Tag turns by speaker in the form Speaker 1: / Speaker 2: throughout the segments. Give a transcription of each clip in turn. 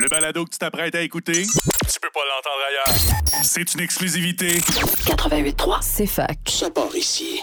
Speaker 1: Le balado que tu t'apprêtes à écouter, tu peux pas l'entendre ailleurs. C'est une exclusivité.
Speaker 2: 88.3, c'est fac.
Speaker 3: Ça part ici.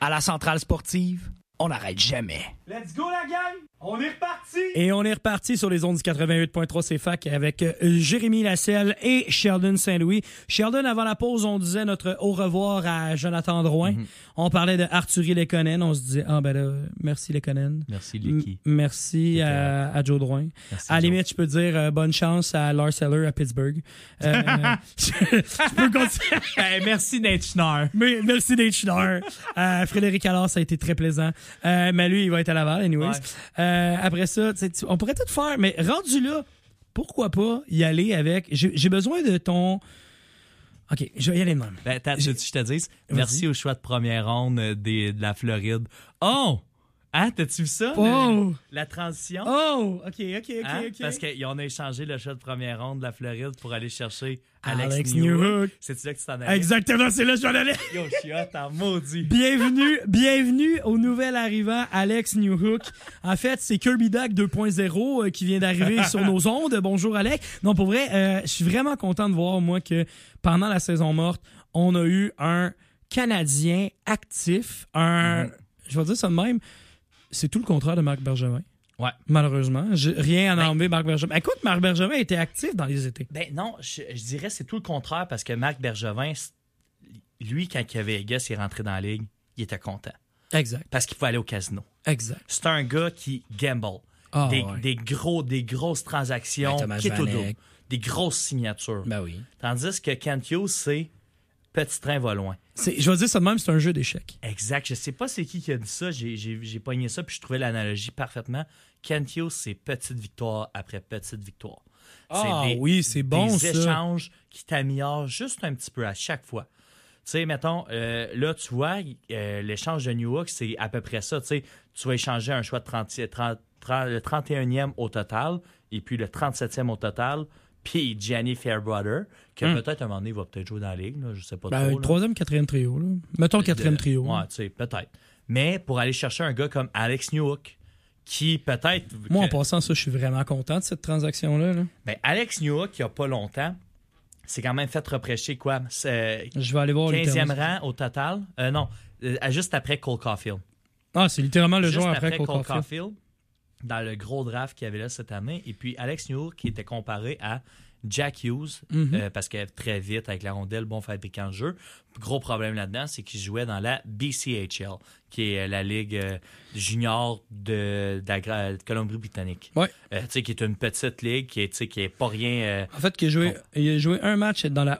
Speaker 4: À la centrale sportive, on n'arrête jamais.
Speaker 5: Let's go la gang! On est reparti!
Speaker 4: Et on est reparti sur les ondes du 88.3 CFAC avec euh, Jérémy Lasselle et Sheldon Saint-Louis. Sheldon, avant la pause, on disait notre au revoir à Jonathan Drouin. On parlait de Arthurie Lekonen. On se disait, ah ben là, merci Lekonen.
Speaker 6: Merci
Speaker 4: M-
Speaker 6: Licky.
Speaker 4: Merci à, à Joe Drouin.
Speaker 6: Merci,
Speaker 4: à la
Speaker 6: Joe.
Speaker 4: limite, je peux dire euh, bonne chance à Lars Eller à Pittsburgh. Euh, je peux continuer.
Speaker 6: Hey, Ben, merci Nate Schnarr.
Speaker 4: Mais merci d'être Schneider. Euh, Frédéric Allard, ça a été très plaisant. Euh, mais lui, il va être à Laval, anyways.
Speaker 6: Ouais.
Speaker 4: Euh, après ça, tu sais, tu- on pourrait tout faire, mais rendu là, pourquoi pas y aller avec... J'ai j'ai besoin de ton... OK, je vais y aller de même.
Speaker 6: Ben, t'as- veux-tu que je te dise? Merci au choix de première ronde euh, des- de la Floride. Oh! Hein, t'as-tu vu ça?
Speaker 4: Oh!
Speaker 6: La, la transition?
Speaker 4: Oh! OK, OK, OK,
Speaker 6: Hein?
Speaker 4: OK.
Speaker 6: Parce qu'on a échangé le choix de première ronde de la Floride pour aller chercher Alex,
Speaker 4: Alex
Speaker 6: Newhook.
Speaker 4: Newhook.
Speaker 6: C'est-tu là que tu t'en allais?
Speaker 4: Exactement, c'est là que je vais en aller.
Speaker 6: Yo, je suis hot en maudit.
Speaker 4: Bienvenue, bienvenue au nouvel arrivant Alex Newhook. En fait, c'est Kirby Duck 2.0 euh, qui vient d'arriver sur nos ondes. Bonjour Alex. Non, pour vrai, euh, je suis vraiment content de voir moi que pendant la saison morte, on a eu un Canadien actif, un je vais dire ça de même, c'est tout le contraire de Marc Bergevin.
Speaker 6: Ouais.
Speaker 4: Malheureusement, J'ai rien à enlever Marc Bergevin. Écoute, Marc Bergevin était actif dans les étés.
Speaker 6: Ben non, je, je dirais c'est tout le contraire parce que Marc Bergevin, c'est- lui, quand il avait Vegas, il est rentré dans la ligue, il était content
Speaker 4: Exact,
Speaker 6: parce qu'il faut aller au casino.
Speaker 4: exact.
Speaker 6: C'est un gars qui gamble.
Speaker 4: Ah,
Speaker 6: des,
Speaker 4: ouais.
Speaker 6: des gros, des grosses transactions,
Speaker 4: Ben, Thomas
Speaker 6: quitte au dos.
Speaker 4: Vanek.
Speaker 6: des grosses signatures.
Speaker 4: Ben oui.
Speaker 6: Tandis que Kent Hughes, c'est petit train va loin.
Speaker 4: C'est, je vais dire ça de même, c'est un jeu d'échecs.
Speaker 6: Exact. Je sais pas c'est qui qui a dit ça. J'ai- J'ai j'ai pogné ça puis je trouvais l'analogie parfaitement. Kent Hughes, c'est petite victoire après petite victoire.
Speaker 4: Ah
Speaker 6: C'est des-
Speaker 4: oui, c'est bon
Speaker 6: Des
Speaker 4: ça.
Speaker 6: échanges qui t'améliorent juste un petit peu à chaque fois. Tu sais, mettons, euh, là, tu vois, euh, l'échange de Newhook, c'est à peu près ça. Tu sais, tu vas échanger un choix de 30 30 30 le 31e au total et puis le 37e au total, puis Gianni Fairbrother, que peut-être un moment donné, il va peut-être jouer dans la ligue, là, je sais pas
Speaker 4: Hmm. Ben,
Speaker 6: trop.
Speaker 4: le
Speaker 6: là. Euh,
Speaker 4: troisième, quatrième trio. Là. Mettons le quatrième
Speaker 6: De-
Speaker 4: trio.
Speaker 6: Ouais, tu sais, peut-être. Mais pour aller chercher un gars comme Alex Newhook, qui peut-être.
Speaker 4: Moi, en
Speaker 6: que-
Speaker 4: passant ça, je suis vraiment content de cette transaction-là. là.
Speaker 6: ben, Alex Newhook, il y a pas longtemps, s'est quand même fait repêcher quoi c'est-
Speaker 4: Je vais aller voir le
Speaker 6: 15e
Speaker 4: terme.
Speaker 6: rang au total. Euh, non, euh, juste après Cole Caulfield.
Speaker 4: Ah, c'est littéralement le
Speaker 6: juste
Speaker 4: joueur
Speaker 6: après,
Speaker 4: après qu'on
Speaker 6: Cole Caulfield, dans le gros draft qu'il y avait là cette année. Et puis Alex Newhook qui était comparé à Jack Hughes,
Speaker 4: Mhm.
Speaker 6: euh, parce qu'il très vite avec la rondelle, bon fabricant de jeu. Gros problème là-dedans, c'est qu'il jouait dans la BCHL, qui est euh, la ligue euh, junior de, de la Gra- de Colombie-Britannique.
Speaker 4: Ouais.
Speaker 6: Euh, tu sais, qui est une petite ligue, qui est, tu sais, qui est pas rien... euh,
Speaker 4: En fait, il a, joué, il a joué un match dans la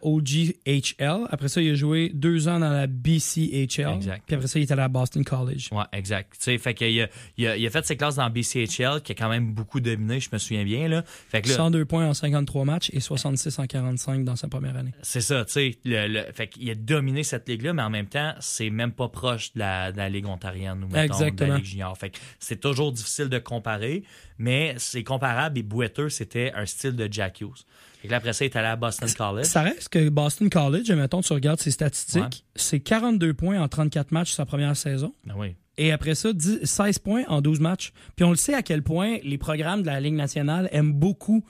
Speaker 4: OGHL. Après ça, il a joué deux ans dans la BCHL.
Speaker 6: Exact.
Speaker 4: Puis après ça, il est allé à Boston College.
Speaker 6: Ouais, exact. Tu sais, fait qu'il a, il a, il a fait ses classes dans BCHL, qui a quand même beaucoup dominé, je me souviens bien, là. Fait que là,
Speaker 4: 102 points en 53 matchs et 66 en 45 dans sa première année.
Speaker 6: C'est ça, tu sais. Le, le- fait qu'il a dominé cette ligue-là, mais en même temps, c'est même pas proche de la, de la Ligue ontarienne ou mettons, de
Speaker 4: Exactement.
Speaker 6: la Ligue junior. Fait que c'est toujours difficile de comparer, mais c'est comparable et boiteux, c'était un style de Jack Hughes. Fait que là, après ça, il est allé à Boston College.
Speaker 4: Ça reste que Boston College, mettons, tu regardes ses statistiques,
Speaker 6: Ouais.
Speaker 4: c'est 42 points en 34 matchs sa première saison.
Speaker 6: Ah oui.
Speaker 4: Et après ça, 10 16 points en 12 matchs. Puis on le sait à quel point les programmes de la Ligue nationale aiment beaucoup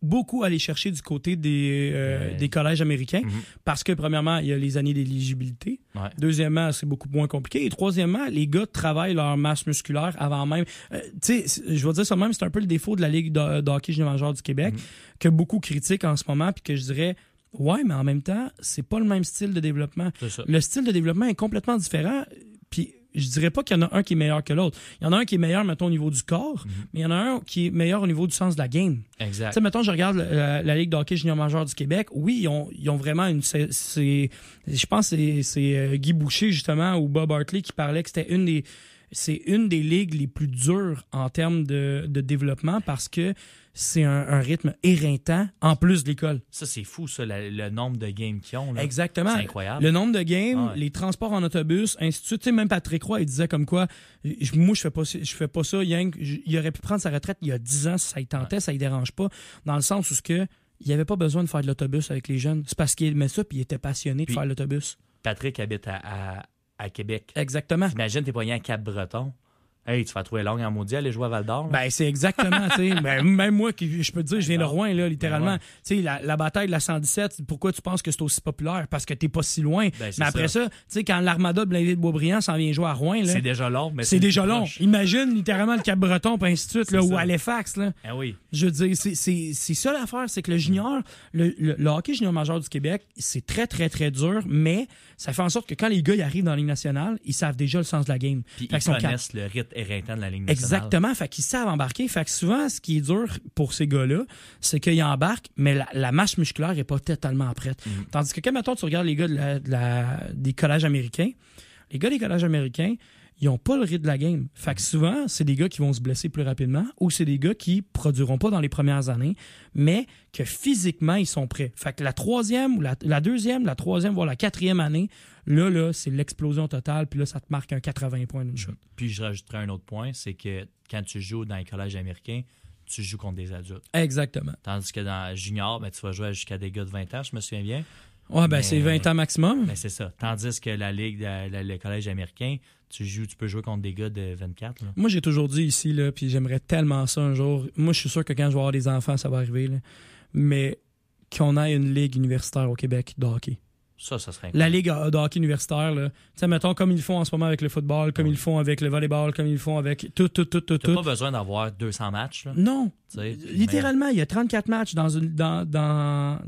Speaker 4: beaucoup aller chercher du côté des, euh,
Speaker 6: Ouais. Mhm.
Speaker 4: des collèges américains parce que premièrement, il y a les années d'éligibilité.
Speaker 6: Ouais.
Speaker 4: Deuxièmement, c'est beaucoup moins compliqué. Et troisièmement, les gars travaillent leur masse musculaire avant même. Euh, tu sais, c'est- je vais dire ça de même, c'est un peu le défaut de la Ligue de, de hockey junior majeur du Québec
Speaker 6: Mhm.
Speaker 4: que beaucoup critiquent en ce moment puis que je dirais ouais, mais en même temps, c'est pas le même style de développement.
Speaker 6: C'est ça.
Speaker 4: Le style de développement est complètement différent. Puis je dirais pas qu'il y en a un qui est meilleur que l'autre. Il y en a un qui est meilleur, mettons, au niveau du corps, mais il y en a un qui est meilleur au niveau du sens de la game. Tu
Speaker 6: Exact.
Speaker 4: sais, mettons, je regarde euh, la, Ligue de hockey junior majeur du Québec. Oui, ils ont, ils ont vraiment une. c'est- c'est- je pense que c'est- c'est euh, Guy Boucher, justement, ou Bob Hartley qui parlait que c'était une des. C'est une des ligues les plus dures en termes de, de développement parce que c'est un, un rythme éreintant en plus de l'école.
Speaker 6: Ça, c'est fou, ça, la- le nombre de games qu'ils ont. Là.
Speaker 4: Exactement.
Speaker 6: C'est incroyable.
Speaker 4: Le nombre de games,
Speaker 6: Ah ouais.
Speaker 4: les transports en autobus, ainsi de suite. Tu sais, même Patrick Roy, il disait comme quoi, je- moi, je fais pas, je fais pas ça. Yang, je- il aurait pu prendre sa retraite il y a 10 ans si ça y tentait, ça ne dérange pas. Dans le sens où ce que, il n'y avait pas besoin de faire de l'autobus avec les jeunes. C'est parce qu'il aimait ça puis il était passionné
Speaker 6: Puis-
Speaker 4: de faire l'autobus.
Speaker 6: Patrick habite à, à, à Québec.
Speaker 4: Exactement.
Speaker 6: Imagine, t'es poigné à Cap-Breton. Hey, tu vas trouver langue en maudit, aller jouer à Val d'Or. là.
Speaker 4: Ben, c'est exactement, tu sais. Ben, même moi, qui, je peux te dire, je viens de Rouen, là, littéralement.
Speaker 6: Ben ouais.
Speaker 4: Tu sais, la, la bataille de la 117, pourquoi tu penses que c'est aussi populaire? Parce que t'es pas si loin.
Speaker 6: Ben, c'est
Speaker 4: mais après ça, tu sais, quand l'armada de Blainville de Boisbriand s'en vient jouer à Rouen, là,
Speaker 6: c'est déjà long, mais
Speaker 4: c'est déjà long.
Speaker 6: proche.
Speaker 4: Imagine littéralement le Cap-Breton, puis ainsi de suite, là,
Speaker 6: C'est
Speaker 4: ou
Speaker 6: ça.
Speaker 4: Halifax, là.
Speaker 6: Ah oui.
Speaker 4: Je veux dire, c'est- c'est c'est ça l'affaire, c'est que le junior, le, le- le hockey junior majeur du Québec, c'est très, très, très dur, mais ça fait en sorte que quand les gars ils arrivent dans la Ligue nationale, ils savent déjà le sens de la game.
Speaker 6: Puis
Speaker 4: Fait qu'ils
Speaker 6: ils
Speaker 4: sont capables.
Speaker 6: connaissent le rythme éreintant de la ligne nationale.
Speaker 4: Exactement. Fait qu'ils savent embarquer. Fait que souvent, ce qui est dur pour ces gars-là, c'est qu'ils embarquent, mais la, la masse musculaire n'est pas totalement prête. Tandis que quand, mettons, tu regardes les gars de la- de la- des collèges américains, les gars des collèges américains, ils n'ont pas le rythme de la game. Fait que souvent, c'est des gars qui vont se blesser plus rapidement ou c'est des gars qui produiront pas dans les premières années, mais que physiquement, ils sont prêts. Fait que la troisième ou la, la deuxième, la troisième, voire la quatrième année, là, là, c'est l'explosion totale. Puis là, ça te marque un 80 points d'une shot.
Speaker 6: Puis je rajouterai un autre point, c'est que quand tu joues dans les collèges américains, tu joues contre des adultes.
Speaker 4: Exactement.
Speaker 6: Tandis que dans junior, ben, tu vas jouer jusqu'à des gars de 20 ans, je me souviens bien.
Speaker 4: Ouais, ben
Speaker 6: Mais-
Speaker 4: c'est 20 ans maximum.
Speaker 6: Mais c'est ça. Tandis que la ligue, la- la- le collège américain, tu joues, tu peux jouer contre des gars de 24. là.
Speaker 4: Moi, j'ai toujours dit ici, là, puis j'aimerais tellement ça un jour. Moi, je suis sûr que quand je vais avoir des enfants, ça va arriver, là. Mais qu'on ait une ligue universitaire au Québec de hockey.
Speaker 6: Ça, ça serait.
Speaker 4: La ligue euh, de hockey universitaire, là. Tu sais, mettons, comme ils le font en ce moment avec le football, comme ils le font avec le volleyball, comme ils le font avec tout, tout, tout, tout,
Speaker 6: T'as
Speaker 4: tout.
Speaker 6: pas besoin d'avoir 200 matchs. Là,
Speaker 4: Non.
Speaker 6: tu sais.
Speaker 4: Littéralement, il y a 34 matchs dans, une, dans, dans,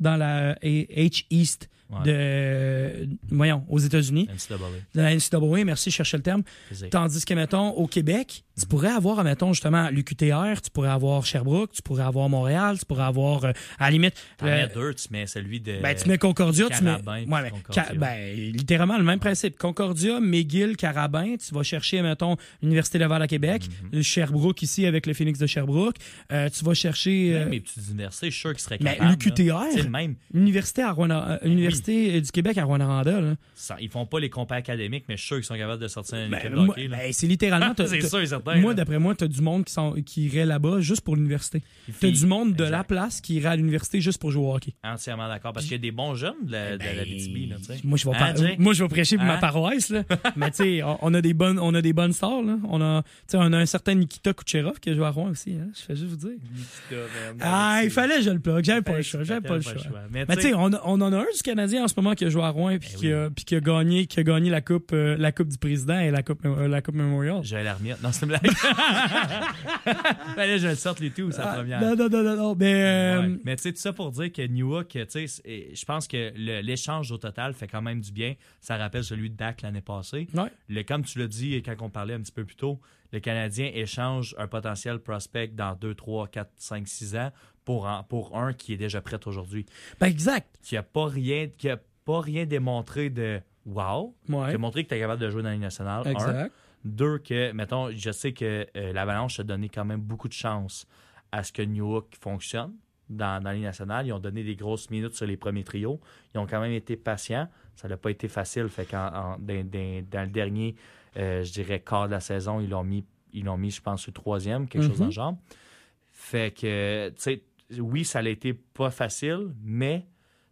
Speaker 4: dans la H East
Speaker 6: Ouais.
Speaker 4: de, voyons, aux États-Unis.
Speaker 6: Mais NCAA,
Speaker 4: De la NCAA, merci, je cherchais le terme.
Speaker 6: c'est-
Speaker 4: Tandis que, mettons, au Québec, tu pourrais avoir, mettons, justement, l'UQTR, tu pourrais avoir Sherbrooke, tu pourrais avoir Montréal, tu pourrais avoir, euh, à la limite,
Speaker 6: T'en
Speaker 4: euh,
Speaker 6: mets deux, tu mets celui de.
Speaker 4: ben, tu mets Concordia, tu mets.
Speaker 6: Carabin, puis
Speaker 4: Ouais, mais
Speaker 6: Concordia.
Speaker 4: Ca- ben, littéralement, le même principe. Concordia, McGill, Carabin, tu vas chercher, mettons, l'Université Laval à Québec,
Speaker 6: Mhm.
Speaker 4: le Sherbrooke ici avec le Phoenix de Sherbrooke, euh, tu vas chercher. euh, ben,
Speaker 6: Même mes petites universités, je suis sûr qu'ils seraient
Speaker 4: Mais
Speaker 6: capables. là.
Speaker 4: l'UQTR?
Speaker 6: Tu sais, même,
Speaker 4: L'université à Rouen- euh,
Speaker 6: Ben
Speaker 4: l'université du Québec à Rwanda, là.
Speaker 6: ça- ils font pas les compères académiques, mais je suis sûr qu'ils sont capables de sortir une équipe de
Speaker 4: moi-
Speaker 6: hockey, là.
Speaker 4: ben, c'est littéralement. t'as-
Speaker 6: C'est
Speaker 4: t'as-
Speaker 6: sûr et certain,
Speaker 4: Moi,
Speaker 6: là.
Speaker 4: d'après moi, t'as du monde qui, sont, qui irait là-bas juste pour l'université.
Speaker 6: Il
Speaker 4: T'as
Speaker 6: fait-
Speaker 4: du monde de la
Speaker 6: Exact.
Speaker 4: place qui irait à l'université juste pour jouer au hockey.
Speaker 6: Entièrement d'accord. Parce qu'il y a des bons jeunes de la, de la BTB, là, tu sais.
Speaker 4: Eh ben, Moi, je vais,
Speaker 6: Hein,
Speaker 4: par-
Speaker 6: Jay?
Speaker 4: moi, je vais prêcher pour ma
Speaker 6: Hein?
Speaker 4: paroisse. Là. Mais tu sais, on, on a des bonnes, on a des bonnes stars. Là. On a, tu sais, on a un certain Nikita Kucherov qui joue à Rouen aussi. hein. Je fais juste vous dire. Ah, il fallait que je le plug. J'avais pas le choix. J'avais pas le choix.
Speaker 6: Mais
Speaker 4: Mais tu sais, Eh on, a- on en a un du Canadien en ce moment qui a joué à Rouen puis,
Speaker 6: Ben
Speaker 4: qui, a, puis qui a gagné, qui a gagné la coupe, euh, la coupe du président et la coupe, euh, la coupe Memorial.
Speaker 6: J'ai l'armiette. Non, c'est une blague. Fallait que je le sorte les tout, sa
Speaker 4: Ah,
Speaker 6: première.
Speaker 4: non, non, non, non, non, Mais, euh,
Speaker 6: Ouais. Mais tu sais, tout ça pour dire que Newark, tu sais, c'est- je pense que le- l'échange au total fait quand même du bien. Ça rappelle celui de Dak l'année passée.
Speaker 4: Ouais.
Speaker 6: Le, comme tu l'as dit quand on parlait un petit peu plus tôt, le Canadien échange un potentiel prospect dans 2, 3, 4, 5, 6 ans pour, en- pour un qui est déjà prêt aujourd'hui.
Speaker 4: ben, exact.
Speaker 6: Qui n'a pas rien qui a pas rien démontré de wow.
Speaker 4: Ouais.
Speaker 6: Qui a montré que tu es capable de jouer dans la Ligue nationale. un.
Speaker 4: Exact.
Speaker 6: Deux, que, mettons, je sais que euh, l'Avalanche a donné quand même beaucoup de chance à ce que Newark fonctionne dans, dans la Ligue nationale. Ils ont donné des grosses minutes sur les premiers trios. Ils ont quand même été patients. Ça n'a pas été facile. Fait qu'en en- dans, dans- dans le dernier, euh, je dirais, quart de la saison, ils l'ont mis, ils l'ont mis je pense, au troisième, quelque chose dans le genre. Fait que, tu sais, oui, ça n'a été pas facile, mais,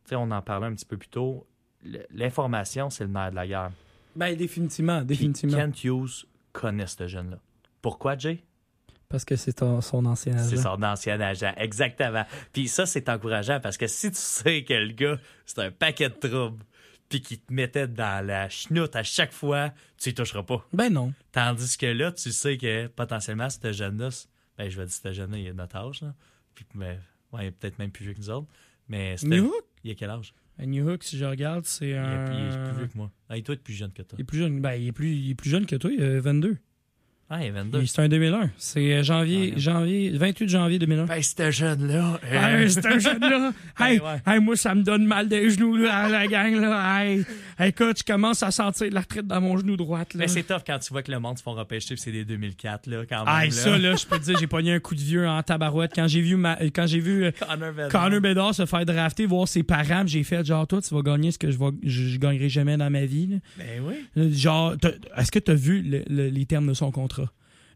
Speaker 6: tu sais, on en parlait un petit peu plus tôt. Le- L'information, c'est le nerf de la guerre.
Speaker 4: Ben, définitivement,
Speaker 6: Puis
Speaker 4: définitivement.
Speaker 6: Kent Hughes connaît ce jeune-là. Pourquoi, Jay?
Speaker 4: Parce que c'est ton- son ancien agent.
Speaker 6: C'est son ancien agent, exactement. Puis ça, c'est encourageant parce que si tu sais que le gars, c'est un paquet de troubles, puis qu'il te mettait dans la chenoute à chaque fois, tu y toucheras pas.
Speaker 4: Ben non.
Speaker 6: Tandis que là, tu sais que potentiellement, ce jeune-là, c'est- ben, je vais dire ce jeune-là, il a notre âge, là. Puis, ben, ouais, il est peut-être même plus vieux que nous autres. Mais c'était-
Speaker 4: Newhook?
Speaker 6: il a quel âge?
Speaker 4: Ben, Newhook, si je regarde, c'est
Speaker 6: Il,
Speaker 4: un...
Speaker 6: est, il est plus vieux que moi. Ah, il doit être plus jeune que toi.
Speaker 4: Il est plus jeune, ben, il est plus, il est plus jeune que toi, il a 22.
Speaker 6: Ah, il a 22.
Speaker 4: Il- C'est un 2001. C'est euh, janvier,
Speaker 6: Ah, ouais.
Speaker 4: janvier, 28 janvier 2001.
Speaker 6: Ben, ce jeune-là. euh,
Speaker 4: Hey, Ah, c'est un jeune là. Hey,
Speaker 6: Ouais, ouais.
Speaker 4: hey, moi ça me donne mal des genoux là, à la gang là. Hey, écoute, je commence à sentir de la retraite dans mon genou droit là.
Speaker 6: Mais c'est tough quand tu vois que le monde se font repêcher, puis c'est des 2004, là, quand même.
Speaker 4: Hey, Ah, ça là, je peux te dire, j'ai pogné un coup de vieux en tabarouette quand j'ai vu ma- euh, quand j'ai vu euh,
Speaker 6: Connor Bedard.
Speaker 4: Connor Bedard se faire drafter, voir ses parents, puis j'ai fait genre toi tu vas gagner ce que je vais, je, je gagnerai jamais dans ma vie. là.
Speaker 6: Ben oui.
Speaker 4: Genre, t'as- est-ce que tu as vu le- le- les termes de son contrat?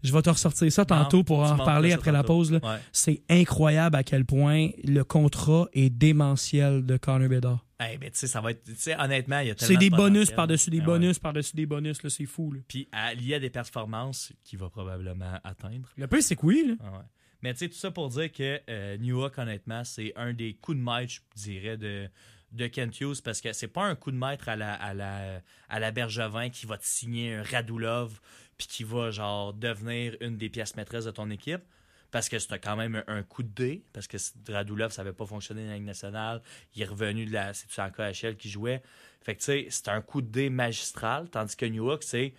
Speaker 4: Je vais te ressortir ça
Speaker 6: Non,
Speaker 4: tantôt pour
Speaker 6: tu
Speaker 4: en
Speaker 6: m'en
Speaker 4: reparler
Speaker 6: parlais
Speaker 4: après
Speaker 6: ça
Speaker 4: la
Speaker 6: tantôt.
Speaker 4: pause. là.
Speaker 6: Ouais.
Speaker 4: C'est incroyable à quel point le contrat est démentiel de Connor Bedard.
Speaker 6: Eh ben, tu sais, ça va être. Tu sais, honnêtement, il y a tellement
Speaker 4: C'est des
Speaker 6: de
Speaker 4: bonus
Speaker 6: potentiel.
Speaker 4: par-dessus des
Speaker 6: Ben ouais.
Speaker 4: bonus par-dessus des bonus. là, C'est fou. Là.
Speaker 6: Puis ah, à- lié à des performances qu'il va probablement atteindre.
Speaker 4: Le pire, c'est que oui. là.
Speaker 6: Ah ouais. Mais tu sais, tout ça pour dire que euh, Newhook, honnêtement, c'est un des coups de maître, je dirais, de, de Kent Hughes, parce que c'est pas un coup de maître à la, à la, à la Bergevin qui va te signer un Radulov, puis qui va, genre, devenir une des pièces maîtresses de ton équipe. Parce que c'était quand même un, un coup de dé, parce que c- Radulov, ça n'avait pas fonctionné dans la Ligue nationale. Il est revenu de la. C'est-tu en KHL qui jouait? Fait que, tu sais, c'est un coup de dé magistral, tandis que Newhook, c'est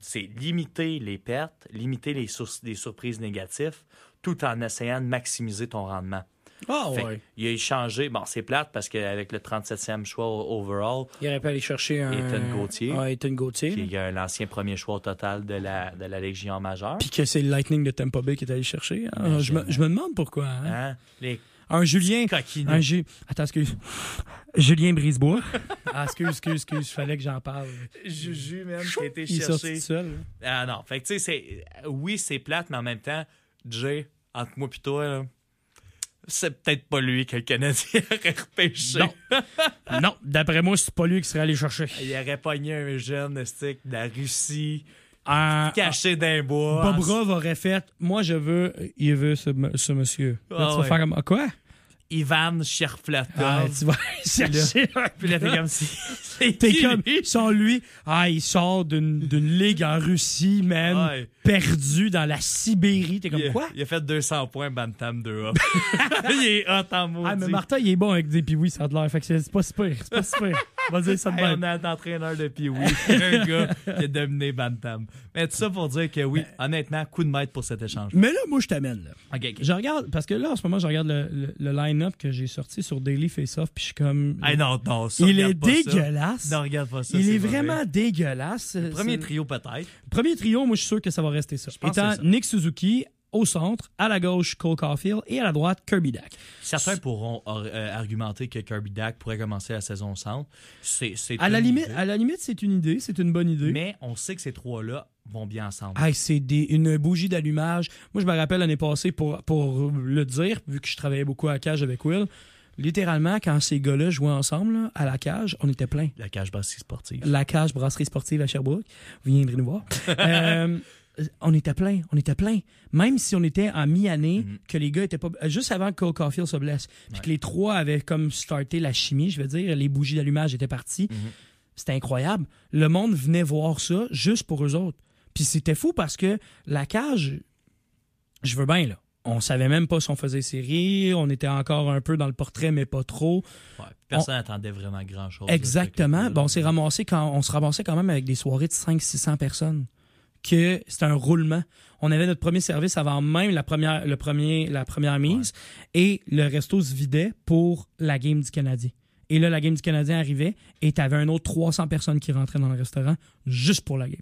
Speaker 6: c'est limiter les pertes, limiter les, sources- les surprises négatives, tout en essayant de maximiser ton rendement.
Speaker 3: Ah
Speaker 6: Fait
Speaker 3: ouais.
Speaker 6: Il a échangé, bon, c'est plate parce qu'avec le 37e choix o- overall,
Speaker 3: Il aurait pu aller chercher un.
Speaker 6: Ethan Gauthier.
Speaker 3: Ouais, Ethan Gauthier.
Speaker 6: qui est l'ancien premier choix au total de la, de la Ligue junior majeure,
Speaker 4: Puis que c'est le Lightning de Tampa Bay qui est allé le chercher. Ah,
Speaker 6: Ben,
Speaker 4: je, me, je me demande pourquoi. hein.
Speaker 6: hein? les
Speaker 4: Un Julien.
Speaker 6: coquinous.
Speaker 4: Un Ju- Ah, Attends, excuse. Julien Brisebois. Ah, excuse, excuse, excuse. Fallait que j'en parle.
Speaker 6: Juju, même, qui a été
Speaker 4: Il est sorti
Speaker 6: cherché.
Speaker 4: tout seul. là.
Speaker 6: Ah non, fait que tu sais, c'est- oui, c'est plate, mais en même temps, Jay, entre moi et toi, là, c'est peut-être pas lui que le Canadien aurait repêché.
Speaker 4: Non. hein. Non, d'après moi, c'est pas lui qui serait allé chercher.
Speaker 6: Ah, Il aurait pogné un jeune stick de la Russie,
Speaker 4: Un-
Speaker 6: caché dans les bois.
Speaker 4: Bobrov ah, aurait fait Moi, je veux, il veut ce, m- ce monsieur. Là,
Speaker 6: Ah
Speaker 4: tu vas
Speaker 6: ouais.
Speaker 4: faire comme Ah, Quoi
Speaker 6: Ivan Sherflatov.
Speaker 4: Ah, Tu vas aller chercher. un
Speaker 6: Puis là, t'es
Speaker 4: gars.
Speaker 6: comme si. c'est
Speaker 4: T'es
Speaker 6: qui,
Speaker 4: comme,
Speaker 6: lui?
Speaker 4: sans lui, ah, il sort d'une d'une ligue en Russie, man,
Speaker 6: Ouais.
Speaker 4: perdu dans la Sibérie. T'es comme,
Speaker 6: Il a,
Speaker 4: quoi?
Speaker 6: il a fait 200 points Bantam 2 up. il est hot en maudit.
Speaker 4: Ah, mais Martin, il est bon avec des oui ça a de l'air. Fait que c'est c'est pas si pire. C'est pas si pire. On va dire ça de
Speaker 6: Hey,
Speaker 4: même.
Speaker 6: on a un entraîneur de Pee-Wee, un gars qui a dominé Bantam. Mais tout ça pour dire que oui, honnêtement, coup de maître pour cet échange.
Speaker 4: Mais là, moi, je t'amène, là.
Speaker 6: Ben. OK, OK.
Speaker 4: Je regarde, parce que là, en ce moment, je regarde le, le- le line-up que j'ai sorti sur Daily Face-Off, puis je suis comme.
Speaker 6: Hey, non, non, ça,
Speaker 4: il est
Speaker 6: regarde pas ça.
Speaker 4: dégueulasse.
Speaker 6: Non, regarde pas ça.
Speaker 4: il
Speaker 6: c'est
Speaker 4: est
Speaker 6: mauvais.
Speaker 4: vraiment dégueulasse.
Speaker 6: Premier
Speaker 4: C'est-
Speaker 6: trio, peut-être.
Speaker 4: Premier trio, moi, je suis sûr que ça va rester ça.
Speaker 6: pense que
Speaker 4: Étant
Speaker 6: c'est ça.
Speaker 4: Nick Suzuki au centre, à la gauche, Cole Caulfield, et à la droite, Kirby Dack.
Speaker 6: Certains pourront ar- euh, argumenter que Kirby Dack pourrait commencer la saison centre. C'est, c'est
Speaker 4: À la
Speaker 6: une
Speaker 4: limite,
Speaker 6: idée.
Speaker 4: à la limite, c'est une idée, c'est une bonne idée.
Speaker 6: mais on sait que ces trois-là vont bien ensemble.
Speaker 4: Ah, c'est des- une bougie d'allumage. Moi, je me rappelle l'année passée, pour, pour le dire, vu que je travaillais beaucoup à la cage avec Will, littéralement, quand ces gars-là jouaient ensemble, là, à la cage, on était plein.
Speaker 6: La cage basse sportive.
Speaker 4: La cage brasserie sportive à Sherbrooke. Vous viendrez nous voir. Euh, on était plein, on était plein. Même si on était en mi-année, que les gars étaient pas. euh, Juste avant que Cole Caulfield se blesse, puis que les trois avaient comme starté la chimie, je veux dire, les bougies d'allumage étaient parties. C'était incroyable. Le monde venait voir ça juste pour eux autres. Puis c'était fou parce que la cage, je veux bien, là. On savait même pas si on faisait série, on était encore un peu dans le portrait, mais pas trop.
Speaker 6: Ouais, personne n'attendait vraiment grand-chose. là,
Speaker 4: Exactement.
Speaker 6: fait que-
Speaker 4: Bon, on s'est ramassé quand on se ramassait quand même avec des soirées de 5 600 personnes que c'était un roulement. On avait notre premier service avant même la première le premier la première mise et le resto se vidait pour la game du Canadien. Et là la game du Canadien arrivait et t'avais un autre 300 personnes qui rentraient dans le restaurant juste pour la game.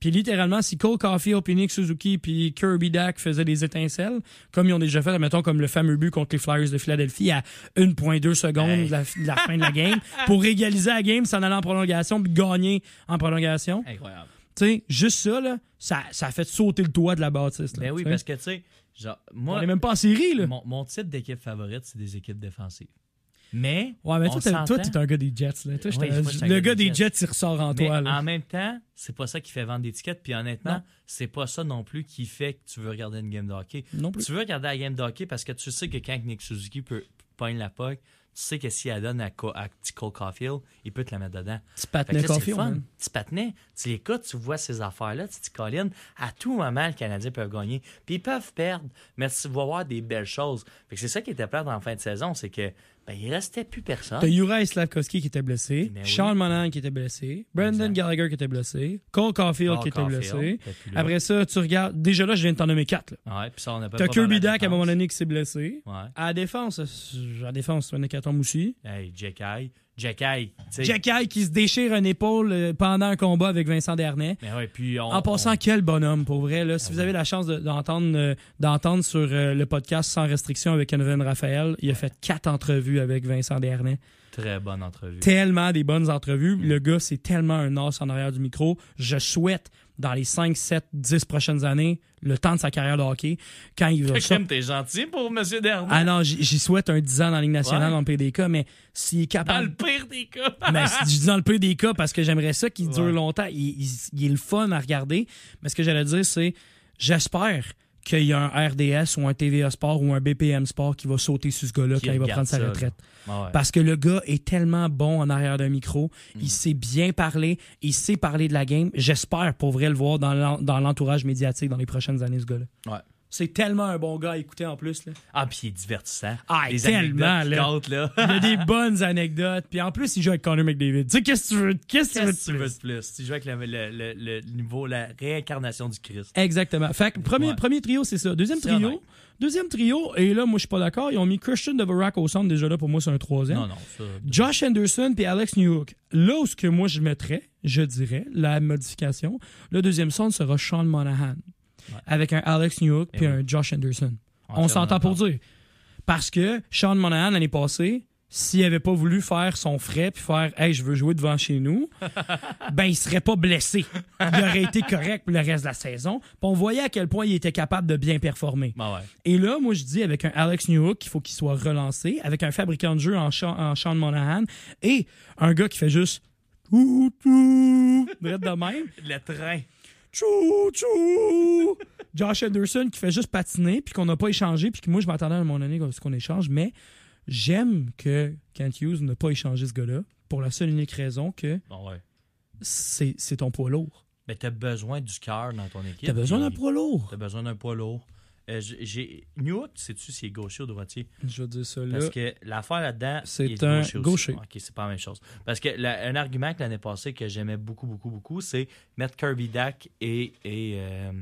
Speaker 4: Puis littéralement, si Cole Caulfield, puis Nick Suzuki, puis Kirby Dack faisaient des étincelles, comme ils ont déjà fait, admettons, comme le fameux but contre les Flyers de Philadelphie à 1,2 secondes
Speaker 6: Hey.
Speaker 4: de, la, de la fin de la game, pour égaliser la game, s'en aller en prolongation, puis gagner en prolongation.
Speaker 6: Incroyable.
Speaker 4: Tu sais, juste ça, là, ça, ça a fait sauter le toit de la bâtisse. là,
Speaker 6: Ben oui,
Speaker 4: tu sais.
Speaker 6: parce que tu sais, genre,
Speaker 4: On
Speaker 6: moi,
Speaker 4: est même pas en série, là.
Speaker 6: mon, mon titre d'équipe favorite, c'est des équipes défensives. Mais.
Speaker 4: Ouais, mais
Speaker 6: on
Speaker 4: toi, t'as- toi,
Speaker 6: s'entend,
Speaker 4: t'es un gars des Jets, là. Toi,
Speaker 6: Oui,
Speaker 4: j'étais-
Speaker 6: moi, j'étais un
Speaker 4: le
Speaker 6: gars
Speaker 4: gars
Speaker 6: des
Speaker 4: des Jets,
Speaker 6: Jets.
Speaker 4: il ressort en
Speaker 6: mais
Speaker 4: toi, là.
Speaker 6: en même temps, c'est pas ça qui fait vendre des tickets. Puis honnêtement,
Speaker 4: Non.
Speaker 6: c'est pas ça non plus qui fait que tu veux regarder une game de hockey.
Speaker 4: Non plus.
Speaker 6: Tu veux regarder la game de hockey parce que tu sais que quand Nick Suzuki peut pogne la puck, tu sais que si elle donne à, Co- à petit Cole Caulfield, il peut te la mettre dedans.
Speaker 4: Petit
Speaker 6: Fait que
Speaker 4: patinet
Speaker 6: là, c'est
Speaker 4: Caulfield,
Speaker 6: fun.
Speaker 4: man.
Speaker 6: Petit patinet. Tu l'écoutes, tu vois ces affaires-là, tu te dis, Colin, à tout moment, les Canadiens peuvent gagner. Puis ils peuvent perdre, mais tu vas voir des belles choses. Fait que c'est ça qui était plate en fin de saison, c'est que ben, il restait plus personne.
Speaker 4: T'as Uri Slavkovski qui était blessé,
Speaker 6: Mais Ah. Eh ben oui.
Speaker 4: Sean Monahan qui était blessé, Brandon
Speaker 6: Exact.
Speaker 4: Gallagher qui était blessé, Cole Caulfield
Speaker 6: Cole
Speaker 4: qui était
Speaker 6: Caulfield,
Speaker 4: blessé.
Speaker 6: t'es plus là.
Speaker 4: Après ça, tu regardes. Déjà là, je viens de t'en nommer quatre. là.
Speaker 6: Ouais, puis ça, on a
Speaker 4: T'as
Speaker 6: pas pas parlé
Speaker 4: Kirby
Speaker 6: de la
Speaker 4: Dack à un
Speaker 6: défense.
Speaker 4: moment donné qui s'est blessé.
Speaker 6: Ouais.
Speaker 4: À la défense, euh, à la défense, c'est un hécatombe aussi.
Speaker 6: Hey, Jack Eye. Jack Eye, tu sais.
Speaker 4: Jack High qui se déchire une épaule euh, pendant un combat avec Vincent Dernay.
Speaker 6: Mais ouais, puis on-
Speaker 4: En passant,
Speaker 6: on- Ben
Speaker 4: quel bonhomme, pour vrai. Là. Si vous avez la chance de- d'entendre euh, d'entendre sur euh, le podcast Sans restriction avec Kevin Raphaël, il a fait quatre entrevues avec Vincent Dernay.
Speaker 6: Très bonne entrevue.
Speaker 4: tellement des bonnes entrevues. Le gars, c'est tellement un os en arrière du micro. Je souhaite dans les 5, 7, 10 prochaines années, le temps de sa carrière de hockey, quand il va
Speaker 6: Crème, t'es gentil pour Monsieur Dernier.
Speaker 4: Ah non, j'y j'y souhaite un 10 ans dans la Ligue nationale
Speaker 6: Ouais.
Speaker 4: dans le PDK, mais s'il est
Speaker 6: Dans
Speaker 4: capable.
Speaker 6: le pire des cas.
Speaker 4: Mais si je dis dans le pire des cas parce que j'aimerais ça qu'il dure
Speaker 6: Ouais.
Speaker 4: longtemps. Il, il- il est le fun à regarder. Mais ce que j'allais dire, c'est j'espère qu'il y a un RDS ou un TVA Sport ou un BPM Sport qui va sauter sur ce gars-là
Speaker 6: Qui
Speaker 4: quand il va
Speaker 6: regarde
Speaker 4: prendre sa
Speaker 6: ça, là.
Speaker 4: retraite.
Speaker 6: Ah ouais.
Speaker 4: Parce que le gars est tellement bon en arrière d'un micro.
Speaker 6: Mm.
Speaker 4: Il sait bien parler. Il sait parler de la game. J'espère pour vrai le voir dans l'en- dans l'entourage médiatique dans les prochaines années, ce gars-là.
Speaker 6: Ouais.
Speaker 4: C'est tellement un bon gars à écouter en plus. Là.
Speaker 6: Ah, puis il est divertissant.
Speaker 4: Ah,
Speaker 6: Les
Speaker 4: tellement,
Speaker 6: anecdotes qui
Speaker 4: là.
Speaker 6: comptent, là.
Speaker 4: Il a des bonnes anecdotes. Puis en plus, il joue avec Connor McDavid. Tu sais, qu'est-ce que tu veux? Qu'est-ce que tu veux?
Speaker 6: Qu'est-ce que tu veux de plus? Tu joues avec le, le- le- le niveau, la réincarnation du Christ.
Speaker 4: Exactement. Fait que premier,
Speaker 6: Ouais.
Speaker 4: premier trio, c'est ça. Deuxième
Speaker 6: C'est
Speaker 4: trio.
Speaker 6: honnête.
Speaker 4: Deuxième trio, et là, moi, je suis pas d'accord. Ils ont mis Christian Dvorak au centre. Déjà là, pour moi, c'est un troisième.
Speaker 6: Non, non, ça.
Speaker 4: Josh Anderson puis Alex Newhook. Là où ce que moi, je mettrais, je dirais, la modification, le deuxième centre sera Sean Monahan. Avec un Alex Newhook puis
Speaker 6: oui.
Speaker 4: un Josh Anderson. On s'entend pour dire. Parce que Sean Monahan, l'année passée, s'il avait pas voulu faire son frais puis faire Hey, je veux jouer devant chez nous, ben, il serait pas blessé. Il aurait été correct pour le reste de la saison. Puis on voyait à quel point il était capable de bien performer.
Speaker 6: Ah ouais.
Speaker 4: Et là, moi, je dis avec un Alex Newhook qu'il faut qu'il soit relancé, avec un fabricant de jeu en, Sha- en Sean Monahan et un gars qui fait juste. Tout, tout, drette de même.
Speaker 6: Le train.
Speaker 4: Tchou, tchou. Josh Anderson qui fait juste patiner, puis qu'on n'a pas échangé, puis que moi, je m'attendais à mon année ce qu'on échange, mais j'aime que Kent Hughes n'a pas échangé ce gars-là pour la seule et unique raison que
Speaker 6: Bon, Bah ouais.
Speaker 4: c'est c'est ton poids lourd.
Speaker 6: Mais t'as besoin du cœur dans ton équipe.
Speaker 4: T'as besoin d'un
Speaker 6: Puis
Speaker 4: poids lourd.
Speaker 6: T'as besoin d'un poids lourd. Euh, j'ai- j'ai... Newhook, sais-tu s'il est gaucher ou droitier?
Speaker 4: Je veux dire ça là.
Speaker 6: Parce que l'affaire là-dedans,
Speaker 4: C'est
Speaker 6: il est
Speaker 4: un
Speaker 6: aussi.
Speaker 4: gaucher.
Speaker 6: Ok, c'est pas la même chose. Parce que la- un argument que l'année passée que j'aimais beaucoup, beaucoup, beaucoup, c'est mettre Kirby Dak et, et, euh,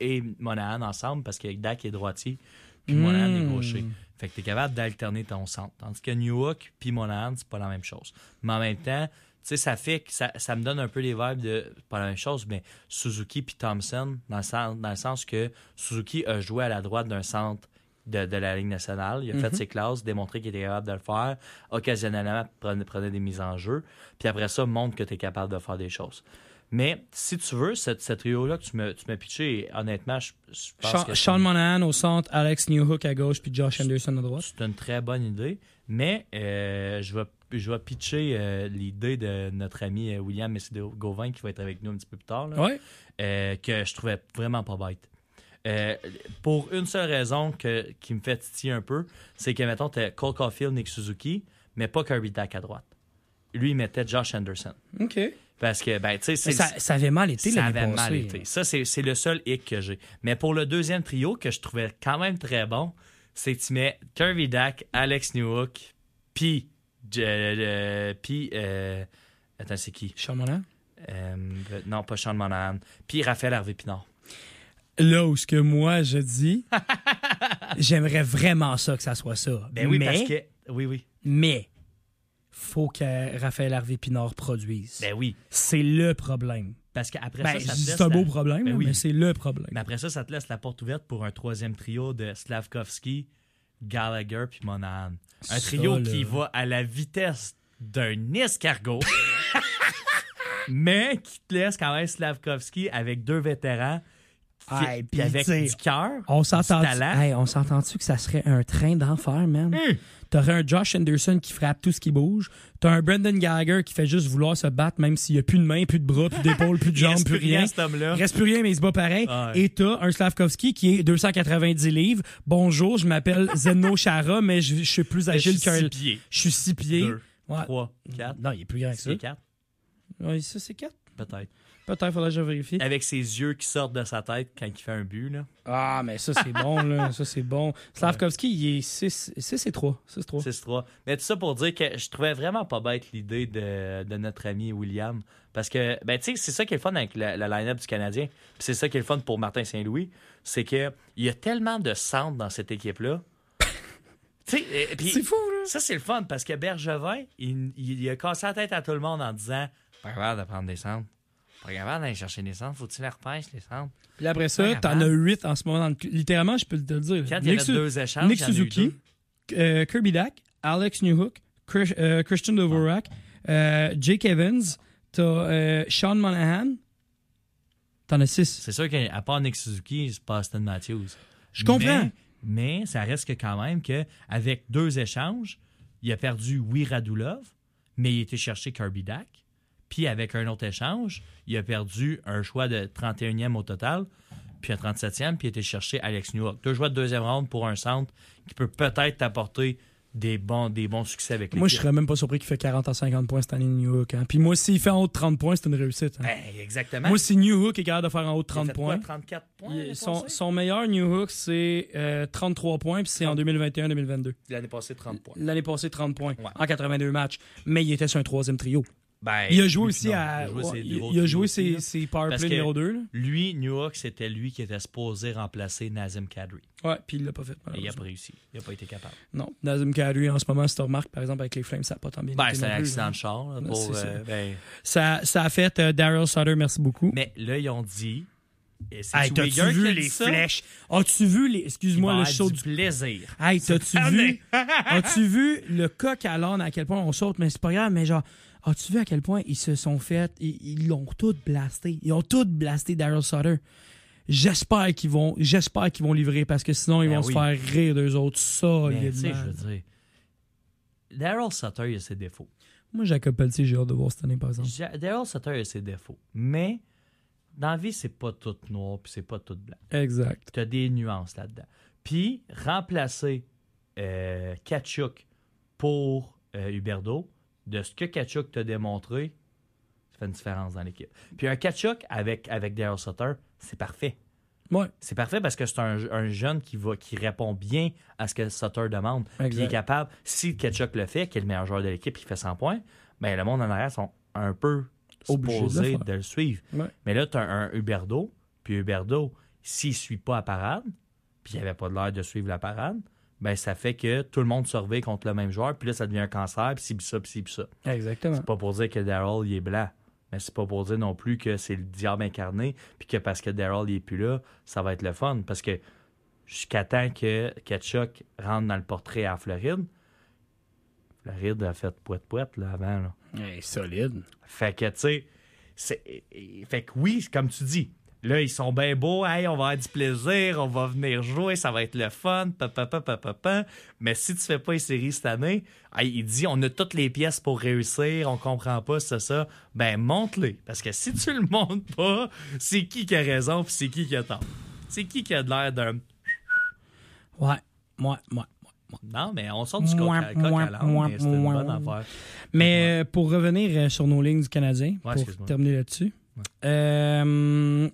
Speaker 6: et Monahan ensemble parce que Dak est droitier, puis
Speaker 4: Mm.
Speaker 6: Monahan est gaucher. Fait que t'es capable d'alterner ton centre. Tandis que Newhook puis Monahan, c'est pas la même chose. Mais en même temps, tu sais, ça fait que ça, ça me donne un peu les vibes de c'est pas la même chose, mais Suzuki puis Thompson, dans le, sens, dans le sens que Suzuki a joué à la droite d'un centre de, de la Ligue nationale. Il a fait ses classes, démontré qu'il était capable de le faire. Occasionnellement, prenait, prenait des mises en jeu. Puis après ça, montre que tu es capable de faire des choses. Mais si tu veux, ce, ce trio-là que tu m'as tu m'as pitché, honnêtement, je, je pense
Speaker 4: Sean,
Speaker 6: que
Speaker 4: Sean Monahan au centre, Alex Newhook à gauche, puis Josh Anderson à droite.
Speaker 6: c'est une très bonne idée. Mais euh, je vais je vais pitcher euh, l'idée de notre ami euh, William Messido-Gauvin qui va être avec nous un petit peu plus tard. là
Speaker 4: Ouais.
Speaker 6: euh, que je trouvais vraiment pas bête. Euh, pour une seule raison que, qui me fait titiller un peu, c'est que, mettons, t'as Cole Caulfield, Nick Suzuki, mais pas Kirby Dak à droite. Lui, il mettait Josh Anderson.
Speaker 4: OK.
Speaker 6: Parce que, ben, tu sais, c'est.
Speaker 4: Mais ça, ça avait mal été
Speaker 6: ça
Speaker 4: l'année
Speaker 6: avait
Speaker 4: passée. hein.
Speaker 6: mal été. Ça, c'est c'est le seul hic que j'ai. Mais pour le deuxième trio, que je trouvais quand même très bon, c'est que tu mets Kirby Dak, Alex Newhook, puis. euh, euh, puis. euh, attends, c'est qui
Speaker 4: Sean Monahan.
Speaker 6: Euh, Non, pas Sean Monahan. Puis Raphaël Harvey-Pinard.
Speaker 4: Là où ce que moi je dis, j'aimerais vraiment ça que ça soit ça.
Speaker 6: Ben oui,
Speaker 4: mais,
Speaker 6: parce que. Oui, oui.
Speaker 4: mais faut que Raphaël Harvey Pinard produise.
Speaker 6: Ben oui.
Speaker 4: c'est le problème.
Speaker 6: Parce qu'après
Speaker 4: Ben,
Speaker 6: ça, ça te laisse
Speaker 4: c'est un
Speaker 6: la-
Speaker 4: beau problème,
Speaker 6: Ben
Speaker 4: là,
Speaker 6: oui. Ben,
Speaker 4: mais c'est le problème.
Speaker 6: Mais après ça, ça te laisse la porte ouverte pour un troisième trio de Slavkovski, Gallagher puis Monahan. Un
Speaker 4: Ça,
Speaker 6: trio
Speaker 4: là.
Speaker 6: qui va à la vitesse d'un escargot, mais qui te laisse quand même Slavkovski avec deux vétérans qui-
Speaker 4: Hey,
Speaker 6: puis
Speaker 4: puis
Speaker 6: avec
Speaker 4: t'sais,
Speaker 6: du cœur.
Speaker 4: On s'entend
Speaker 6: du talent.
Speaker 4: on s'entend-tu que ça serait un train d'enfer, man?
Speaker 6: Hum.
Speaker 4: T'aurais un Josh Anderson qui frappe tout ce qui bouge. T'as un Brendan Gallagher qui fait juste vouloir se battre même s'il n'y a plus de main, plus de bras, plus d'épaule, plus de
Speaker 6: Il
Speaker 4: jambes,
Speaker 6: reste
Speaker 4: plus
Speaker 6: plus rien,
Speaker 4: rien.
Speaker 6: cet homme-là.
Speaker 4: Il reste plus rien, mais il se bat pareil.
Speaker 6: Ah ouais.
Speaker 4: Et t'as un Slavkovski qui est 290 livres. Bonjour, je m'appelle Zeno Chara, mais je, je suis plus agile
Speaker 6: Je suis
Speaker 4: qu'un...
Speaker 6: six pieds.
Speaker 4: Je suis six pieds.
Speaker 6: Deux,
Speaker 4: Ouais.
Speaker 6: trois, quatre.
Speaker 4: Non, il est plus grand que ça.
Speaker 6: C'est quatre,
Speaker 4: Ouais, ça, c'est quatre.
Speaker 6: peut-être.
Speaker 4: Peut-être, faudrait que je vérifie.
Speaker 6: Avec ses yeux qui sortent de sa tête quand il fait un but, là.
Speaker 4: Ah, mais ça, c'est bon, là. Ça, c'est bon. Slavkovski, il est 6 et 3. 6 3.
Speaker 6: 6-3. Mais tout ça pour dire que je trouvais vraiment pas bête l'idée de, de notre ami William. Parce que, ben, tu sais, c'est ça qui est le fun avec le, le line-up du Canadien. Puis c'est ça qui est le fun pour Martin Saint-Louis. C'est que il y a tellement de centres dans cette équipe-là. tu sais, et- et puis-
Speaker 4: C'est fou, là.
Speaker 6: Ça, c'est le fun parce que Bergevin, il, il- il a cassé la tête à tout le monde en disant Pas capable de prendre des centres. Pas capable d'aller chercher des centres. Faut-tu les repêches, les centres
Speaker 4: Puis après
Speaker 6: Ouais,
Speaker 4: ça, t'en
Speaker 6: avant.
Speaker 4: as 8 en ce moment. dans le cul. Littéralement, je peux te le dire.
Speaker 6: Quand il y
Speaker 4: Nick
Speaker 6: avait
Speaker 4: Su-
Speaker 6: deux échanges,
Speaker 4: Nick
Speaker 6: il y en a eu
Speaker 4: Suzuki,
Speaker 6: deux.
Speaker 4: euh, Kirby Dak, Alex Newhook, Chris- euh, Christian Dvorak, euh, Jake Evans, t'as euh, Sean Monahan, T'en as 6.
Speaker 6: C'est sûr qu'à part Nick Suzuki, c'est pas Stan Matthews.
Speaker 4: Je comprends.
Speaker 6: Mais, mais ça reste que quand même qu'avec deux échanges, il a perdu, oui, Radulov, mais il a été chercher Kirby Dak. Puis avec un autre échange, il a perdu un choix de 31e au total, puis un 37e, puis il a été chercher Alex Newhook. Deux choix de deuxième ronde pour un centre qui peut peut-être t'apporter des bons, des bons succès avec l'équipe.
Speaker 4: Moi, je serais même pas surpris qu'il fait 40 à 50 points cette année, New Hook. hein. Puis moi, s'il fait en haut de 30 points, c'est une réussite. hein.
Speaker 6: Ben, exactement.
Speaker 4: Moi, si New Hook est capable de faire en haut de
Speaker 6: Il a
Speaker 4: 30
Speaker 6: fait
Speaker 4: points,
Speaker 6: quoi, 34 points.
Speaker 4: il-
Speaker 6: l'année
Speaker 4: son,
Speaker 6: passée?
Speaker 4: son meilleur New Hook, c'est euh, 33 points, puis c'est en 2021-2022.
Speaker 6: L'année passée, 30 points.
Speaker 4: L'année passée, 30 points
Speaker 6: Ouais.
Speaker 4: en 82 matchs. Mais il était sur un troisième trio.
Speaker 6: Ben,
Speaker 4: Il a joué
Speaker 6: lui,
Speaker 4: aussi
Speaker 6: non,
Speaker 4: à.
Speaker 6: Il a joué ses
Speaker 4: ouais,
Speaker 6: deux
Speaker 4: Il
Speaker 6: autres
Speaker 4: il a
Speaker 6: trios
Speaker 4: joué
Speaker 6: aussi,
Speaker 4: ses,
Speaker 6: là.
Speaker 4: ses power
Speaker 6: Parce
Speaker 4: play
Speaker 6: que-
Speaker 4: numéro 2.
Speaker 6: Lui, Newhook, c'était lui qui était supposé remplacer Nazim Kadri.
Speaker 4: Ouais, puis il l'a pas fait.
Speaker 6: Et il
Speaker 4: malheureusement.
Speaker 6: n'a pas réussi. Il n'a pas été capable.
Speaker 4: Non, Nazim Kadri, en ce moment, si tu remarques, par exemple, avec les Flames, ça n'a pas tant bien
Speaker 6: Ben,
Speaker 4: été
Speaker 6: c'est
Speaker 4: non
Speaker 6: un
Speaker 4: plus,
Speaker 6: accident
Speaker 4: là.
Speaker 6: de char. là,
Speaker 4: Ben,
Speaker 6: pour,
Speaker 4: c'est ça.
Speaker 6: euh, ben-
Speaker 4: ça, ça a fait euh, Daryl Sutter, merci beaucoup.
Speaker 6: Mais là, ils ont dit. et c'est
Speaker 4: Hey,
Speaker 6: Swigger
Speaker 4: t'as-tu
Speaker 6: qui
Speaker 4: vu
Speaker 6: a dit
Speaker 4: les
Speaker 6: ça,
Speaker 4: flèches? As-tu vu les.
Speaker 6: qu'il
Speaker 4: Excuse-moi,
Speaker 6: va
Speaker 4: le
Speaker 6: avoir
Speaker 4: show
Speaker 6: du
Speaker 4: du.
Speaker 6: plaisir.
Speaker 4: Hey, t'as-tu
Speaker 6: Ah,
Speaker 4: vu. As-tu vu le coq à l'âne à quel point on saute? Mais c'est pas grave, mais genre. As-tu vu à quel point ils se sont fait. Ils ils l'ont tout blasté. Ils ont tout blasté Daryl Sutter. J'espère qu'ils vont. J'espère qu'ils vont livrer parce que sinon, ils
Speaker 6: Ben
Speaker 4: vont
Speaker 6: oui.
Speaker 4: se faire rire d'eux autres. Ça,
Speaker 6: Mais, tu sais, je veux dire. Daryl Sutter, il a ses défauts.
Speaker 4: Moi, Jacob Pelletier, j'ai hâte de voir cette année, par exemple.
Speaker 6: Ja- Daryl Sutter, il a ses défauts. Mais dans la vie, c'est pas tout noir puis c'est pas tout blanc.
Speaker 4: Exact.
Speaker 6: Tu as des nuances là-dedans. Puis, remplacer euh, Kachuk pour euh, Huberdeau, de ce que Kachuk t'a démontré, ça fait une différence dans l'équipe. Puis un Kachuk avec, avec Daryl Sutter, c'est parfait.
Speaker 4: Ouais.
Speaker 6: C'est parfait parce que c'est un, un jeune qui, va, qui répond bien à ce que Sutter demande. Puis il est
Speaker 4: Exact.
Speaker 6: capable, si Kachuk le fait, qui est le meilleur joueur de l'équipe, qui fait 100 points, ben le monde en arrière sont un peu
Speaker 4: Obligés de le
Speaker 6: supposés
Speaker 4: faire.
Speaker 6: de le suivre.
Speaker 4: Ouais.
Speaker 6: Mais là, tu as un Huberdo, puis Huberdo, s'il ne suit pas la parade, puis il n'avait pas de l'air de suivre la parade, ben ça fait que tout le monde surveille contre le même joueur, puis là, ça devient un cancer, puis ci, puis ça, puis ci, puis ça.
Speaker 4: Exactement.
Speaker 6: C'est pas pour dire que Daryl, il est blanc, mais c'est pas pour dire non plus que c'est le diable incarné, puis que parce que Daryl, il est plus là, ça va être le fun, parce que jusqu'à temps que Ketchuk rentre dans le portrait à Floride, Floride a fait poète-poète, là, avant, là.
Speaker 3: solide.
Speaker 6: Fait que, tu sais, c'est- fait que oui, c'est comme tu dis, là, ils sont bien beaux, hey, on va avoir du plaisir, on va venir jouer, ça va être le fun, pa, pa, pa, pa, pa, pa. Mais si tu fais pas les séries cette année, hey, il dit, on a toutes les pièces pour réussir, on comprend pas, c'est ça. Ben, monte-les. Parce que si tu le montes pas, c'est qui qui a raison, puis c'est qui qui a tort. C'est qui qui a de l'air d'un.
Speaker 4: Ouais, ouais, ouais.
Speaker 6: Non, mais on sort du coq
Speaker 4: Mouin,
Speaker 6: à- coq à
Speaker 4: mouin,
Speaker 6: l'âne, mais c'est une
Speaker 4: mouin,
Speaker 6: bonne
Speaker 4: mouin.
Speaker 6: affaire.
Speaker 4: Mais euh, pour revenir euh, sur nos lignes du Canadien, pour
Speaker 6: Ouais, excuse-moi.
Speaker 4: terminer là-dessus, euh,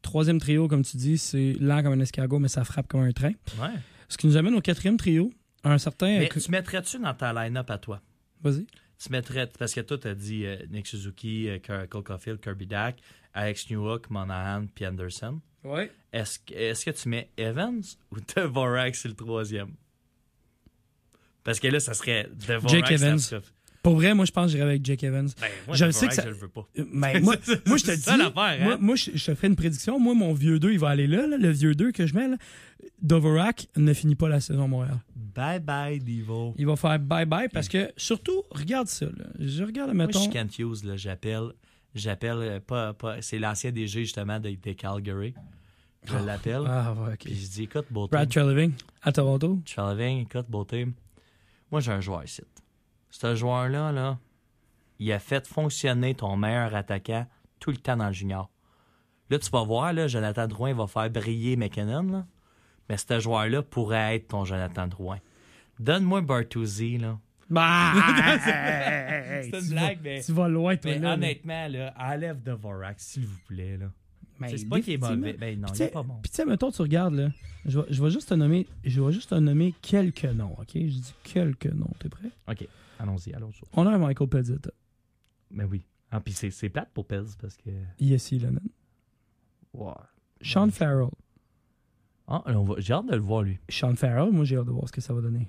Speaker 4: troisième trio, comme tu dis, c'est lent comme un escargot, mais ça frappe comme un train.
Speaker 6: Ouais.
Speaker 4: Ce qui nous amène au quatrième trio, un certain.
Speaker 6: Mais
Speaker 4: que-
Speaker 6: tu mettrais-tu dans ta line-up à toi?
Speaker 4: Vas-y.
Speaker 6: tu mettrais, parce que toi, t'as dit euh, Nick Suzuki, euh, Ker- Cole Caulfield, Kirby Dak, Alex Newhook, Monahan, puis Anderson.
Speaker 4: Ouais.
Speaker 6: Est-ce que- est-ce que tu mets Evans ou Devorak, c'est le troisième? Parce que là, ça serait Devorak.
Speaker 4: Jake
Speaker 6: ça
Speaker 4: Evans.
Speaker 6: serait-
Speaker 4: Pour vrai, moi, je pense que j'irais avec Jake Evans.
Speaker 6: Ben, moi,
Speaker 4: Je
Speaker 6: je
Speaker 4: le sais
Speaker 6: sais
Speaker 4: que ça-
Speaker 6: je le veux pas.
Speaker 4: Euh, ben, moi,
Speaker 6: C'est
Speaker 4: moi, je te dis,
Speaker 6: ça l'affaire, hein?
Speaker 4: moi, moi, je, je te fais une prédiction. Moi, mon vieux 2, il va aller là, là, le vieux 2 que je mets. là. Dvorak ne finit pas la saison à Montréal.
Speaker 6: Bye bye, Divo.
Speaker 4: Il va faire bye-bye parce que, surtout, regarde ça. là. Je regarde,
Speaker 6: Moi, je
Speaker 4: mettons.
Speaker 6: suis Kent Hughes, là, j'appelle. J'appelle, euh, pas, pas, c'est l'ancien DG justement de, de Calgary. Je l'appelle.
Speaker 4: Ah, ouais, ok.
Speaker 6: Puis je dis, écoute, beau
Speaker 4: Brad Treliving à Toronto.
Speaker 6: Charlevin, écoute, beauté. Moi, j'ai un joueur ici. Ce joueur-là, là, il a fait fonctionner ton meilleur attaquant tout le temps dans le junior. Là, tu vas voir, là, Jonathan Drouin va faire briller McKinnon, là. mais ce joueur-là pourrait être ton Jonathan Drouin. Donne-moi Bartuzzi, là. Ah,
Speaker 4: Bah!
Speaker 6: C'est une blague, mais,
Speaker 4: tu vas loin, toi.
Speaker 6: ah, mais
Speaker 4: là, là.
Speaker 6: honnêtement, là, enlève Devorak, s'il vous plaît. Là.
Speaker 4: Mais
Speaker 6: C'est pas qu'il est
Speaker 4: définitivement.
Speaker 6: mauvais. Ben non,
Speaker 4: Puis
Speaker 6: il
Speaker 4: tu
Speaker 6: est
Speaker 4: sais-
Speaker 6: pas bon.
Speaker 4: Puis tu sais, mettons, tu regardes, là. Je vais, je vais juste te nommer, je vais juste te nommer quelques noms, OK? Je dis quelques noms, t'es prêt?
Speaker 6: OK, allons-y, allons-y.
Speaker 4: On a un Michael Pezzetta.
Speaker 6: Mais oui. Ah, puis c'est- c'est plate pour Pez, parce que...
Speaker 4: Yessi Lennon. Sean Farrell.
Speaker 6: Ah, on va- j'ai hâte de le voir, lui.
Speaker 4: Sean Farrell, moi, j'ai hâte de voir ce que ça va donner.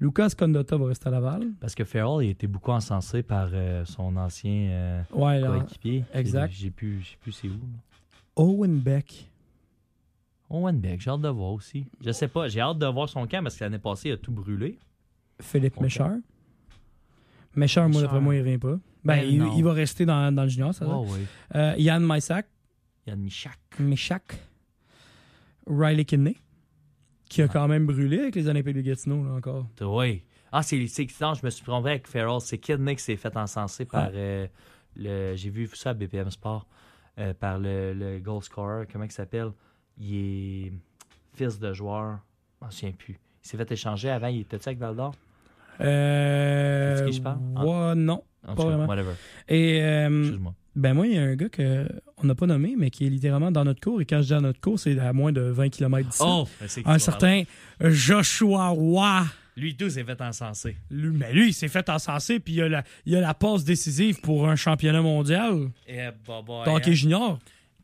Speaker 4: Lucas Condotta va rester à Laval.
Speaker 6: Parce que Farrell, il était beaucoup encensé par euh, son ancien euh,
Speaker 4: Ouais, là.
Speaker 6: coéquipier.
Speaker 4: exact.
Speaker 6: J'ai j'ai plus, j'ai plus c'est où. là.
Speaker 4: Owen Beck.
Speaker 6: Owen Beck, j'ai hâte de voir aussi. Je sais pas, j'ai hâte de voir son camp parce que l'année passée, il a tout brûlé.
Speaker 4: Philippe
Speaker 6: Ok.
Speaker 4: Méchard. Méchard, moi,
Speaker 6: Méchard.
Speaker 4: d'après moi, il revient pas. Ben,
Speaker 6: Ben
Speaker 4: il,
Speaker 6: non.
Speaker 4: il va rester dans, dans le junior, ça. va.
Speaker 6: oui.
Speaker 4: Euh, Yann Maissac,
Speaker 6: Yann Michak.
Speaker 4: Michak, Riley Kidney, qui a quand même brûlé avec les Olympiques de Gatineau, là encore.
Speaker 6: Oui. Ah, c'est c'est- non, je me suis trompé avec Ferrell. C'est Kidney qui s'est fait encenser par euh, le. J'ai vu ça à BPM Sport euh, par le, le goal scorer. Comment il s'appelle Il est fils de joueur. Je ne me souviens plus. Il s'est fait échanger avant. Il était avec Valdor
Speaker 4: Euh,
Speaker 6: C'est de qui je parle? Ah.
Speaker 4: ouais, non.
Speaker 6: En
Speaker 4: Pas
Speaker 6: tout cas,
Speaker 4: vraiment. Hmm.
Speaker 6: whatever.
Speaker 4: Et euh,
Speaker 6: Excuse-moi.
Speaker 4: ben moi, il y a un gars que on n'a pas nommé, mais qui est littéralement dans notre cours. Et quand je dis dans notre cours, c'est à moins de 20 km d'ici.
Speaker 6: Oh, je sais qui
Speaker 4: un
Speaker 6: tu vas parler.
Speaker 4: certain Joshua Roy.
Speaker 6: Lui, tout s'est fait encenser.
Speaker 4: Lui- mais lui, il s'est fait encenser, puis il a, la, il a la passe décisive pour un championnat mondial.
Speaker 6: Eh, bah, bah,
Speaker 4: Donc,
Speaker 6: hein.
Speaker 4: il junior.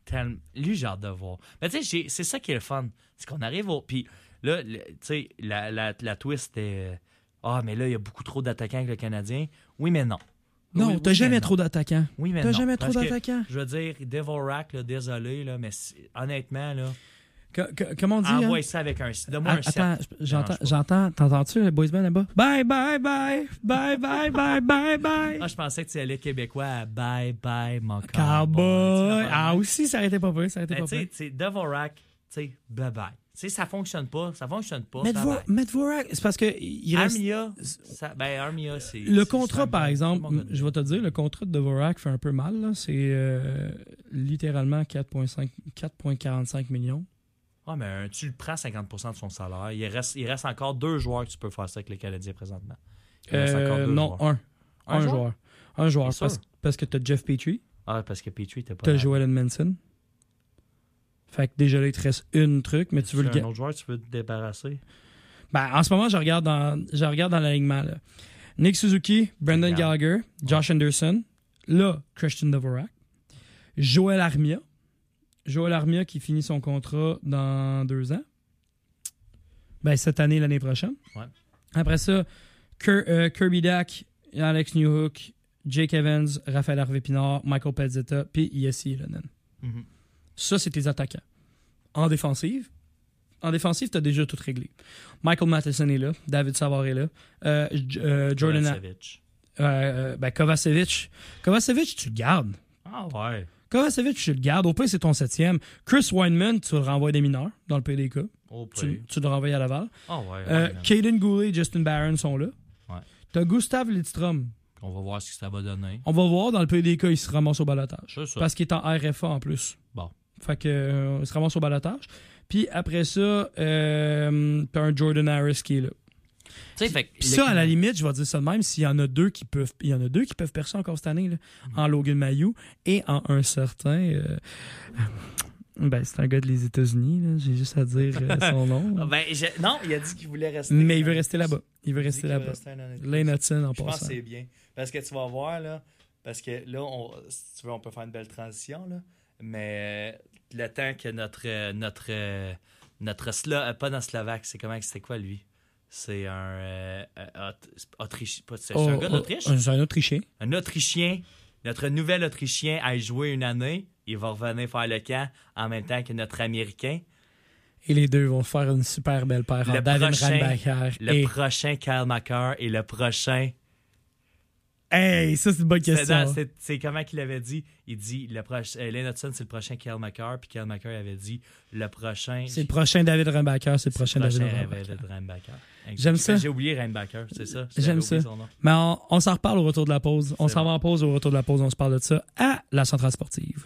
Speaker 6: Tellement- Lui, j'ai hâte de voir. Mais tu sais, j'ai- c'est ça qui est le fun. C'est qu'on arrive au. Puis là, le- tu sais, la, la, la twist est. euh, Ah, mais là, il y a beaucoup trop d'attaquants avec le Canadien. Oui, mais non.
Speaker 4: Non,
Speaker 6: Oui, oui,
Speaker 4: t'as jamais
Speaker 6: mais non.
Speaker 4: trop d'attaquants.
Speaker 6: Oui, mais
Speaker 4: T'as
Speaker 6: non.
Speaker 4: jamais trop
Speaker 6: Parce que,
Speaker 4: d'attaquants.
Speaker 6: Je veux dire, Devorak, là, désolé, là, mais c'est- honnêtement, là,
Speaker 4: Que- que- Comment on dit? hein?
Speaker 6: envoie ça avec un. Donne-moi
Speaker 4: Ah,
Speaker 6: un
Speaker 4: attends,
Speaker 6: sept.
Speaker 4: je- j'entends,
Speaker 6: Non, je sais
Speaker 4: j'entends, t'entends-tu le boys band là-bas? Bye, bye, bye, bye, bye, bye, bye, bye.
Speaker 6: pas. Ah, je pensais que tu allais québécois à Bye Bye, mon
Speaker 4: Cowboy. Ah, aussi, ça arrêtait pas peu, ça arrêtait
Speaker 6: Mais
Speaker 4: pas
Speaker 6: Ben, tu sais,
Speaker 4: peu.
Speaker 6: tu sais, Devorak, tu sais, Bye Bye. Tu sais, ça fonctionne pas. Ça fonctionne pas.
Speaker 4: Mais
Speaker 6: bye
Speaker 4: Dvo-
Speaker 6: bye.
Speaker 4: mais Dvorak, c'est parce que il reste.
Speaker 6: Armia, ça- ben Armia, c'est.
Speaker 4: Le
Speaker 6: c'est
Speaker 4: contrat,
Speaker 6: justement-
Speaker 4: par exemple,
Speaker 6: Mon gars de-
Speaker 4: je vais te dire, le contrat de Dvorak fait un peu mal. là. C'est euh, littéralement 4,5 4,45 millions.
Speaker 6: Ah, mais un- tu le prends 50 de son salaire. Il reste, il reste encore deux joueurs que tu peux faire ça avec les Canadiens présentement. Il reste
Speaker 4: Euh,
Speaker 6: encore deux
Speaker 4: non,
Speaker 6: joueurs.
Speaker 4: un. Un, joueur? Un joueur.
Speaker 6: T'es sûr?
Speaker 4: Parce, parce que t'as Jeff Petrie,
Speaker 6: Ah, parce que Petrie était pas.
Speaker 4: t'as
Speaker 6: là.
Speaker 4: Joel Manson. Fait que déjà là, il te reste une truc, mais tu veux le
Speaker 6: un
Speaker 4: gagner.
Speaker 6: autre joueur, tu veux te débarrasser.
Speaker 4: Ben, en ce moment, je regarde dans, je regarde dans l'alignement. là. Nick Suzuki, Brendan
Speaker 6: Regarde.
Speaker 4: Gallagher, Josh Anderson, là, Christian Dvorak, Joel Armia. Joel Armia qui finit son contrat dans deux ans. Ben, cette année, l'année prochaine.
Speaker 6: Ouais.
Speaker 4: Après ça, Ker- euh, Kirby Dack, Alex Newhook, Jake Evans, Raphaël Harvey-Pinard, Michael Pezzetta, puis Yessi Ilonen.
Speaker 6: Mhm.
Speaker 4: Ça, c'est tes attaquants. En défensive, en défensive, t'as déjà tout réglé. Michael Matheson est là, David Savard est là, euh, J- euh, Jordan,
Speaker 6: Kovacevic.
Speaker 4: euh, ben, Kovacevic. Kovacevic, tu le gardes.
Speaker 6: Ah, ouais.
Speaker 4: Kovacevic, tu le gardes. Au pire, c'est ton septième. Chris Weinman, tu le renvoies des mineurs dans le PDK.
Speaker 6: Au
Speaker 4: Tu,
Speaker 6: play.
Speaker 4: tu le renvoies à Laval.
Speaker 6: Oh, Ah, ouais.
Speaker 4: Euh,
Speaker 6: ouais,
Speaker 4: Caden Goulet et Justin Barron sont là.
Speaker 6: Ouais.
Speaker 4: T'as Gustave Lidstrom.
Speaker 6: On va voir ce que ça va donner.
Speaker 4: On va voir dans le PDK, il se ramasse au balotage.
Speaker 6: Je sais.
Speaker 4: Parce qu'il est en RFA en plus.
Speaker 6: Bon.
Speaker 4: Fait que euh, il se ramasse au balotage. Puis après ça, euh, t'as un Jordan Harris qui est là.
Speaker 6: Tu sais, fait que-
Speaker 4: Puis ça, à la limite, je vais dire ça de même, s'il y en a deux qui peuvent, il y en a deux qui peuvent percer encore cette année, là,
Speaker 6: Hmm.
Speaker 4: en Logan Mayou et en un certain. euh, ben, c'est un gars des États-Unis, là, j'ai juste à dire euh, son
Speaker 6: Ah,
Speaker 4: nom.
Speaker 6: ben, je- Non, il a dit qu'il voulait rester.
Speaker 4: Mais il veut rester là-bas. Il veut
Speaker 6: Il dit
Speaker 4: rester
Speaker 6: qu'il veut
Speaker 4: là-bas.
Speaker 6: rester un an et demi.
Speaker 4: Lane Hudson en hein.
Speaker 6: Je pense que
Speaker 4: passant.
Speaker 6: c'est bien. Parce que tu vas voir, là, parce que là, on- si tu veux, on peut faire une belle transition, là. Mais euh, le temps que notre. euh, notre, euh, notre Slo- euh, pas dans Slovaque, c'est comment, c'est quoi, lui? C'est un. euh, euh, Aut- c'est pas Autrichien. pas- C'est c'est un
Speaker 4: Oh,
Speaker 6: gars
Speaker 4: oh,
Speaker 6: d'Autriche?
Speaker 4: C'est un Autrichien.
Speaker 6: Un Autrichien. Notre nouvel Autrichien a joué une année. Il va revenir faire le camp en même temps que notre Américain.
Speaker 4: Et les deux vont faire une super belle paire en
Speaker 6: Le
Speaker 4: David
Speaker 6: prochain-
Speaker 4: Radbacher
Speaker 6: Le
Speaker 4: et-
Speaker 6: prochain Kyle Macker et le prochain.
Speaker 4: Hey, ça, c'est une bonne
Speaker 6: C'est dans-
Speaker 4: question.
Speaker 6: C'est c'est comment qu'il avait dit? Il dit, le prochain, euh, Lane Hudson, c'est le prochain Kyle Macker, puis Kyle Macker avait dit, le prochain...
Speaker 4: C'est le prochain David Radbacher, c'est le prochain David Radbacher.
Speaker 6: David Reinbacher.
Speaker 4: J'aime ça.
Speaker 6: J'ai oublié Reinbacher, c'est ça. j'avais
Speaker 4: J'aime ça.
Speaker 6: oublié son nom.
Speaker 4: Mais on, on s'en reparle au retour de la pause. On
Speaker 6: C'est
Speaker 4: s'en
Speaker 6: bon.
Speaker 4: va en pause. Au retour de la pause, on se parle de ça à la centrale sportive.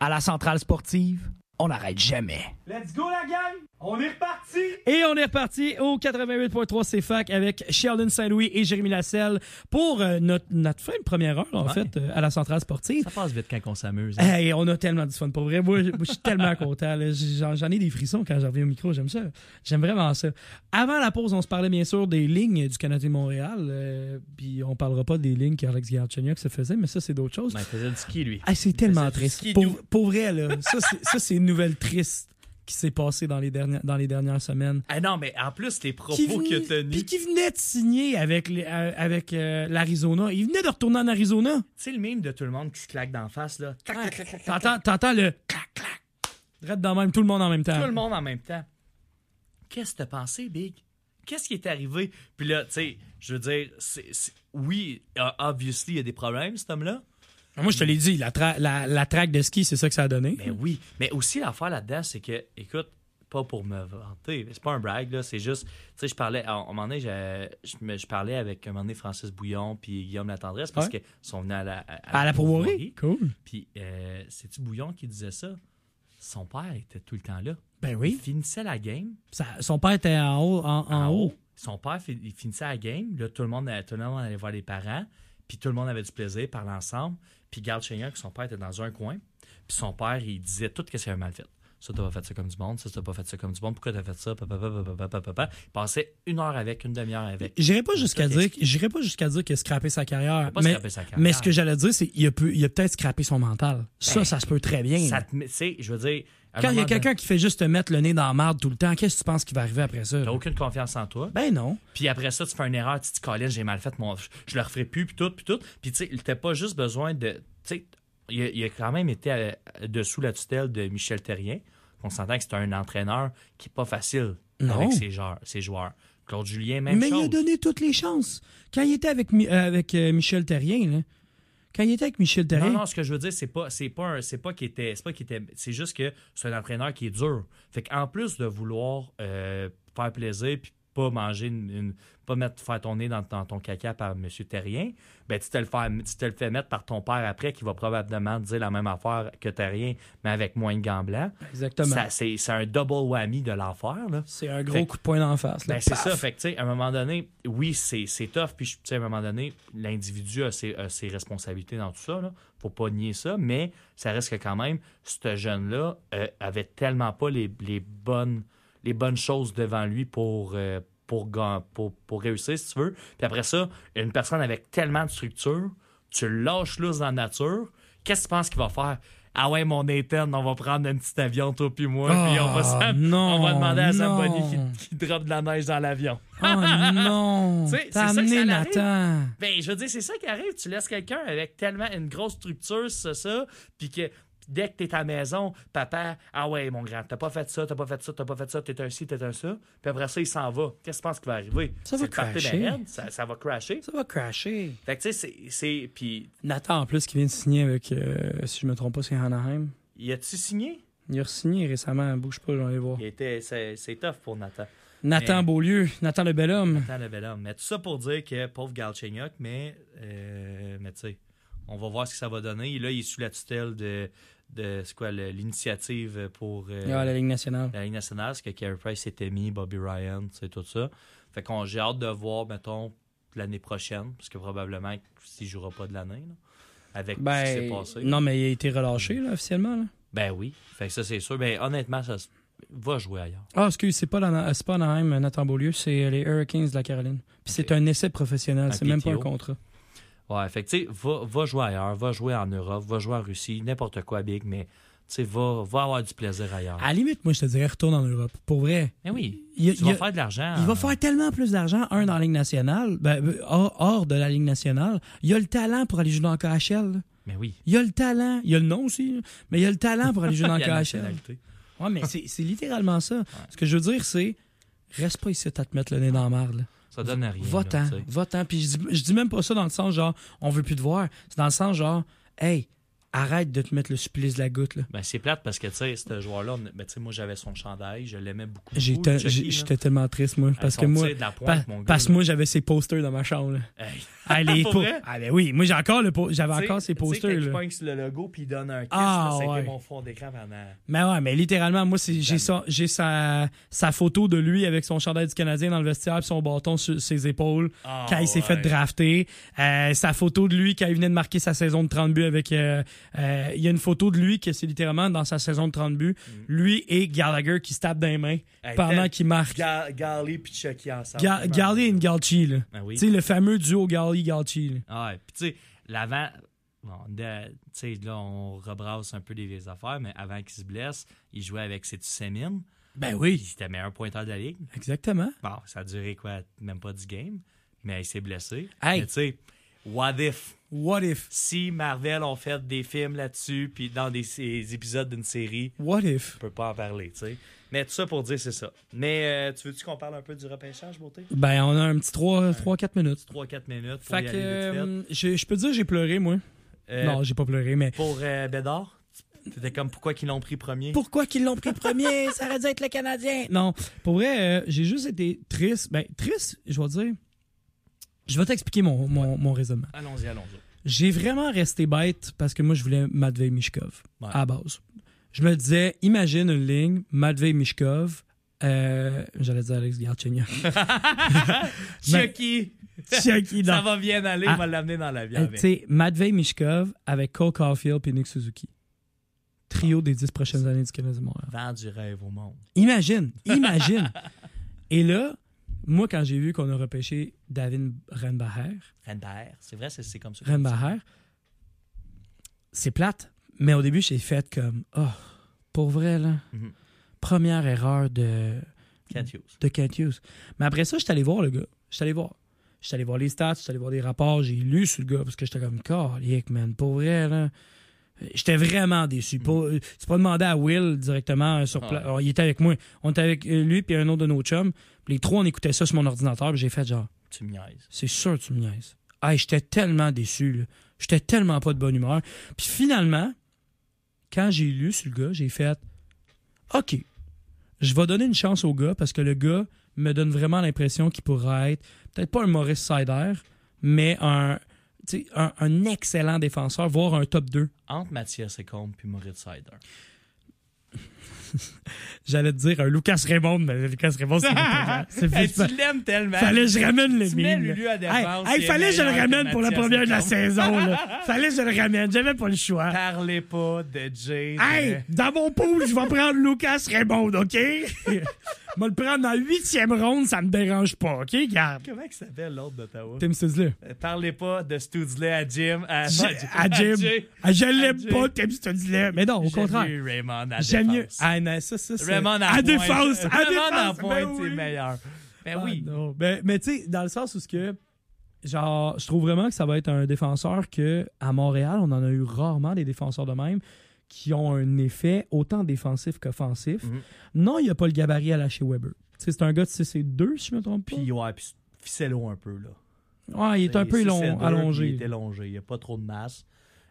Speaker 7: À la centrale sportive, on n'arrête jamais.
Speaker 5: Let's go la gang! On est reparti!
Speaker 4: Et on est reparti au 88.3 CFAC avec Sheldon Saint-Louis et Jérémy Lasselle pour euh, notre, notre fin de première heure, en
Speaker 6: Ouais.
Speaker 4: fait, euh, à la centrale sportive.
Speaker 6: Ça passe vite quand on s'amuse. hein.
Speaker 4: Hey, on a tellement du fun. Pour vrai, moi, je moi, je suis tellement content. là. J'en j'en ai des frissons quand j'en reviens au micro. J'aime ça. J'aime vraiment ça. Avant la pause, on se parlait bien sûr des lignes du Canadien de Montréal. euh, puis on parlera pas des lignes qu'Alex Galchenyuk se faisait, mais ça, c'est d'autres choses.
Speaker 6: Ben, il faisait du ski, lui.
Speaker 4: Ah, c'est tellement
Speaker 6: faisait du
Speaker 4: triste.
Speaker 6: ski
Speaker 4: Pour,
Speaker 6: nous.
Speaker 4: pour vrai, là, ça, c'est- ça, c'est une nouvelle triste qui s'est passée dans les dernières, dans les dernières semaines.
Speaker 6: Ah non, mais en plus, les propos
Speaker 4: Qui venait-
Speaker 6: qu'il a tenus...
Speaker 4: Puis
Speaker 6: Tu
Speaker 4: qui venait de signer avec, les- euh, avec euh, l'Arizona. Il venait de retourner en Arizona.
Speaker 6: sais, le mime de tout le monde qui se claque d'en face, là. Clac, clac, clac, clac, clac.
Speaker 4: T'entends, t'entends le clac, clac. Drette dans le même, tout le monde en même temps.
Speaker 6: Tout le monde en même temps. Qu'est-ce que t'as pensé, Big? Qu'est-ce qui est arrivé? Puis là, tu sais, je veux dire, c'est- c'est- oui, euh, obviously, il y a des problèmes, cet homme-là.
Speaker 4: Moi, je te l'ai dit, la, tra- la, la track de ski, c'est ça que ça a donné.
Speaker 6: Mais Ben oui. Mais aussi, l'affaire là-dedans, c'est que, écoute, pas pour me vanter, mais c'est pas un brag, là. C'est juste, tu sais, je parlais, à un moment donné, j'ai- je, me- je parlais avec, un moment donné, Francis Bouillon puis Guillaume Latendresse parce
Speaker 4: Ouais.
Speaker 6: qu'ils sont venus à la,
Speaker 4: À la pourvoirie. Cool.
Speaker 6: Puis, euh, c'est-tu Bouillon qui disait ça? Son père était tout le temps là.
Speaker 4: Ben
Speaker 6: Il
Speaker 4: oui.
Speaker 6: finissait la game.
Speaker 4: Ça- son père était en haut. En, en haut.
Speaker 6: Son père, fi- il finissait la game. Là, tout le monde, tout le monde allait voir les parents. Puis tout le monde avait du plaisir, parlait ensemble. Puis Garde Chignac, son père était dans un coin. Puis son père, il disait tout ce qu'il avait mal fait. Ça, t'as pas fait ça comme du monde. Ça, t'as pas fait ça comme du monde. Pourquoi t'as fait ça? Papa, papa, papa, papa, papa. Il passait une heure avec, une demi-heure avec.
Speaker 4: J'irais pas jusqu'à
Speaker 6: Ok.
Speaker 4: dire, que- j'irais pas jusqu'à dire qu'il a scrappé sa carrière.
Speaker 6: Faut pas
Speaker 4: mais,
Speaker 6: scraper sa carrière.
Speaker 4: mais ce que j'allais dire, c'est qu'il a, pu- il a peut-être scrappé son mental. Ça,
Speaker 6: Ben,
Speaker 4: ça se peut très bien.
Speaker 6: Ça te met- tu sais, je veux dire. à un
Speaker 4: Quand il y a
Speaker 6: moment donné,
Speaker 4: quelqu'un qui fait juste te mettre le nez dans la marde tout le temps, qu'est-ce que tu penses qui va arriver après ça?
Speaker 6: T'as aucune confiance en toi.
Speaker 4: Ben non.
Speaker 6: Puis après ça, tu fais une erreur, tu te dis, Colin, j'ai mal fait, mon, je, je le referai plus, puis tout, puis tout. Puis tu sais, t'as pas juste besoin de. Tu sais, il, a- il a quand même été euh, dessous la tutelle de Michel Terrien. On s'entend que c'est un entraîneur qui est pas facile
Speaker 4: Non.
Speaker 6: avec ses joueurs. Ses joueurs. Claude Julien, même
Speaker 4: Mais
Speaker 6: chose.
Speaker 4: il a donné toutes les chances. Quand il était avec, Mi- euh, avec euh, Michel Terrien, là, quand il était avec Michel Terrien,
Speaker 6: Non, non, ce que je veux dire, c'est pas, c'est pas, un- c'est pas qu'il était, c'est pas qu'il était, c'est juste que c'est un entraîneur qui est dur. Fait qu'en plus de vouloir euh, faire plaisir puis pas manger une, une- pas mettre, faire ton nez dans, dans ton caca par M. Terrien, ben tu te le fais, tu te le fais mettre par ton père après qui va probablement te dire la même affaire que Terrien, mais avec moins de gants blancs.
Speaker 4: exactement.
Speaker 6: Ça, c'est, c'est un double whammy de l'enfer, là.
Speaker 4: c'est un gros
Speaker 6: Fait-
Speaker 4: coup de poing d'en face. là.
Speaker 6: Ben, c'est
Speaker 4: Paf!
Speaker 6: ça. Fait que, tu sais, à un moment donné, oui, c'est c'est tough. Puis, je- tu sais, à un moment donné, l'individu a ses, a ses responsabilités dans tout ça. Là. Faut pas nier ça. Mais ça reste que quand même, ce jeune-là euh, avait tellement pas les, les bonnes, les bonnes choses devant lui pour, euh, pour, ga- pour, pour réussir, si tu veux. Puis après ça, une personne avec tellement de structure, tu le lâches lousse dans la nature. Qu'est-ce que tu penses qu'il va faire? Ah ouais, mon Ethan, on va prendre un petit avion, toi puis moi, puis on va,
Speaker 4: Ah,
Speaker 6: s'en-
Speaker 4: non,
Speaker 6: on va demander à Sam
Speaker 4: non.
Speaker 6: Bonny qui- qui drop de la neige dans l'avion.
Speaker 4: Oh non!
Speaker 6: Tu sais,
Speaker 4: T'as
Speaker 6: c'est ça que
Speaker 4: amené
Speaker 6: ça
Speaker 4: Nathan!
Speaker 6: Ben, je veux dire, c'est ça qui arrive. Tu laisses quelqu'un avec tellement une grosse structure, ça, ça, puis que dès que t'es à la maison, papa, ah ouais, mon grand, t'as pas fait ça, t'as pas fait ça, t'as pas fait ça, t'es un ci, t'es un ça, puis après ça, il s'en va. Qu'est-ce que tu penses qui va arriver?
Speaker 4: Ça va
Speaker 6: C'est le party
Speaker 4: crasher.
Speaker 6: d'Arène, Ça, ça va crasher.
Speaker 4: Ça va crasher.
Speaker 6: Fait que tu sais, c'est- c'est. Puis,
Speaker 4: Nathan, en plus, qui vient de signer avec, euh, si je me trompe pas, c'est Anaheim.
Speaker 6: y a-tu signé?
Speaker 4: Il a signé récemment, bouge pas, j'en ai voir.
Speaker 6: Il était. C'est c'est tough pour Nathan.
Speaker 4: Nathan
Speaker 6: Mais-
Speaker 4: Beaulieu, Nathan le bel homme.
Speaker 6: Nathan le bel homme. Mais tout ça pour dire que pauvre Galchenyuk, mais, euh, mais tu sais, on va voir ce que ça va donner. Et là, il est sous la tutelle de, de c'est quoi, le- l'initiative pour euh,
Speaker 4: Ah, la Ligue nationale.
Speaker 6: la Ligue nationale, ce que Carey Price s'était mis, Bobby Ryan, tu sais, tout ça. Fait qu'on j'ai hâte de voir, mettons, l'année prochaine, parce que probablement s'il jouera pas de l'année, là, avec ce qui s'est
Speaker 4: Ben,
Speaker 6: passé.
Speaker 4: non, mais il a été relâché, là, officiellement. là.
Speaker 6: Ben oui, fait que ça c'est sûr. Ben honnêtement, ça se- va jouer ailleurs.
Speaker 4: Ah, excuse, c'est pas, l'Ana- c'est pas Anaheim, Nathan Beaulieu, c'est les Hurricanes de la Caroline. Puis c'est un essai professionnel,
Speaker 6: Un
Speaker 4: c'est même pas un
Speaker 6: PTO.
Speaker 4: contrat.
Speaker 6: Ouais, fait que tu sais, va, va jouer ailleurs, va jouer en Europe, va jouer en Russie, n'importe quoi, Big, mais tu sais, va, va avoir du plaisir ailleurs.
Speaker 4: À la limite, moi, je te dirais, retourne en Europe. Pour vrai.
Speaker 6: Mais oui,
Speaker 4: Ah, Il y a-
Speaker 6: tu
Speaker 4: il y
Speaker 6: vas
Speaker 4: a-
Speaker 6: faire de l'argent.
Speaker 4: Il
Speaker 6: euh,
Speaker 4: va faire tellement plus d'argent, un, dans la Ligue nationale, ben, ben, hors, hors de la Ligue nationale. Il a le talent pour aller jouer dans le KHL. là.
Speaker 6: Mais oui.
Speaker 4: Il a le talent. Il a le nom aussi, là. mais il a le talent pour aller jouer dans le
Speaker 6: Il y a la
Speaker 4: KHL.
Speaker 6: nationalité.
Speaker 4: Ouais, mais c'est c'est littéralement ça. Ce que je veux dire, c'est reste pas ici à te mettre le nez dans la marde. là.
Speaker 6: Ça donne à rien. là,
Speaker 4: Va-t'en,
Speaker 6: tu sais.
Speaker 4: va-t'en. Puis je dis, je dis même pas ça dans le sens genre, on veut plus te voir. C'est dans le sens genre, hey, arrête de te mettre le supplice de la goutte. Là.
Speaker 6: Ben, c'est plate parce que, tu sais, ce joueur-là, on- ben, tu sais, moi, j'avais son chandail, je l'aimais beaucoup.
Speaker 4: J'ai
Speaker 6: beaucoup,
Speaker 4: te-
Speaker 6: le Chucky,
Speaker 4: j'ai-
Speaker 6: là.
Speaker 4: J'étais tellement triste, moi. Parce
Speaker 6: son
Speaker 4: que moi,
Speaker 6: tir de la
Speaker 4: pa-
Speaker 6: pointe, mon gars,
Speaker 4: parce que
Speaker 6: là.
Speaker 4: moi, j'avais ces posters dans ma chambre. là.
Speaker 6: Hey.
Speaker 4: Ah, les
Speaker 6: Pour
Speaker 4: po-
Speaker 6: vrai?
Speaker 4: ah ben oui, moi, j'ai encore le po- j'avais encore ces posters.
Speaker 6: Je
Speaker 4: là.
Speaker 6: pince le logo puis il donne un kiss.
Speaker 4: Ah,
Speaker 6: là, ça a
Speaker 4: ouais.
Speaker 6: été mon fond d'écran pendant.
Speaker 4: Mais ouais, mais littéralement, moi, c'est- j'ai son- j'ai sa, sa photo de lui avec son chandail du Canadien dans le vestiaire puis son bâton sur ses épaules
Speaker 6: Ah,
Speaker 4: quand il s'est
Speaker 6: ouais.
Speaker 4: fait drafter. Euh, sa photo de lui quand il venait de marquer sa saison de 30 buts avec... euh, euh, Il y a une photo de lui que c'est littéralement dans sa saison de 30 buts. Lui et Gallagher qui se tapent dans les mains
Speaker 6: Mm. Hey,
Speaker 4: pendant
Speaker 6: tel-
Speaker 4: qu'il marque.
Speaker 6: Ga- Garley puis Chucky ensemble.
Speaker 4: Ga- Garley et Galchi, là.
Speaker 6: Ah ben, oui.
Speaker 4: Tu sais, le fameux duo Garley-Galchi, là.
Speaker 6: Ah ouais, puis tu sais, l'avant. Bon, de- tu sais, là, on rebrasse un peu les vieilles affaires, mais avant qu'il se blesse, il jouait avec Setu Semin.
Speaker 4: Ben
Speaker 6: Il
Speaker 4: oui.
Speaker 6: était meilleur pointeur de la ligue.
Speaker 4: Exactement.
Speaker 6: Bon, ça a duré quoi, même pas 10 games, mais il s'est blessé.
Speaker 4: Hey.
Speaker 6: Mais tu sais, what if?
Speaker 4: What if?
Speaker 6: si Marvel ont fait des films là-dessus, puis dans des, des épisodes d'une série,
Speaker 4: What if?
Speaker 6: on peut pas en parler, tu sais. Mais tout ça pour dire, c'est ça. Mais euh, tu veux-tu qu'on parle un peu du repêchage, beauté?
Speaker 4: Ben, on a un petit 3-4 minutes.
Speaker 6: 3-4 minutes pour
Speaker 4: Fait
Speaker 6: y
Speaker 4: que
Speaker 6: aller vite fait.
Speaker 4: euh, je, je peux te dire que j'ai pleuré, moi.
Speaker 6: Euh,
Speaker 4: non, j'ai pas pleuré, mais
Speaker 6: Pour euh, Bédard, c'était comme pourquoi qu'ils l'ont pris premier.
Speaker 4: pourquoi qu'ils l'ont pris premier? Ça aurait dû être le Canadien. Non, pour vrai, euh, j'ai juste été triste. Ben, triste, je vais dire. Je vais t'expliquer mon, mon, mon raisonnement.
Speaker 6: Allons-y, allons-y.
Speaker 4: J'ai vraiment resté bête parce que moi, je voulais Matvei Mishkov
Speaker 6: Ouais.
Speaker 4: à la base. Je me disais, imagine une ligne, Matvei Mishkov, euh, j'allais dire Alex Galchenyuk.
Speaker 6: Chucky,
Speaker 4: Chucky
Speaker 6: ça
Speaker 4: dans-
Speaker 6: va bien aller,
Speaker 4: Ah.
Speaker 6: on va l'amener dans l'avion.
Speaker 4: Euh, Tu
Speaker 6: avec.
Speaker 4: sais, Matvei Mishkov avec Cole Caulfield et Nick Suzuki.
Speaker 6: Ah.
Speaker 4: Trio des dix prochaines années du Canadien de Montréal.
Speaker 6: Vends du rêve au monde.
Speaker 4: Imagine, imagine. et là, moi, quand j'ai vu qu'on a repêché David Renbacher,
Speaker 6: Renbaer, c'est vrai, c'est- c'est comme ça. qu'on
Speaker 4: Renbacher, c'est plate. Mais au début, j'ai fait comme, oh, pour vrai, là,
Speaker 6: Mhm.
Speaker 4: première erreur de,
Speaker 6: dit. Cat Hughes.
Speaker 4: de Kent Hughes. Mais après ça, je suis allé voir le gars. Je suis allé voir. Je suis allé voir les stats, je suis allé voir des rapports, j'ai lu sur le gars parce que j'étais comme, Carlick, man, pour vrai, là. J'étais vraiment déçu. Pas- euh, C'est pas demandé à Will directement euh, sur pla-
Speaker 6: Mhm. Ah Ouais.
Speaker 4: Alors, Il était avec moi. On était avec euh, lui puis un autre de nos chums. Puis Les trois, on écoutait ça sur mon ordinateur. puis J'ai fait genre,
Speaker 6: Tu me niaises.
Speaker 4: c'est sûr, tu me niaises. Hey, j'étais tellement déçu. là. J'étais tellement pas de bonne humeur. Puis finalement, quand j'ai lu sur le gars, j'ai fait OK, je vais donner une chance au gars parce que le gars me donne vraiment l'impression qu'il pourrait être peut-être pas un Maurice Sider, mais un, tu sais, un, un excellent défenseur, voire un top 2.
Speaker 6: Entre Mathias Ecombe puis Maurice Sider.
Speaker 4: J'allais te dire un Lucas Raymond, mais Lucas Raymond, c'est Ah, c'est
Speaker 6: Hey,
Speaker 4: plus-
Speaker 6: tu l'aimes tellement.
Speaker 4: Fallait que je ramène le
Speaker 6: Tu mets
Speaker 4: meme,
Speaker 6: Lulu
Speaker 4: là.
Speaker 6: à défense,
Speaker 4: Hey, hey,
Speaker 6: c'est
Speaker 4: fallait que je le
Speaker 6: meilleur
Speaker 4: ramène
Speaker 6: que
Speaker 4: pour la
Speaker 6: Mathias
Speaker 4: première de la
Speaker 6: Lecomte.
Speaker 4: saison. là. Fallait que je le ramène. J'avais pas le choix.
Speaker 6: Parlez pas de Jay.
Speaker 4: Hey, dans mon pool, je vais prendre Lucas Raymond, OK? Je vais le prendre dans la huitième ronde, ça me dérange pas, OK? Garde.
Speaker 6: Comment il s'appelle l'autre d'Ottawa?
Speaker 4: Tim Studley.
Speaker 6: Euh, Parlez pas de Studley à Jim. À,
Speaker 4: Je-
Speaker 6: pas Jim,
Speaker 4: À Jim.
Speaker 6: Jay.
Speaker 4: Ah, Je
Speaker 6: Jim.
Speaker 4: l'aime pas, Tim Studley. Mais non, au
Speaker 6: J'aime
Speaker 4: contraire.
Speaker 6: mieux Raymond à
Speaker 4: J'aime mieux.
Speaker 6: défense.
Speaker 4: Ah, non, ça, ça, c'est-
Speaker 6: Raymond à
Speaker 4: À
Speaker 6: pointe.
Speaker 4: défense. À
Speaker 6: Raymond à
Speaker 4: défense. ben
Speaker 6: pointe, c'est
Speaker 4: oui.
Speaker 6: meilleur. Ben
Speaker 4: Ah,
Speaker 6: oui.
Speaker 4: non. Ben, mais tu sais, dans le sens où ce que. Genre, je trouve vraiment que ça va être un défenseur que, à Montréal, on en a eu rarement des défenseurs de même qui ont un effet autant défensif qu'offensif.
Speaker 6: Mhm.
Speaker 4: Non, il n'y a pas le gabarit à lâcher Weber. Tu sais, C'est un gars de 6 et 2, si je me trompe pas.
Speaker 6: Puis, ouais, puis ficello un peu, là.
Speaker 4: Ouais, il est un peu
Speaker 6: six
Speaker 4: long,
Speaker 6: et deux,
Speaker 4: allongé.
Speaker 6: puis Il est allongé. Il n'y a pas trop de masse.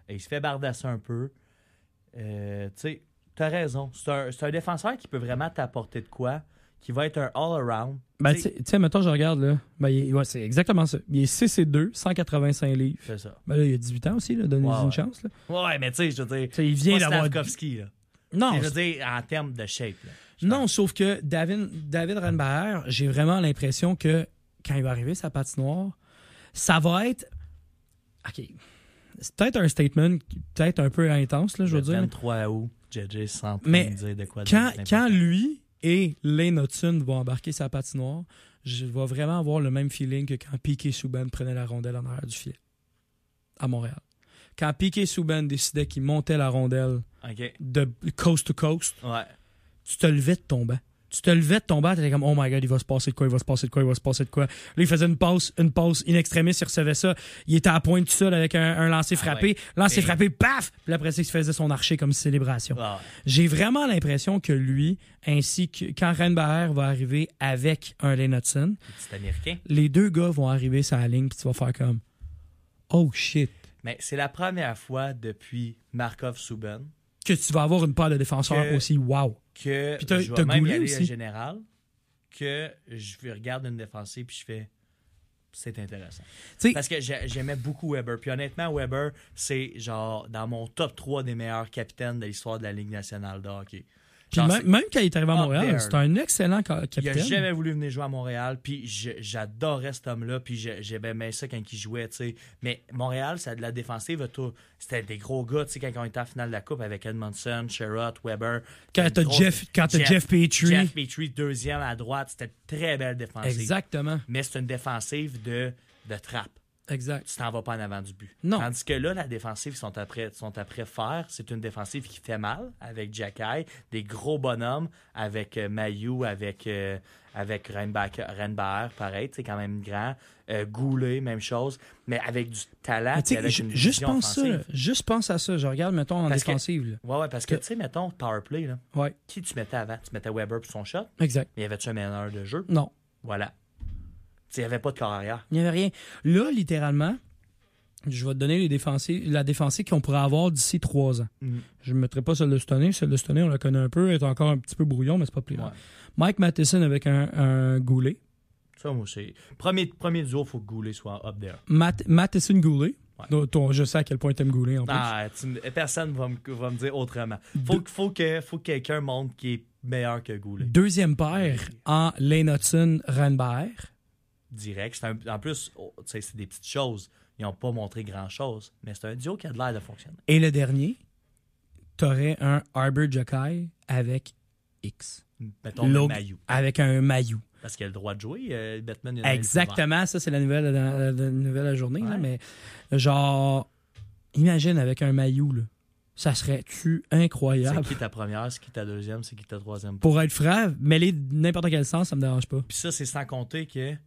Speaker 6: Et il se fait bardasser un peu. Euh, tu sais, t'as raison. C'est un, c'est un défenseur qui peut vraiment t'apporter de quoi, qui va être un all-around.
Speaker 4: Ben, tu
Speaker 6: Tu sais-
Speaker 4: sais, tu sais, mettons, je regarde, là. Ben, il est- ouais, c'est exactement ça. Il est 6 et 2, 185 livres.
Speaker 6: C'est ça.
Speaker 4: Ben là, il a 18 ans aussi, là. Donnez-lui
Speaker 6: Ouais,
Speaker 4: une
Speaker 6: ouais.
Speaker 4: chance, là.
Speaker 6: Ouais, mais tu sais, je veux dire,
Speaker 4: Tu sais, il
Speaker 6: c'est
Speaker 4: vient
Speaker 6: pas
Speaker 4: d'avoir.
Speaker 6: Slavkovski, là.
Speaker 4: Non,
Speaker 6: je veux dire, en termes de shape, là.
Speaker 4: Non, sauf que David, David Renbaer, j'ai vraiment l'impression que quand il va arriver sa patinoire, ça va être. OK. C'est peut-être un statement, qui- peut-être un peu intense, là, je veux
Speaker 6: Le
Speaker 4: dire.
Speaker 6: 23 août, JJ s'en
Speaker 4: Mais
Speaker 6: dire de quoi de
Speaker 4: Quand,
Speaker 6: n'importe
Speaker 4: quand
Speaker 6: quoi.
Speaker 4: lui et Lane Hudson vont embarquer sa patinoire, je vais vraiment avoir le même feeling que quand Piqué Souban prenait la rondelle en arrière du filet à Montréal. Quand Piqué Souban décidait qu'il montait la rondelle
Speaker 6: OK.
Speaker 4: de coast to coast,
Speaker 6: Ouais.
Speaker 4: tu te levais de ton banc. Tu te levais de ton banc, t'étais comme, oh my god, il va se passer de quoi, il va se passer de quoi, il va se passer de quoi. Là, il faisait une passe, une passe, in extremis, il recevait ça. Il était à pointe tout seul avec un, un
Speaker 6: Ah
Speaker 4: lancer frappé. Lancer
Speaker 6: Mais-
Speaker 4: frappé, paf! Puis après ça, il se faisait son archer comme célébration.
Speaker 6: Ah ouais.
Speaker 4: J'ai vraiment l'impression que lui, ainsi que quand Renbaer va arriver avec un Lane Hudson,
Speaker 6: C'est américain.
Speaker 4: les deux gars vont arriver sur la ligne, puis tu vas faire comme, oh shit,
Speaker 6: Mais c'est la première fois depuis Markov Souban
Speaker 4: que tu vas avoir une paire de défenseurs
Speaker 6: Que-
Speaker 4: aussi, wow.
Speaker 6: que
Speaker 4: Puis t'as-
Speaker 6: je vais
Speaker 4: t'as
Speaker 6: même y
Speaker 4: Goulet
Speaker 6: aller
Speaker 4: aussi.
Speaker 6: à général, que je vais- regarde une défensive puis je fais c'est intéressant.
Speaker 4: Tu sais-
Speaker 6: Parce que j'ai- j'aimais beaucoup Weber. Puis honnêtement, Weber, c'est genre dans mon top 3 des meilleurs capitaines de l'histoire de la Ligue nationale de hockey.
Speaker 4: Puis
Speaker 6: Genre,
Speaker 4: même,
Speaker 6: c'est-
Speaker 4: même quand il est arrivé à
Speaker 6: Up
Speaker 4: Montréal,
Speaker 6: there.
Speaker 4: c'est un excellent ca-
Speaker 6: Il a
Speaker 4: capitaine.
Speaker 6: jamais voulu venir jouer à Montréal, puis je- j'adorais cet homme-là, puis je- j'aimais bien ça quand il jouait, tu sais. Mais Montréal, ça a de la défensive, a tout- c'était des gros gars, tu sais, quand on était en finale de la Coupe avec Edmondson, Sherrod, Weber.
Speaker 4: Quand t'as
Speaker 6: Une grosse-
Speaker 4: Jeff, quand t'as Jeff Petrie.
Speaker 6: Jeff Petrie, deuxième à droite, c'était une très belle défensive.
Speaker 4: Exactement.
Speaker 6: Mais c'est une défensive de, de trappe.
Speaker 4: Exact.
Speaker 6: Tu t'en vas pas en avant du but.
Speaker 4: Non.
Speaker 6: Tandis que là, la défensive, ils sont après, sont après faire. C'est une défensive qui fait mal avec Jacky, des gros bonhommes avec euh, Mayou, avec, euh, avec Renbacher, Renbacher, pareil, c'est quand même grand. Euh, Goulet, même chose, mais avec du talent.
Speaker 4: Mais tu sais,
Speaker 6: puis Ah, avec
Speaker 4: ju-
Speaker 6: une
Speaker 4: juste
Speaker 6: vision
Speaker 4: pense ça, là.
Speaker 6: offensive. hein.
Speaker 4: juste pense à ça. Je regarde, mettons, en
Speaker 6: Parce que-
Speaker 4: défensive.
Speaker 6: Ouais, ouais, parce que, tu sais, mettons, Powerplay, là,
Speaker 4: là. Ouais,
Speaker 6: qui tu mettais avant? Tu mettais Weber pour son shot,
Speaker 4: exact.
Speaker 6: mais y avait-tu un meneur de jeu?
Speaker 4: Non,
Speaker 6: Voilà. Tu sais, Il n'y avait pas de corps arrière.
Speaker 4: il n'y avait rien. Là, littéralement, Je vais te donner les défensifs, la défensive qu'on pourrait avoir d'ici trois ans.
Speaker 6: Mhm.
Speaker 4: Je ne mettrai pas celle de cette année. Celle de cette année, on la connaît un peu. Elle est encore un petit peu brouillon, mais c'est pas plus grave.
Speaker 6: Ouais.
Speaker 4: Mike Matheson avec un, un goulet.
Speaker 6: Ça, moi, c'est. Premier, premier duo, faut que Goulet soit up there.
Speaker 4: Matt- Matheson Goulet.
Speaker 6: Ouais.
Speaker 4: Donc, ton- je sais à quel point t'aimes Goulet en plus.
Speaker 6: Ah, tu me- personne va me, va me dire autrement. Faut, que- faut que, faut que quelqu'un montre qui est meilleur que Goulet.
Speaker 4: Deuxième paire en Lane Hudson Ranbert.
Speaker 6: Direct. C'est un- en plus, oh, tu sais, c'est des petites choses. Ils n'ont pas montré grand-chose. Mais c'est un duo qui a de l'air de fonctionner.
Speaker 4: Et le dernier, t'aurais un Arbor Jakai avec X.
Speaker 6: Mettons le
Speaker 4: L'autre-
Speaker 6: maillot.
Speaker 4: Avec un maillot.
Speaker 6: Parce qu'il a le droit de jouer. euh, Batman, il en a le droit.
Speaker 4: Exactement, ça c'est la nouvelle, la, la- la nouvelle de la journée, là,
Speaker 6: Ouais.
Speaker 4: mais genre, imagine avec un maillot, là, ça serait-tu incroyable?
Speaker 6: C'est qui ta première, c'est qui ta deuxième, c'est qui ta troisième.
Speaker 4: Pour être frère, mêler de n'importe quel sens, ça me dérange pas.
Speaker 6: Puis ça, c'est sans compter que, tu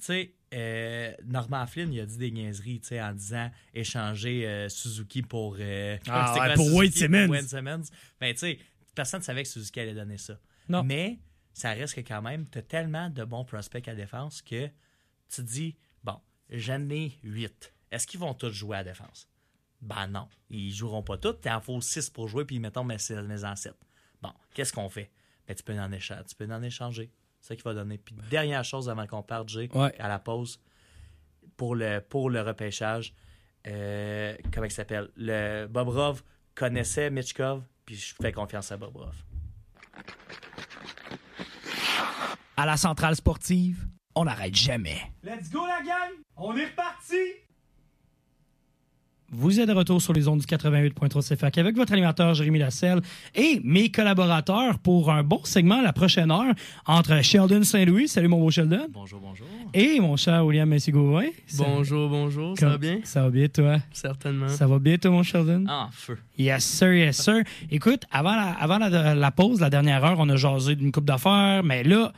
Speaker 6: sais, euh, Norman Flynn, il a dit des niaiseries, tu sais, en disant échanger euh, Suzuki pour. euh,
Speaker 4: Ah,
Speaker 6: c'est
Speaker 4: ouais,
Speaker 6: quoi,
Speaker 4: pour
Speaker 6: Suzuki
Speaker 4: Wade Simmons.
Speaker 6: Wade Simmons. Ben, tu sais, personne ne savait que Suzuki allait donner ça.
Speaker 4: Non.
Speaker 6: Mais ça reste que quand même, tu as tellement de bons prospects à défense que tu te dis, bon, j'en ai 8. Est-ce qu'ils vont tous jouer à défense? Ben non, ils joueront pas tous. T'en faut 6 pour jouer, puis mettons mes, mes en 7. Bon, qu'est-ce qu'on fait? Ben, tu peux en échanger. Tu peux en échanger. C'est ça qui va donner. Puis dernière chose avant qu'on parte, Jay,
Speaker 4: Ouais.
Speaker 6: à la pause, pour le, pour le repêchage, euh, comment il s'appelle? Le Bobrov connaissait Mitchkov, puis je fais confiance à Bobrov.
Speaker 7: À la centrale sportive, on n'arrête jamais.
Speaker 5: Let's go la gang! On est reparti!
Speaker 4: Vous êtes de retour sur les ondes du 88.3 CFAC avec votre animateur Jérémy Lasselle et mes collaborateurs pour un bon segment la prochaine heure entre Sheldon Saint-Louis, salut mon beau Sheldon,
Speaker 6: Bonjour, bonjour.
Speaker 4: et mon cher William Messi-Gauvin.
Speaker 8: Bonjour, bonjour, ça
Speaker 4: Comme-
Speaker 8: va bien?
Speaker 4: Ça va bien toi?
Speaker 8: Certainement.
Speaker 4: Ça va bien toi mon Sheldon?
Speaker 8: Ah, feu.
Speaker 4: Yes, sir, yes, sir. Écoute, avant la, avant la, la pause, la dernière heure, on a jasé d'une coupe d'affaires, mais là,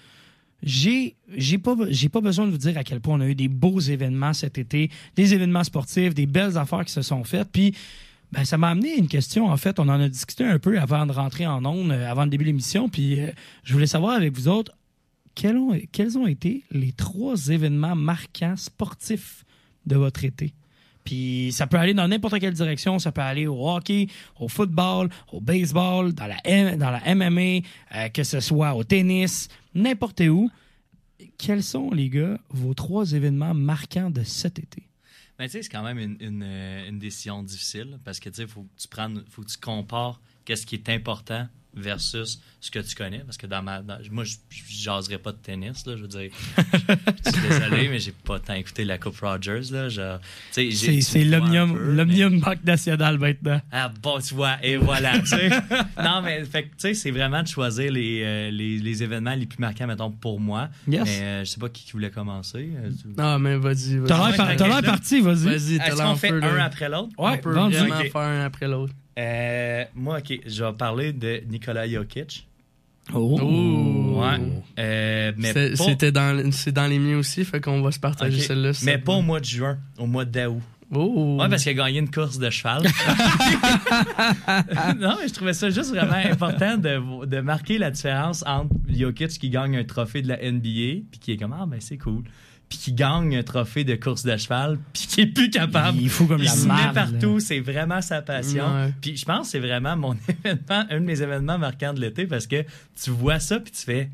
Speaker 4: j'ai j'ai pas, j'ai pas besoin de vous dire à quel point on a eu des beaux événements cet été, des événements sportifs, des belles affaires qui se sont faites. Puis, ben, ça m'a amené une question. En fait, on en a discuté un peu avant de rentrer en ondes, euh, avant le début de l'émission. Puis, euh, je voulais savoir avec vous autres, quels ont, quels ont été les trois événements marquants sportifs de votre été? Puis ça peut aller dans n'importe quelle direction. Ça peut aller au hockey, au football, au baseball, dans la, M- dans la MMA, euh, que ce soit au tennis, n'importe où. Quels sont, les gars, vos trois événements marquants de cet été?
Speaker 6: Mais Ben, tu sais, c'est quand même une, une, euh, une décision difficile parce que tu sais, faut que tu prennes, faut que tu compares qu'est-ce qui est important versus ce que tu connais. Parce que dans ma. dans- moi, je je jaserais pas de tennis, là. Je veux dire. Je suis désolé, mais j'ai pas tant écouté la Coupe Rogers, là. genre, tu sais, j'ai-
Speaker 4: C'est
Speaker 6: tu
Speaker 4: c'est
Speaker 6: vois un
Speaker 4: l'Omnium
Speaker 6: peu, mais-
Speaker 4: l'Omnium Banque Nationale maintenant.
Speaker 6: Ah bon, tu vois, et voilà. tu sais. non, mais fait que, tu sais, c'est vraiment de choisir les, euh, les, les événements les plus marquants, mettons, pour moi.
Speaker 4: Yes.
Speaker 6: Mais euh, je sais pas qui, qui voulait commencer. euh, tu-
Speaker 8: Ah, mais vas-y,
Speaker 4: T'as
Speaker 8: vas-y.
Speaker 4: l'air par- t'as l'air parti, vas-y.
Speaker 8: Vas-y, t'as
Speaker 6: Est-ce
Speaker 8: l'air
Speaker 6: qu'on
Speaker 8: en
Speaker 6: fait
Speaker 8: feu,
Speaker 6: un
Speaker 8: là.
Speaker 6: après l'autre?
Speaker 8: On peut
Speaker 4: vas-y.
Speaker 8: vraiment
Speaker 6: Ok.
Speaker 8: faire un après l'autre.
Speaker 6: Euh, moi, OK, je vais parler de Nikola Jokic.
Speaker 4: Oh,
Speaker 6: Oh.
Speaker 8: Ouh.
Speaker 6: Ouais. Euh, mais
Speaker 8: C'était-
Speaker 6: pas-
Speaker 8: C'était dans, le- c'est dans les miens aussi, fait qu'on va se partager
Speaker 6: OK.
Speaker 8: celle-là. ça.
Speaker 6: Mais pas au mois de juin, au mois d'août.
Speaker 8: Oh.
Speaker 6: Ouais, parce qu'il a gagné une course de cheval. non, mais je trouvais ça juste vraiment important de, de marquer la différence entre Jokic qui gagne un trophée de la NBA, puis qui est comme, ah, ben c'est cool, puis qui gagne un trophée de course de cheval, puis qui est plus capable.
Speaker 4: Il faut comme
Speaker 6: Il
Speaker 4: la
Speaker 6: se met
Speaker 4: marde.
Speaker 6: partout, c'est vraiment sa passion.
Speaker 8: Ouais.
Speaker 6: Puis je pense que c'est vraiment mon événement, un de mes événements marquants de l'été parce que tu vois ça puis tu fais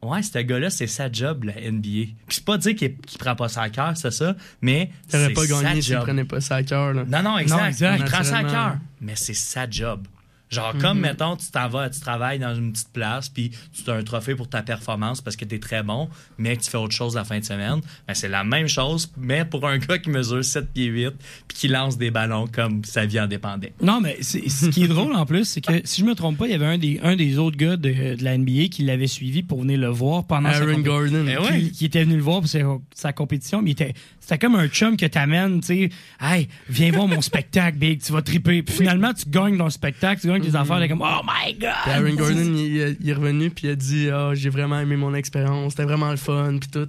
Speaker 6: Ouais, ce gars-là, c'est sa job, la NBA. Puis c'est pas dire qu'il qu'il prend pas ça à cœur, c'est ça, mais.
Speaker 8: T'aurais
Speaker 6: c'est
Speaker 8: pas
Speaker 6: sa
Speaker 8: gagné s'il
Speaker 6: job.
Speaker 8: prenait pas ça à cœur, là.
Speaker 6: Non, non, exact.
Speaker 8: Non, exact.
Speaker 6: Il prend ça à
Speaker 8: Naturellement.
Speaker 6: cœur. Mais c'est sa job. Genre, comme, mettons, tu t'en vas, tu travailles dans une petite place, puis tu as un trophée pour ta performance parce que tu es très bon, mais que tu fais autre chose la fin de semaine, ben, c'est la même chose, mais pour un gars qui mesure 7 pieds 8, puis qui lance des ballons comme sa vie en dépendait.
Speaker 4: Non, mais c'est- ce qui est drôle en plus, c'est que si je me trompe pas, il y avait un des, un des autres gars de, de la NBA qui l'avait suivi pour venir le voir pendant sa
Speaker 8: Aaron
Speaker 4: compétition.
Speaker 8: Gordon.
Speaker 6: Eh
Speaker 4: qui, qui était venu le voir pour sa, sa compétition, mais il était- c'était comme un chum que t'amènes, tu sais, hey, viens voir mon spectacle, big, tu vas triper. Puis finalement, tu gagnes dans le spectacle, tu gagnes
Speaker 6: Mm-hmm.
Speaker 4: tes affaires, t'es comme, oh my god!
Speaker 8: Puis Aaron ah, Gordon, il, il est revenu, puis il a dit Ah, j'ai vraiment aimé mon expérience, c'était vraiment le fun, puis tout.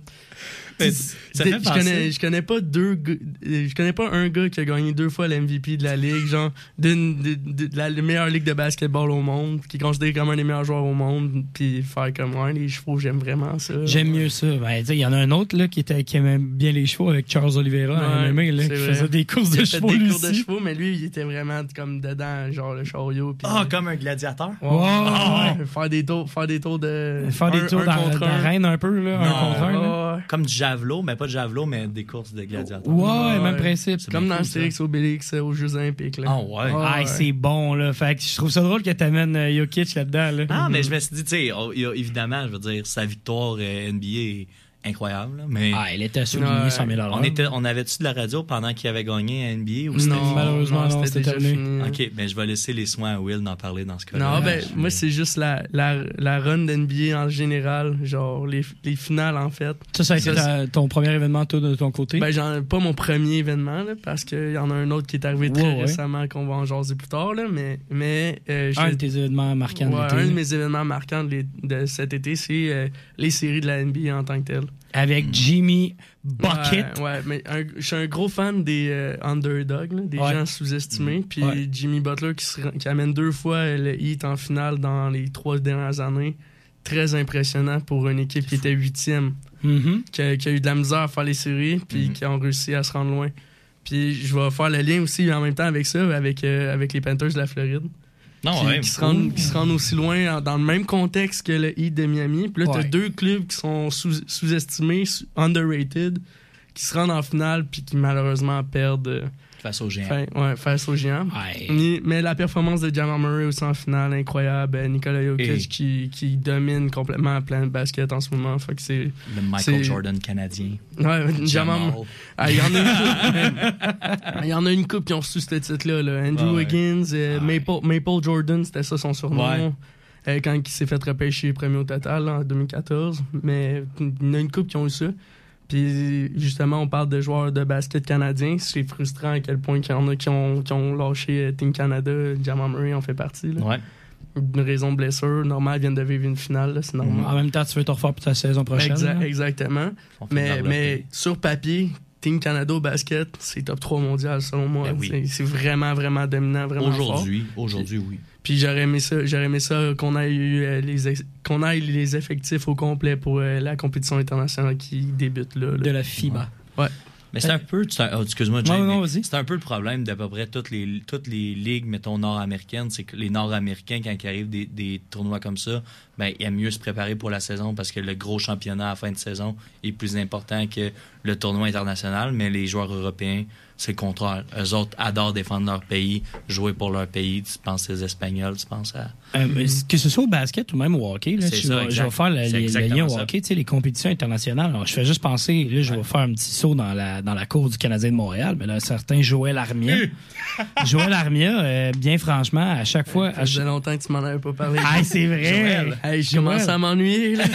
Speaker 4: Ça
Speaker 8: Des-
Speaker 4: fait
Speaker 8: je
Speaker 4: penser.
Speaker 8: connais, je connais pas deux, g- euh, je connais pas un gars qui a gagné deux fois l'MVP de la ligue, genre d'une de, de- de la meilleure ligue de basketball au monde, qui est considéré comme un des meilleurs joueurs au monde, puis faire comme ouais, les chevaux, j'aime vraiment ça.
Speaker 4: J'aime mieux ça. Ben, tu sais, il y en a un autre là, qui, était, qui aimait bien les chevaux avec Charles Oliveira en
Speaker 8: Ouais,
Speaker 4: MMA, là,
Speaker 8: c'est
Speaker 4: qui
Speaker 8: vrai.
Speaker 4: faisait des courses
Speaker 8: Il
Speaker 4: de
Speaker 8: a fait
Speaker 4: chevaux.
Speaker 8: des
Speaker 4: lui
Speaker 8: cours de
Speaker 4: aussi.
Speaker 8: chevaux, mais lui, il était vraiment comme dedans, genre le chariot. puis-
Speaker 6: Ah, comme un gladiateur.
Speaker 8: Ouais,
Speaker 4: Ouais.
Speaker 8: ouais, Faire des tours, faire des tours de.
Speaker 4: Faire des
Speaker 8: un-
Speaker 4: tours
Speaker 8: un
Speaker 4: dans
Speaker 8: contre un.
Speaker 4: d'arène un peu, là,
Speaker 6: Non.
Speaker 4: un contre un. là.
Speaker 8: Ouais, ouais.
Speaker 6: Comme du javelot, mais pas de javelot, mais des courses de gladiateurs.
Speaker 4: Ouais,
Speaker 8: Ouais.
Speaker 4: même principe.
Speaker 6: C'est
Speaker 8: Comme
Speaker 6: bien
Speaker 8: dans
Speaker 6: cool, ça.
Speaker 8: Astérix Obélix euh, aux Jeux Olympiques. Là.
Speaker 6: Ah ouais.
Speaker 8: Ouais.
Speaker 4: Ah, c'est bon, là. Fait que je trouve ça drôle que t'amènes euh, Jokic là-dedans, là.
Speaker 6: Ah, mais je me suis dit, tu sais, oh, il y a- évidemment, je veux dire, sa victoire euh, NBA est incroyable, là, mais
Speaker 4: Ah, elle était soulignée
Speaker 8: Ouais.
Speaker 4: 100 000
Speaker 6: on, était, on avait-tu de la radio pendant qu'il avait gagné à NBA ou c'était-
Speaker 8: Non,
Speaker 4: Malheureusement, non, c'était
Speaker 8: c'était déjà
Speaker 4: terminé.
Speaker 8: fini.
Speaker 6: Ok, ben je vais laisser les soins à Will d'en parler dans ce cas-là.
Speaker 8: Non,
Speaker 6: Ouais,
Speaker 8: ben,
Speaker 6: je-
Speaker 8: moi, c'est juste la, la, la run d'NBA en général, genre les, les finales, en fait.
Speaker 4: Ça, ça a été
Speaker 8: Ça,
Speaker 4: ta- ton premier événement, toi, de ton côté.
Speaker 8: Ben, j'en, pas mon premier événement, là, parce qu'il y en a un autre qui est arrivé très
Speaker 4: Ouais, ouais.
Speaker 8: récemment qu'on va en jaser plus tard, là, mais, mais euh, je-
Speaker 4: un de tes événements marquants de
Speaker 8: Ouais,
Speaker 4: l'été,
Speaker 8: un de mes événements marquants de, l'é- de cet été, c'est euh, les séries de la NBA en tant que telles.
Speaker 4: Avec Jimmy Bucket.
Speaker 8: Ouais, ouais, mais un- je suis un gros fan des euh, underdogs, là, des
Speaker 4: Ouais. Mm-hmm.
Speaker 8: gens sous-estimés. Puis
Speaker 4: Ouais.
Speaker 8: Jimmy Butler qui, se rend- qui amène deux fois le hit en finale dans les trois dernières années. Très impressionnant pour une équipe qui était huitième,
Speaker 4: Mhm.
Speaker 8: qui a, qui a eu de la misère à faire les séries, puis
Speaker 4: Mm-hmm.
Speaker 6: Mhm.
Speaker 8: qui ont réussi à se rendre loin. Puis je vais faire le lien aussi en même temps avec ça, avec, euh, avec les Panthers de la Floride
Speaker 6: non,
Speaker 8: qui,
Speaker 6: ouais.
Speaker 8: qui se rendent, qui se rendent aussi loin en- dans le même contexte que le Heat de Miami. Puis là,
Speaker 4: Ouais.
Speaker 8: t'as deux clubs qui sont sous- sous-estimés, sous- underrated, qui se rendent en finale puis qui malheureusement perdent euh,
Speaker 6: face aux géants.
Speaker 8: fin- ouais, face aux géants.
Speaker 4: Ouais.
Speaker 8: Mais, mais la performance de Jamal Murray aussi en finale, incroyable. Euh, Nikola Jokic
Speaker 6: Et-
Speaker 8: qui, qui domine complètement à plein de basket en ce moment. Fait que c'est...
Speaker 6: Le Michael
Speaker 8: C'est-
Speaker 6: Jordan canadien.
Speaker 8: Ouais, Jamal...
Speaker 6: Jamal.
Speaker 8: Ah, Il y, en a une couple- il y en a une coupe qui ont reçu ce titre-là. là. Andrew
Speaker 6: Ouais, ouais.
Speaker 8: Wiggins, euh,
Speaker 6: Ouais.
Speaker 8: Maple, Maple Jordan, c'était ça son surnom.
Speaker 6: Ouais.
Speaker 8: Euh, quand il s'est fait repêcher premier au total là, en 2014. Mais il y en a une coupe qui ont eu ça. Puis justement, on parle de joueurs de basket canadiens. C'est frustrant à quel point il y en a qui ont, qui ont lâché euh, Team Canada. Jamal Murray en fait partie. là.
Speaker 6: Ouais. Mmh.
Speaker 8: Une raison de blessure. Normal, ils viennent de vivre une finale. là, C'est normal.
Speaker 4: En même temps, tu veux te refaire pour ta saison prochaine.
Speaker 6: hein?
Speaker 8: Exact-
Speaker 4: là.
Speaker 8: exactement.
Speaker 6: On fait
Speaker 8: Mais,
Speaker 6: développer.
Speaker 8: mais sur papier, Team Canada au basket, c'est top 3 mondial selon moi.
Speaker 6: Ben oui.
Speaker 8: C'est- C'est vraiment, vraiment dominant, vraiment fort.
Speaker 6: aujourd'hui, aujourd'hui, oui.
Speaker 8: Puis j'aurais aimé ça, j'aurais aimé ça qu'on aille, eu, euh, les ex- qu'on aille les effectifs au complet pour euh, la compétition internationale qui débute là. là.
Speaker 4: De la FIBA.
Speaker 6: Mais c'est un peu, c'est un- oh, excuse-moi,
Speaker 4: Ouais,
Speaker 6: Jay,
Speaker 4: Ben, non,
Speaker 6: mais
Speaker 4: vas-y.
Speaker 6: c'est un peu le problème d'à peu près toutes les, toutes les ligues, mettons, nord-américaines. C'est que les nord-américains, quand ils arrivent des, des tournois comme ça, ben, ils aiment mieux se préparer pour la saison parce que le gros championnat à la fin de saison est plus important que le tournoi international. Mais les joueurs européens, c'est le contraire. Eux autres adorent défendre leur pays, jouer pour leur pays. Tu penses aux Espagnols, tu penses à.
Speaker 4: Euh, mais que ce soit au basket ou même au hockey, là,
Speaker 6: C'est
Speaker 4: je,
Speaker 6: ça,
Speaker 4: vais,
Speaker 6: exact.
Speaker 4: je vais faire le,
Speaker 6: C'est
Speaker 4: le- le
Speaker 6: exactement
Speaker 4: lien au
Speaker 6: ça.
Speaker 4: hockey, tu sais, les compétitions internationales. Alors, je fais juste penser, là, je vais faire un petit saut dans la, dans la cour du Canadien de Montréal, mais là, un certain Joël Armia. Joël Armia, euh, bien franchement, à chaque fois.
Speaker 8: Ça
Speaker 4: À
Speaker 8: faisait
Speaker 4: chaque...
Speaker 8: longtemps que tu m'en avais pas parlé.
Speaker 4: Ah, c'est vrai!
Speaker 8: Joël. Hey, je commence à m'ennuyer. là.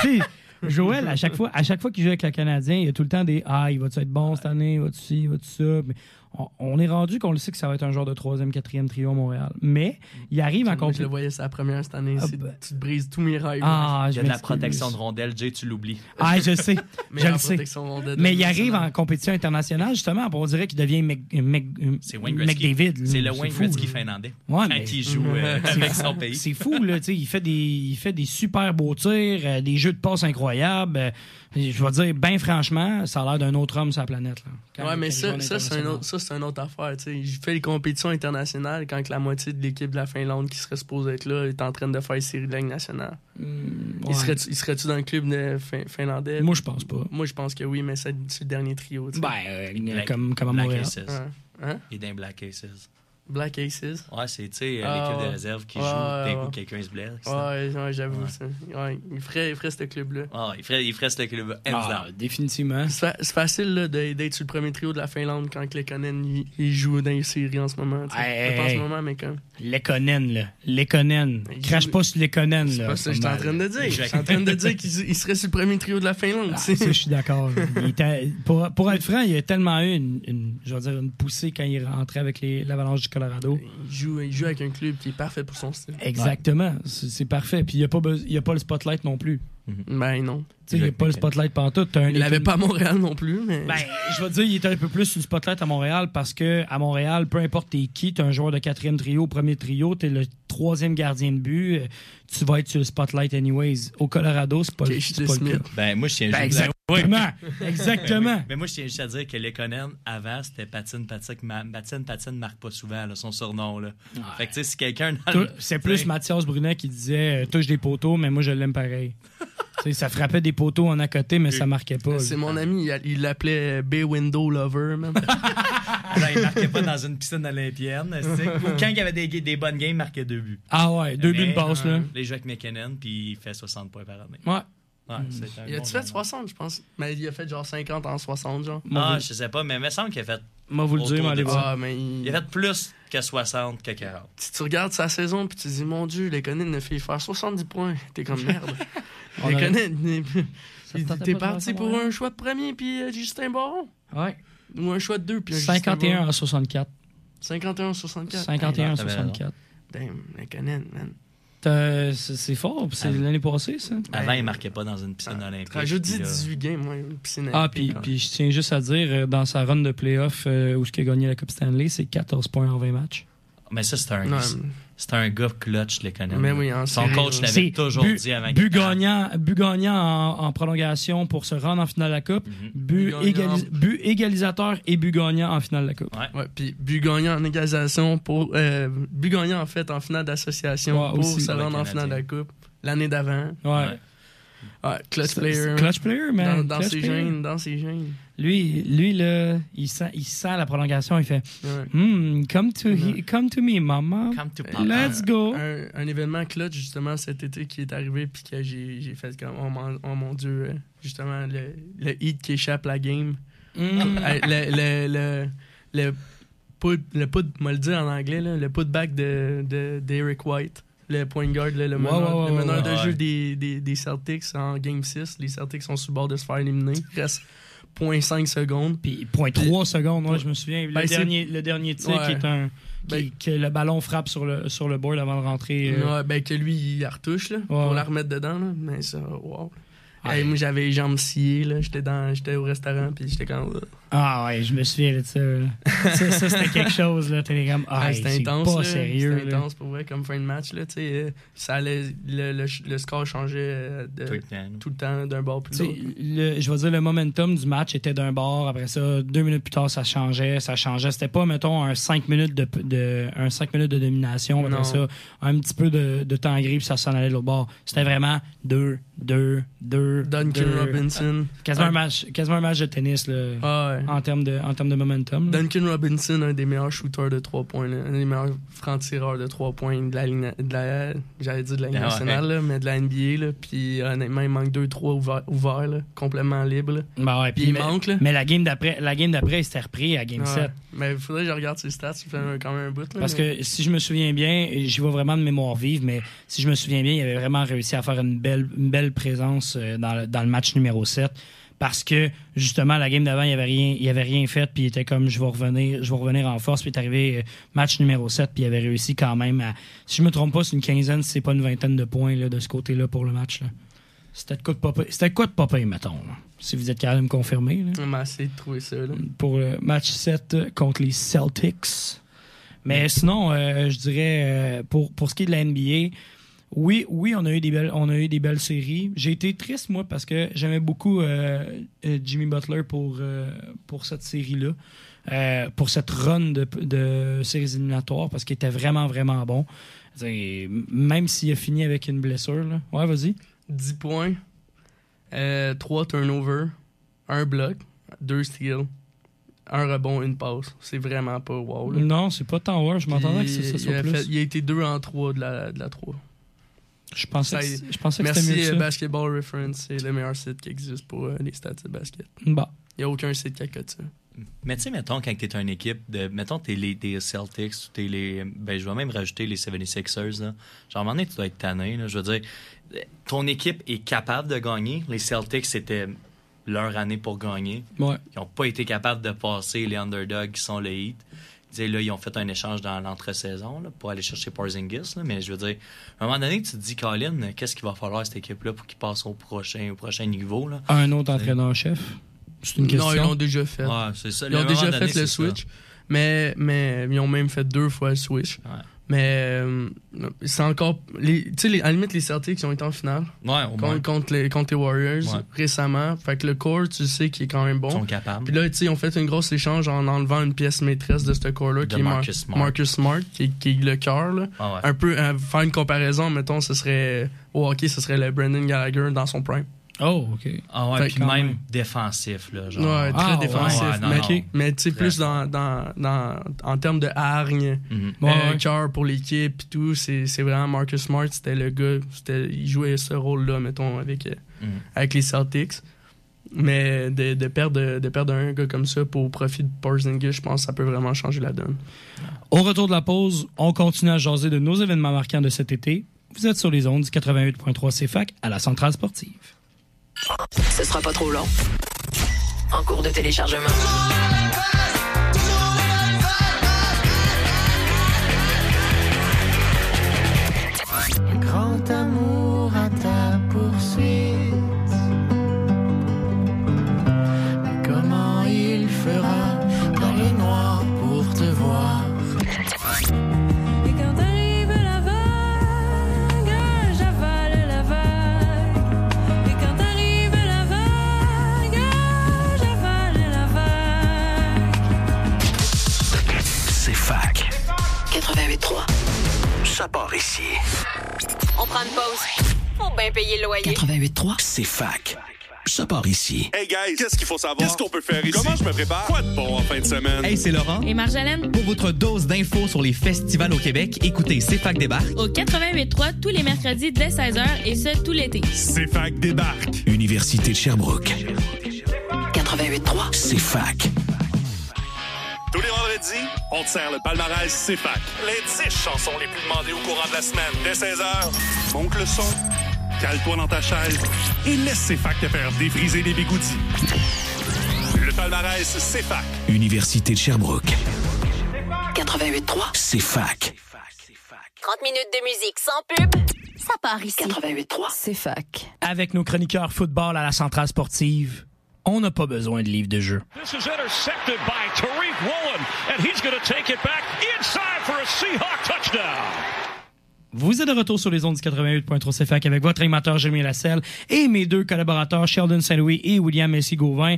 Speaker 4: Tu sais, Joël, à chaque fois, à chaque fois qu'il joue avec le Canadien, il y a tout le temps des Ah, il va-tu être bon cette année, va-tu ci, va-tu ça. Mais on, on est rendu qu'on le sait que ça va être un genre de troisième, quatrième trio à Montréal. Mais il arrive en
Speaker 8: Je le
Speaker 4: compétition.
Speaker 8: voyais, c'est la première cette année.
Speaker 4: Ah,
Speaker 8: C'est-
Speaker 4: ben.
Speaker 8: Tu te brises tous mes rêves.
Speaker 4: Ah,
Speaker 6: Il y a de la
Speaker 4: m'excuse.
Speaker 6: protection de rondelles, Jay, tu l'oublies.
Speaker 4: Ah, je sais.
Speaker 8: Mais
Speaker 4: je
Speaker 8: la
Speaker 4: le sais.
Speaker 8: protection mondiale de hein.
Speaker 4: Mais il
Speaker 8: la
Speaker 4: arrive
Speaker 8: nationale.
Speaker 4: en compétition internationale, justement, on dirait qu'il devient Mc, Mc,
Speaker 6: C'est Wayne Gretzky.
Speaker 4: McDavid. là.
Speaker 6: C'est le
Speaker 4: Mm,
Speaker 6: Wayne
Speaker 4: fou,
Speaker 6: Gretzky
Speaker 4: là.
Speaker 6: finlandais.
Speaker 4: Ouais,
Speaker 6: Quand
Speaker 4: mais-
Speaker 6: il joue euh, avec son pays.
Speaker 4: C'est fou, là. tu sais, Il fait, des, il fait des super beaux tirs, euh, des jeux de passes incroyables. euh, je vais dire, bien franchement, ça a l'air d'un autre homme sur la planète. Là, Quand-
Speaker 8: ouais, mais
Speaker 4: quand il
Speaker 8: ça,
Speaker 4: joue en
Speaker 8: ça c'est un
Speaker 4: international.
Speaker 8: autre, ça, c'est une autre affaire. tu sais. Je fais les compétitions internationales quand que la moitié de l'équipe de la Finlande qui serait supposée être là est en train de faire une série de la Ligue nationale.
Speaker 4: Mm,
Speaker 8: Il
Speaker 4: ouais.
Speaker 8: serait-tu il serait-tu dans le club de fin- finlandais?
Speaker 4: Moi, je pense pas.
Speaker 8: Moi, je pense que oui, mais c'est c'est le dernier trio. tu sais.
Speaker 4: Ben, euh,
Speaker 6: Black-
Speaker 4: comme, comme à
Speaker 6: Black
Speaker 4: Montréal.
Speaker 6: Aces.
Speaker 8: Hein? Hein?
Speaker 6: Il est dans Black Aces.
Speaker 8: Black Aces.
Speaker 6: Ouais, c'est tu sais, euh,
Speaker 8: Ah,
Speaker 6: l'équipe de
Speaker 8: ouais.
Speaker 6: réserve qui
Speaker 8: Ouais,
Speaker 6: joue.
Speaker 8: ouais,
Speaker 6: D'un coup,
Speaker 8: ouais.
Speaker 6: quelqu'un se blesse. Ah,
Speaker 8: Ouais, ouais, j'avoue
Speaker 6: Ouais.
Speaker 8: ça. Ouais, il ferait, il ferait ce club-là.
Speaker 6: Ah, il, ferait, il ferait ce club
Speaker 4: Ah, définitivement.
Speaker 8: C'est fa- c'est facile là, de- d'être sur le premier trio de la Finlande quand que Lekonen il, il joue dans les séries en ce moment. tu sais.
Speaker 4: Hey,
Speaker 8: Pas en
Speaker 4: hey.
Speaker 8: ce moment, mais comme.
Speaker 4: Lekonen, là. Lekonen.
Speaker 8: Il
Speaker 4: Crache
Speaker 8: joue-
Speaker 4: pas sur Lekonen, là.
Speaker 8: C'est pas ça que je suis en
Speaker 4: mal.
Speaker 8: train de dire. Je suis en train de dire qu'il il serait sur le premier trio de la Finlande.
Speaker 4: Ah,
Speaker 8: tu sais.
Speaker 4: ça, je suis d'accord. Il était- Pour, pour être franc, il a tellement eu une, une- je vais dire, une poussée quand il est rentré avec les- l'Avalanche du Colorado.
Speaker 8: Il joue, il joue avec un club qui est parfait pour son style.
Speaker 4: Exactement. C'est c'est parfait. Puis il n'y a, pas besoin- il y a pas le spotlight non plus.
Speaker 8: Ben non.
Speaker 9: Tu sais, il n'y a pas le spotlight pantoute.
Speaker 2: Ben,
Speaker 9: T'as un
Speaker 8: Il l'avait pas à Montréal non plus, mais.
Speaker 9: Ben, je vais te dire, il est un peu plus sur le spotlight à Montréal parce que à Montréal, peu importe t'es qui, t'es un joueur de quatrième trio, premier trio, t'es le troisième gardien de but, euh, tu vas être sur le spotlight anyways. Au Colorado, c'est pas, le-
Speaker 8: Ok, je
Speaker 9: c'est pas le
Speaker 8: dismute.
Speaker 9: cas.
Speaker 6: Ben, moi, je tiens juste à-
Speaker 9: Exactement. Exactement.
Speaker 6: Mais moi, je tiens juste à dire que Lekonen, avant, c'était Patine, Patine, Ma- Patine, Patine marque pas souvent, là, son surnom. Là. Fait que, tu sais, si quelqu'un. dans
Speaker 9: Tou-
Speaker 6: le-
Speaker 9: C'est plus Mathias Brunet qui disait euh, touche des poteaux, mais moi je l'aime pareil. Tu sais, ça frappait des poteaux en à côté, mais ça marquait pas.
Speaker 8: C'est
Speaker 9: là.
Speaker 8: mon ami, il- il l'appelait euh, Bay Window Lover, man.
Speaker 6: Là, il marquait pas dans une piscine olympienne. tu sais. Ou quand il y avait des, des bonnes games, il marquait deux buts.
Speaker 9: Ah ouais, deux buts de passe,
Speaker 8: euh,
Speaker 9: là.
Speaker 6: Les jeux avec McKinnon, puis il fait 60 points par année.
Speaker 9: Ouais.
Speaker 6: Ouais, c'est un
Speaker 8: Hmm. Il
Speaker 6: bon
Speaker 8: a-tu
Speaker 2: ben,
Speaker 6: joueur.
Speaker 8: fait 60, je pense? Mais il a fait genre 50 en 60, genre.
Speaker 6: Ah, je sais pas, mais il me semble qu'il a fait,
Speaker 9: Moi, vous le
Speaker 6: Autour
Speaker 9: dire, mais
Speaker 6: de
Speaker 9: allez voir.
Speaker 8: Ah, mais il-
Speaker 6: il a fait plus que 60 que 40.
Speaker 8: Si tu regardes sa saison puis tu dis mon dieu, Lekonen a fait faire 70 points, t'es comme merde.
Speaker 9: On a-
Speaker 8: Lekonen,
Speaker 2: me tentait
Speaker 8: t'es
Speaker 2: pas de
Speaker 8: parti
Speaker 2: faire
Speaker 8: pour
Speaker 2: ça,
Speaker 8: un choix de premier puis euh, Justin Baron
Speaker 9: Ouais.
Speaker 8: ou un choix de deux puis Ah, un Justin
Speaker 9: 51
Speaker 8: Baron.
Speaker 9: en 64.
Speaker 8: 51 64.
Speaker 9: 51 en
Speaker 8: ben,
Speaker 6: t'avais raison.
Speaker 9: 64.
Speaker 8: Damn, Lekonen, man.
Speaker 9: T'as- C'est c'est fort, puis c'est
Speaker 6: Ah.
Speaker 9: l'année passée, ça.
Speaker 6: Avant, il marquait pas dans une
Speaker 8: Ah,
Speaker 6: piscine olympique.
Speaker 8: Rajoute
Speaker 6: puis là-
Speaker 8: 18 games, ouais, puis c'est
Speaker 9: Ah, puis, puis je tiens juste à dire, euh, dans sa run de playoff euh, où ce qu'il a gagné la Coupe Stanley, c'est 14 points en 20 matchs.
Speaker 6: Mais ça, c'est un,
Speaker 8: Non,
Speaker 6: c'est un gars clutch, Lekonen.
Speaker 8: Mais oui, en
Speaker 6: Son
Speaker 8: série,
Speaker 6: coach
Speaker 8: là.
Speaker 6: l'avait
Speaker 9: C'est
Speaker 6: toujours
Speaker 9: but-
Speaker 6: dit avant
Speaker 9: But
Speaker 6: qu'il-
Speaker 9: gagnant, but gagnant en, en prolongation pour se rendre en finale de la Coupe.
Speaker 6: Mhm.
Speaker 9: But,
Speaker 8: But gagnant.
Speaker 9: égalis- but égalisateur et but gagnant en finale de la Coupe.
Speaker 8: ouais, puis but gagnant en égalisation pour euh, but gagnant en fait en finale d'association
Speaker 9: Ouais,
Speaker 8: pour
Speaker 9: aussi.
Speaker 6: Ouais,
Speaker 8: se rendre en
Speaker 6: Canadien.
Speaker 8: finale de la coupe l'année d'avant.
Speaker 9: Ouais.
Speaker 6: Ouais.
Speaker 8: Ouais, clutch
Speaker 9: C'est- c'est
Speaker 8: player.
Speaker 9: Clutch player, man.
Speaker 8: Dans, dans
Speaker 9: Clutch
Speaker 8: ses
Speaker 9: player.
Speaker 8: gènes, dans ses gènes.
Speaker 9: Lui, lui là, il sent, il sent la prolongation, il fait
Speaker 8: Ouais.
Speaker 9: Hmm, come, to he- come to me, mama.
Speaker 6: Come to papa.
Speaker 9: Let's go.
Speaker 8: un, un événement clutch justement cet été qui est arrivé puis que j'ai j'ai fait comme oh mon, oh mon dieu euh, justement le, le hit qui échappe la game
Speaker 9: Hmm.
Speaker 8: Euh, le le le le put, le put moi le dire en anglais là, le putback de de d'Eric White le point guard là, le
Speaker 9: Ouais,
Speaker 8: meneur,
Speaker 9: ouais, ouais,
Speaker 8: le meneur
Speaker 6: ouais.
Speaker 8: de
Speaker 6: Ouais.
Speaker 8: jeu des, des, des Celtics en game 6 les Celtics sont sur le bord de se faire éliminer Il reste 0.5 secondes
Speaker 9: Puis, point 3 secondes, moi, je me souviens.
Speaker 8: Ben,
Speaker 9: le,
Speaker 8: c'est-
Speaker 9: dernier, le dernier tir
Speaker 8: Ouais.
Speaker 9: qui est un. qui-
Speaker 8: Ben-
Speaker 9: que le ballon frappe sur le, sur le board avant de rentrer. euh,
Speaker 8: Ouais, ben que lui il la retouche là, pour
Speaker 9: ouais.
Speaker 8: la remettre dedans là. mais ça wow
Speaker 9: Ah,
Speaker 8: Hey,
Speaker 9: ouais.
Speaker 8: moi j'avais les jambes sciées là j'étais dans j'étais au restaurant puis j'étais comme euh,
Speaker 9: Ah ouais, je me souviens de ça. là. ça, ça, c'était quelque chose, là, Telegram. Ah,
Speaker 8: hey,
Speaker 9: hey,
Speaker 8: c'était
Speaker 9: c'est
Speaker 8: intense
Speaker 9: pas
Speaker 8: là.
Speaker 9: sérieux.
Speaker 8: c'était
Speaker 9: là.
Speaker 8: intense pour vrai comme fin de match là tu sais euh, ça allait le, le, ch- le score changeait euh, de-
Speaker 6: Tout le temps.
Speaker 8: tout le temps d'un bord
Speaker 9: Tu
Speaker 8: plus
Speaker 9: sais,
Speaker 8: l'autre
Speaker 9: le- je vais dire, le momentum du match était d'un bord. Après ça, deux minutes plus tard, ça changeait, ça changeait. C'était pas, mettons, un 5 minutes de, de- un cinq minutes de domination. Après
Speaker 8: Non.
Speaker 9: ça, un petit peu de, de temps gris, puis ça s'en allait de l'autre bord. C'était vraiment 2, 2, 2.
Speaker 8: Duncan Robinson
Speaker 9: Quasiment, un
Speaker 8: Un-
Speaker 9: match, quasiment un match de tennis, là,
Speaker 8: ah, ouais.
Speaker 9: en termes de, en termes de momentum. là.
Speaker 8: Duncan Robinson un des meilleurs shooters de 3 points là, un des meilleurs francs tireurs de 3 points de la ligne na- de la j'allais dire de la ligne
Speaker 6: Ah, ouais.
Speaker 8: nationale là, mais de la NBA là puis honnêtement il manque 2 3 ouverts ouvert, là, complètement libres là.
Speaker 9: Ben ouais,
Speaker 8: puis
Speaker 9: puis
Speaker 8: il
Speaker 9: mais,
Speaker 8: manque là
Speaker 9: mais la game d'après, la game d'après, il s'était repris à game
Speaker 8: Ouais.
Speaker 9: 7.
Speaker 8: Mais il faudrait que je regarde ses stats, il fait un- quand même un bout. Là,
Speaker 9: Parce
Speaker 8: mais-
Speaker 9: que si je me souviens bien, et j'y vois vraiment de mémoire vive, mais si je me souviens bien, il avait vraiment réussi à faire une belle, une belle présence euh, dans le, dans le match numéro 7. Parce que justement, la game d'avant, il avait rien, il avait rien fait, puis il était comme je vais revenir, je vais revenir en force, puis il est arrivé euh, match numéro 7, puis il avait réussi quand même à. Si je me trompe pas, c'est une quinzaine, si c'est pas une vingtaine de points là, de ce côté-là pour le match. là. C'était de quoi de pas pire- C'était de quoi de pas pire, mettons, là, si vous êtes capable de me confirmer. là
Speaker 8: On m'a essayé de trouver ça. Là.
Speaker 9: pour le match 7 contre les Celtics. Mais sinon, euh, je dirais euh, pour, pour ce qui est de la NBA, oui, oui, on a eu des belles, on a eu des belles séries. J'ai été triste moi parce que j'aimais beaucoup euh, euh, Jimmy Butler pour euh, pour cette série là, pour cette run de, de séries éliminatoires parce qu'il était vraiment vraiment bon. C'est-à-dire, Même s'il a fini avec une blessure, là. ouais, vas-y.
Speaker 8: 10 points, 3 turnovers, 1 bloc, 2 steals, 1 rebond, 1 passe. C'est vraiment pas wow. Là.
Speaker 9: Non, c'est pas tant ouais, Mm. je m'attendais que
Speaker 8: Puis,
Speaker 9: ça, ça
Speaker 8: il,
Speaker 9: soit
Speaker 8: a
Speaker 9: plus.
Speaker 8: fait- il a été 2 en 3 de la, de la 3.
Speaker 9: Je pensais, que, c- je pensais que c'était mieux
Speaker 8: Merci
Speaker 9: que ça.
Speaker 8: euh, Basketball Reference, c'est le meilleur site qui existe pour euh, les stats de basket.
Speaker 9: Bon.
Speaker 8: Il n'y a aucun site qui accote ça.
Speaker 6: Mais tu sais, mettons, quand t'es une équipe de. Mettons, t'es les des Celtics, ou t'es les. Ben, je vais même rajouter les 76ers, là. Genre, à un moment donné, tu dois être tanné, là. Je veux dire, euh, ton équipe est capable de gagner. Les Celtics, c'était leur année pour gagner.
Speaker 9: Ouais.
Speaker 6: Ils n'ont pas été capables de passer les underdogs qui sont les Heat. Tu sais, là, ils ont fait un échange dans l'entre-saison là, pour aller chercher Porzingis. là, mais je veux dire, à un moment donné, tu te dis, Colin, qu'est-ce qu'il va falloir à cette équipe-là pour qu'il passe au prochain, au prochain niveau? Là?
Speaker 4: Un autre entraîneur-chef? C'est une question.
Speaker 8: Non, ils l'ont déjà fait.
Speaker 6: Ouais, c'est ça.
Speaker 8: Ben,
Speaker 6: Le
Speaker 8: Ils ont
Speaker 6: moment
Speaker 8: déjà
Speaker 6: donné,
Speaker 8: fait le
Speaker 6: c'est ça.
Speaker 8: switch, mais, mais ils ont même fait deux fois le switch.
Speaker 6: Ouais.
Speaker 8: Mais euh, c'est encore. les- Tu sais, les- à la limite, les Celtics ils ont été en finale
Speaker 6: Ouais, au moins,
Speaker 8: contre, contre les, contre les Warriors
Speaker 6: Ouais.
Speaker 8: récemment. Fait que le core, tu sais, qui est quand même
Speaker 6: ils
Speaker 8: bon.
Speaker 6: sont capables.
Speaker 8: Puis là, tu sais, ils ont fait un gros échange en enlevant une pièce maîtresse de ce core-là,
Speaker 6: De
Speaker 8: qui est Mar-
Speaker 6: Marcus Smart.
Speaker 8: Marcus Smart, qui, est- qui est le cœur. là.
Speaker 6: Ah ouais.
Speaker 8: Un peu, euh, faire une comparaison, mettons, ce serait. Au hockey, ce serait le Brendan Gallagher dans son prime.
Speaker 4: Oh, OK.
Speaker 6: Ah ouais,
Speaker 8: Fait
Speaker 6: puis
Speaker 4: quand
Speaker 6: même
Speaker 4: même.
Speaker 6: défensif, là, genre.
Speaker 8: ben, Ouais, très
Speaker 4: Ah, ouais.
Speaker 8: défensif.
Speaker 6: Ouais, non,
Speaker 8: mais
Speaker 6: non.
Speaker 8: mais tu sais,
Speaker 6: Très
Speaker 8: plus dans, dans, dans, en termes de hargne,
Speaker 6: Mhm.
Speaker 4: Ouais,
Speaker 8: euh,
Speaker 4: ouais.
Speaker 8: cœur pour l'équipe et tout, c'est c'est vraiment Marcus Smart, c'était le gars, c'était- il jouait ce rôle-là, mettons, avec, euh,
Speaker 6: Mhm.
Speaker 8: avec les Celtics. Mais de, de, perdre, de perdre un gars comme ça pour profit de Porzingis, je pense que ça peut vraiment changer la donne.
Speaker 4: Au retour de la pause, on continue à jaser de nos événements marquants de cet été. Vous êtes sur les ondes du 88.3 CFAC à la centrale sportive.
Speaker 2: Ce sera pas trop long. En cours de téléchargement.
Speaker 10: Grand amour à ta poursuite. Mais comment il fera dans le noir pour te voir?
Speaker 11: Et quand arrive la vague, j'avale la vague. Et quand arrive la vague, j'avale la vague.
Speaker 10: C'est fac.
Speaker 2: 88.3.
Speaker 10: Ça part ici.
Speaker 11: On prend une pause. Pour bien payer le loyer.
Speaker 2: 88.3.
Speaker 10: C'est fac. Ça part ici.
Speaker 1: Hey guys, qu'est-ce qu'il faut savoir? Qu'est-ce qu'on peut faire ici? Comment je me prépare? Quoi de bon en fin de semaine?
Speaker 9: Hey, c'est Laurent.
Speaker 11: Et Marjolaine,
Speaker 9: Pour votre dose d'infos sur les festivals au Québec, écoutez CFAC débarque.
Speaker 11: au 88.3 tous les mercredis dès 16h et ce, tout l'été.
Speaker 1: C'est fac débarque.
Speaker 10: Université de Sherbrooke.
Speaker 2: 88.3.
Speaker 10: C'est fac.
Speaker 1: Tous les vendredis, on te sert le palmarès C'est fac. Les 10 chansons les plus demandées au courant de la semaine. Dès 16h, monte le son, cale-toi dans ta chaise et laisse C'est fac te faire défriser les bigoudis. Le palmarès C'est fac.
Speaker 10: Université de Sherbrooke.
Speaker 2: 88.3.
Speaker 10: C'est fac.
Speaker 11: 30 minutes de musique sans pub, ça part ici.
Speaker 2: 88.3. C'est fac.
Speaker 4: Avec nos chroniqueurs football à la centrale sportive, on n'a pas besoin de livre de jeu.
Speaker 12: This is intercepted by Tariq Woolen, and he's going to take it back inside for a Seahawk touchdown.
Speaker 4: Vous êtes de retour sur les ondes du 88.3 CFAC avec votre animateur Jérémy Lasselle et mes deux collaborateurs Sheldon Saint-Louis et William Messi-Gauvin.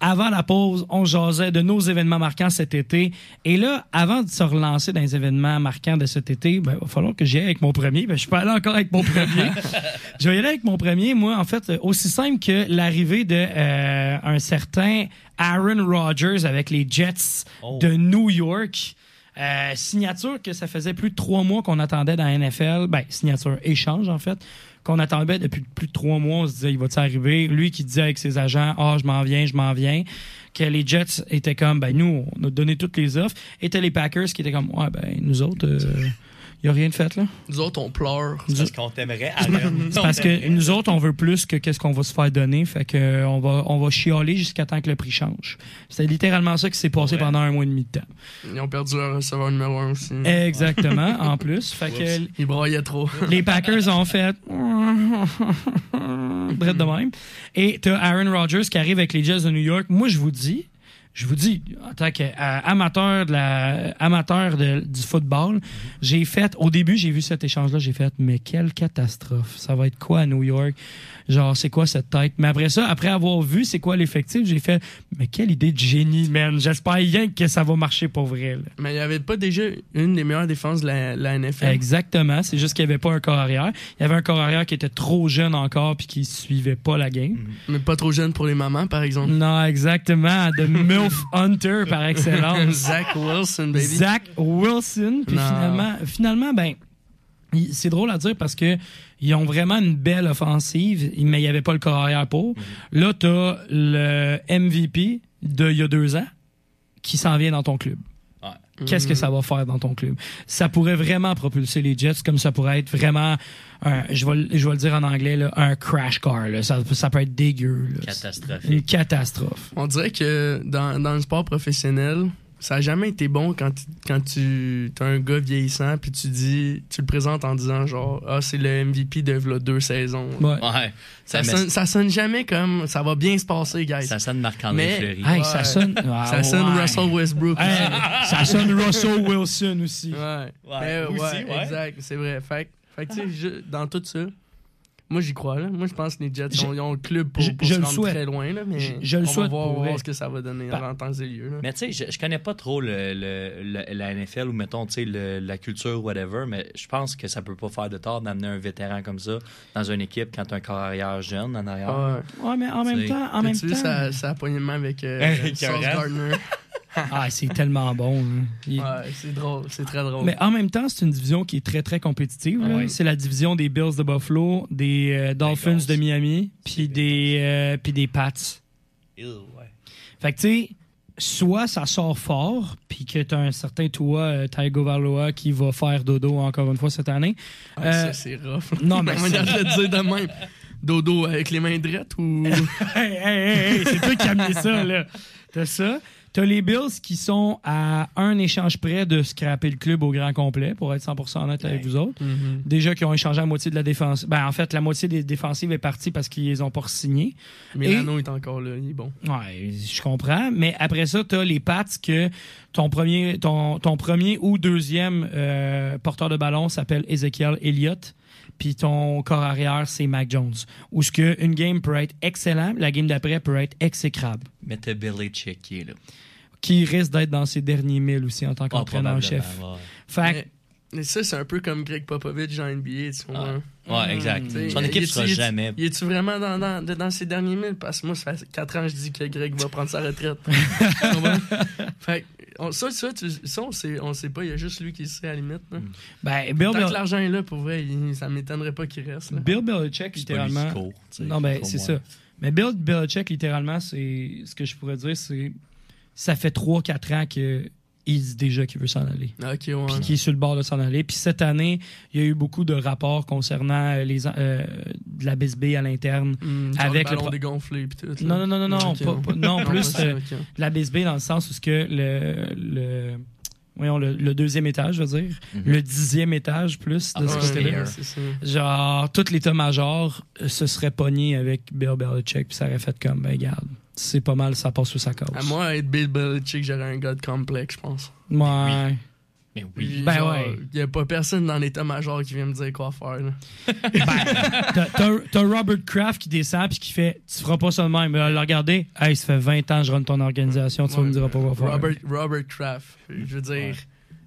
Speaker 4: Avant la pause, on jasait de nos événements marquants cet été. Et là, avant de se relancer dans les événements marquants de cet été, ben, il va falloir que j'y aille avec mon premier. Ben, je suis pas allé encore avec mon premier. je vais y aller avec mon premier. Moi, en fait, euh, aussi simple que l'arrivée de euh, un certain Aaron Rodgers avec les Jets
Speaker 6: Oh.
Speaker 4: de New York. Euh, signature que ça faisait plus de trois mois qu'on attendait dans la NFL. Ben, signature, échange en fait, qu'on attendait depuis plus de trois mois. On se disait, il va-tu arriver? Lui qui disait avec ses agents, ah, je m'en viens, je m'en viens. Que les Jets étaient comme, ben, nous, on a donné toutes les offres. Et t'as les Packers qui étaient comme, ouais, ben, nous autres, il n'y a rien de fait, là.
Speaker 8: Nous autres, on pleure.
Speaker 6: Parce qu'on t'aimerait, Aaron.
Speaker 4: C'est parce que nous autres, on veut plus que qu'est-ce qu'on va se faire donner. Fait que euh, on va, on va chialer jusqu'à temps que le prix change. C'est littéralement ça qui s'est passé pendant un mois et demi de temps.
Speaker 8: Ils ont perdu leur receveur numéro un aussi.
Speaker 4: Exactement, en plus. Fait que
Speaker 8: Oups. Ils broyaient trop.
Speaker 4: les Packers ont fait Bref de même. Et t'as Aaron Rodgers qui arrive avec les Jets de New York. Moi, je vous dis, je vous dis, en tant qu'amateur de la, amateur de- du football, j'ai fait, au début, j'ai vu cet échange-là, j'ai fait, mais quelle catastrophe. Ça va être quoi à New York? Genre, c'est quoi cette tête? Mais après ça, après avoir vu c'est quoi l'effectif, j'ai fait, mais quelle idée de génie, man. J'espère rien que ça va marcher pour vrai, là.
Speaker 8: Mais il n'y avait pas déjà une des meilleures défenses de la, la NFL.
Speaker 4: Exactement. C'est juste qu'il n'y avait pas un corps arrière. Il y avait un corps arrière qui était trop jeune encore puis qui suivait pas la game.
Speaker 8: Mais pas trop jeune pour les mamans, par exemple.
Speaker 4: Non, exactement. De MILF Hunter par excellence.
Speaker 8: Zach Wilson, baby.
Speaker 4: Zach Wilson. Puis
Speaker 8: Non.
Speaker 4: finalement, finalement, ben, il- c'est drôle à dire parce que ils ont vraiment une belle offensive, mais il n'y avait pas le corps arrière pour.
Speaker 8: Mhm.
Speaker 4: Là, tu as le MVP de il y a deux ans qui s'en vient dans ton club. Qu'est-ce que
Speaker 8: Mhm.
Speaker 4: ça va faire dans ton club? Ça pourrait vraiment propulser les Jets, comme ça pourrait être vraiment, un- je, vais, le- je vais le dire en anglais, là, un crash car. là. Ça, ça peut être dégueu. là.
Speaker 6: Catastrophique.
Speaker 4: Une catastrophe.
Speaker 8: On dirait que dans, dans le sport professionnel, ça a jamais été bon quand, tu- quand tu as un gars vieillissant puis tu dis tu le présentes en disant genre ah c'est le MVP de v'là deux saisons.
Speaker 13: Ouais.
Speaker 8: Ça,
Speaker 13: met-
Speaker 8: sonne, ça sonne jamais comme ça va bien se passer, guys.
Speaker 13: Ça sonne Marc-André
Speaker 8: Mais
Speaker 13: Fleury.
Speaker 8: Ouais.
Speaker 13: Hey, ça sonne-
Speaker 8: ça sonne
Speaker 13: ouais.
Speaker 8: Russell Westbrook.
Speaker 13: Hey,
Speaker 8: aussi.
Speaker 13: ça sonne
Speaker 4: Russell Wilson aussi.
Speaker 8: Ouais.
Speaker 4: Ouais,
Speaker 8: Mais,
Speaker 4: aussi,
Speaker 8: ouais,
Speaker 4: ouais.
Speaker 8: Exact, c'est vrai. Fait, que- fait que, tu sais, je- dans tout ça, moi j'y crois. Là. Moi je pense que les Jets
Speaker 6: Je-
Speaker 8: ont, ils ont le club pour,
Speaker 6: je-
Speaker 8: pour
Speaker 6: je
Speaker 8: se
Speaker 6: le
Speaker 8: rendre
Speaker 6: souhaite.
Speaker 8: très loin. Là, mais
Speaker 6: Je- je le
Speaker 8: on va
Speaker 6: souhaite
Speaker 8: voir,
Speaker 6: pour
Speaker 8: voir
Speaker 6: vrai.
Speaker 8: ce que ça va donner
Speaker 6: Par-
Speaker 8: en temps et lieu. là.
Speaker 6: Mais tu sais, je, je connais pas trop le, le- le- la NFL ou mettons, tu sais, le- la culture, whatever, mais je pense que ça peut pas faire de tort d'amener un vétéran comme ça dans une équipe quand t'as un corps arrière jeune en arrière.
Speaker 4: Ah. Ouais, mais en même
Speaker 6: T'sais,
Speaker 4: temps, en même
Speaker 8: T'as-tu vu
Speaker 4: temps.
Speaker 8: Ça, ça a pogné de main avec euh,
Speaker 4: Avec
Speaker 8: Sauce
Speaker 4: un rap.
Speaker 8: Gardner.
Speaker 4: Ah, c'est tellement bon. hein. Il-
Speaker 8: Ouais, c'est drôle, c'est très drôle.
Speaker 4: Mais en même temps, c'est une division qui est très, très compétitive. là.
Speaker 8: Ouais.
Speaker 4: C'est la division des Bills de Buffalo, des euh, Dolphins de Miami, puis des, euh, puis des Pats. Fait que, tu sais, soit ça sort fort, puis que tu as un certain toi, euh, Taigo Valois, qui va faire dodo encore une fois cette année.
Speaker 8: Ah,
Speaker 4: Euh,
Speaker 8: ça, c'est rough.
Speaker 4: non, mais
Speaker 8: On
Speaker 4: c'est-
Speaker 8: va le dire de même. Dodo avec les mains droites ou.
Speaker 4: hey, hey, hey, c'est toi qui as amené ça, là. T'as ça. T'as les Bills qui sont à un échange près de scraper le club au grand complet, pour être 100% honnête avec vous autres. Déjà qui ont échangé la moitié de la défense. Ben, en fait, la moitié des défensives est partie parce qu'ils les ont pas signés.
Speaker 8: Milano est encore là, il est bon.
Speaker 4: Ouais, je comprends. Mais après ça, t'as les Pats que ton premier, ton, ton premier ou deuxième euh, porteur de ballon s'appelle Ezekiel Elliott. Puis ton corps arrière, c'est Mac Jones. Ou ce que une game peut être excellente, la game d'après peut être exécrable.
Speaker 6: Mais t'as Billy Chick qui est là.
Speaker 4: Qui risque d'être dans ses derniers milles aussi en tant
Speaker 6: Ah,
Speaker 4: qu'entraîneur-chef.
Speaker 6: probablement, ouais.
Speaker 4: Fait que-
Speaker 8: Mais, mais ça, c'est un peu comme Greg Popovich dans NBA, tu vois.
Speaker 6: Ouais, exact.
Speaker 4: Mm.
Speaker 8: T'sais,
Speaker 6: Son équipe
Speaker 8: y est-tu-
Speaker 6: sera
Speaker 8: y est-tu-
Speaker 6: jamais-
Speaker 8: Y es-tu vraiment dans, dans, de- dans ses derniers milles? Parce que moi, ça fait 4 ans que je dis que Greg va prendre sa retraite. Tu comprends? fait que, on, ça, ça, tu- ça, on sait, on sait pas. Il y a juste lui qui le sait à la limite. là.
Speaker 6: Mm.
Speaker 4: Ben, Bill,
Speaker 8: Tant
Speaker 4: Bel-
Speaker 8: que l'argent est là, pour vrai, il- ça m'étonnerait pas qu'il reste. là.
Speaker 4: Bill Belichick,
Speaker 8: C'est pas lui qui
Speaker 4: littéralement.
Speaker 8: court, tu sais,
Speaker 4: non, ben,
Speaker 8: pour
Speaker 4: c'est
Speaker 8: moi.
Speaker 4: ça. Mais Bill Belichick, littéralement, c'est ce que je pourrais dire, c'est. Ça fait 3-4 ans qu'il dit déjà qu'il veut s'en aller.
Speaker 8: Ah, Ok, ouais.
Speaker 4: Puis qui est sur le bord de s'en aller. Puis cette année, il y a eu beaucoup de rapports concernant euh, les, en- euh, de la BSB à l'interne.
Speaker 8: Mm, genre
Speaker 4: avec
Speaker 8: le ballon
Speaker 4: pro-
Speaker 8: dégonflé puis tout.
Speaker 4: Non, non, non, non, non,
Speaker 8: Ok,
Speaker 4: pas-
Speaker 8: ouais.
Speaker 4: pas- non, plus
Speaker 8: pas ça,
Speaker 4: euh,
Speaker 8: ok.
Speaker 4: de la BSB dans le sens où ce que le, le, voyons, le, le deuxième étage, je veux dire,
Speaker 8: Mhm.
Speaker 4: le dixième étage plus de
Speaker 8: Ah,
Speaker 4: ce
Speaker 8: ouais,
Speaker 4: côté-là.
Speaker 8: ouais, c'est ça.
Speaker 4: Genre, tout l'état-major euh, se serait pogné avec Bill Belichick, puis ça aurait fait comme, ben, regarde, c'est pas mal, ça passe sous sa cause.
Speaker 8: À moi, être Bill Belichick, j'aurais un gars de complexe, je pense.
Speaker 4: Ouais.
Speaker 6: Mais
Speaker 4: oui. Ben ouais.
Speaker 8: Il n'y a pas personne dans l'état-major qui vient me dire quoi faire. là.
Speaker 4: T'as- T'as t'as Robert Kraft qui descend puis qui fait Tu feras pas ça de même. Euh, là, regardez, hey, ça fait 20 ans que je run ton organisation, tu vas me diras pas quoi faire.
Speaker 8: Robert, Robert Kraft, je veux dire,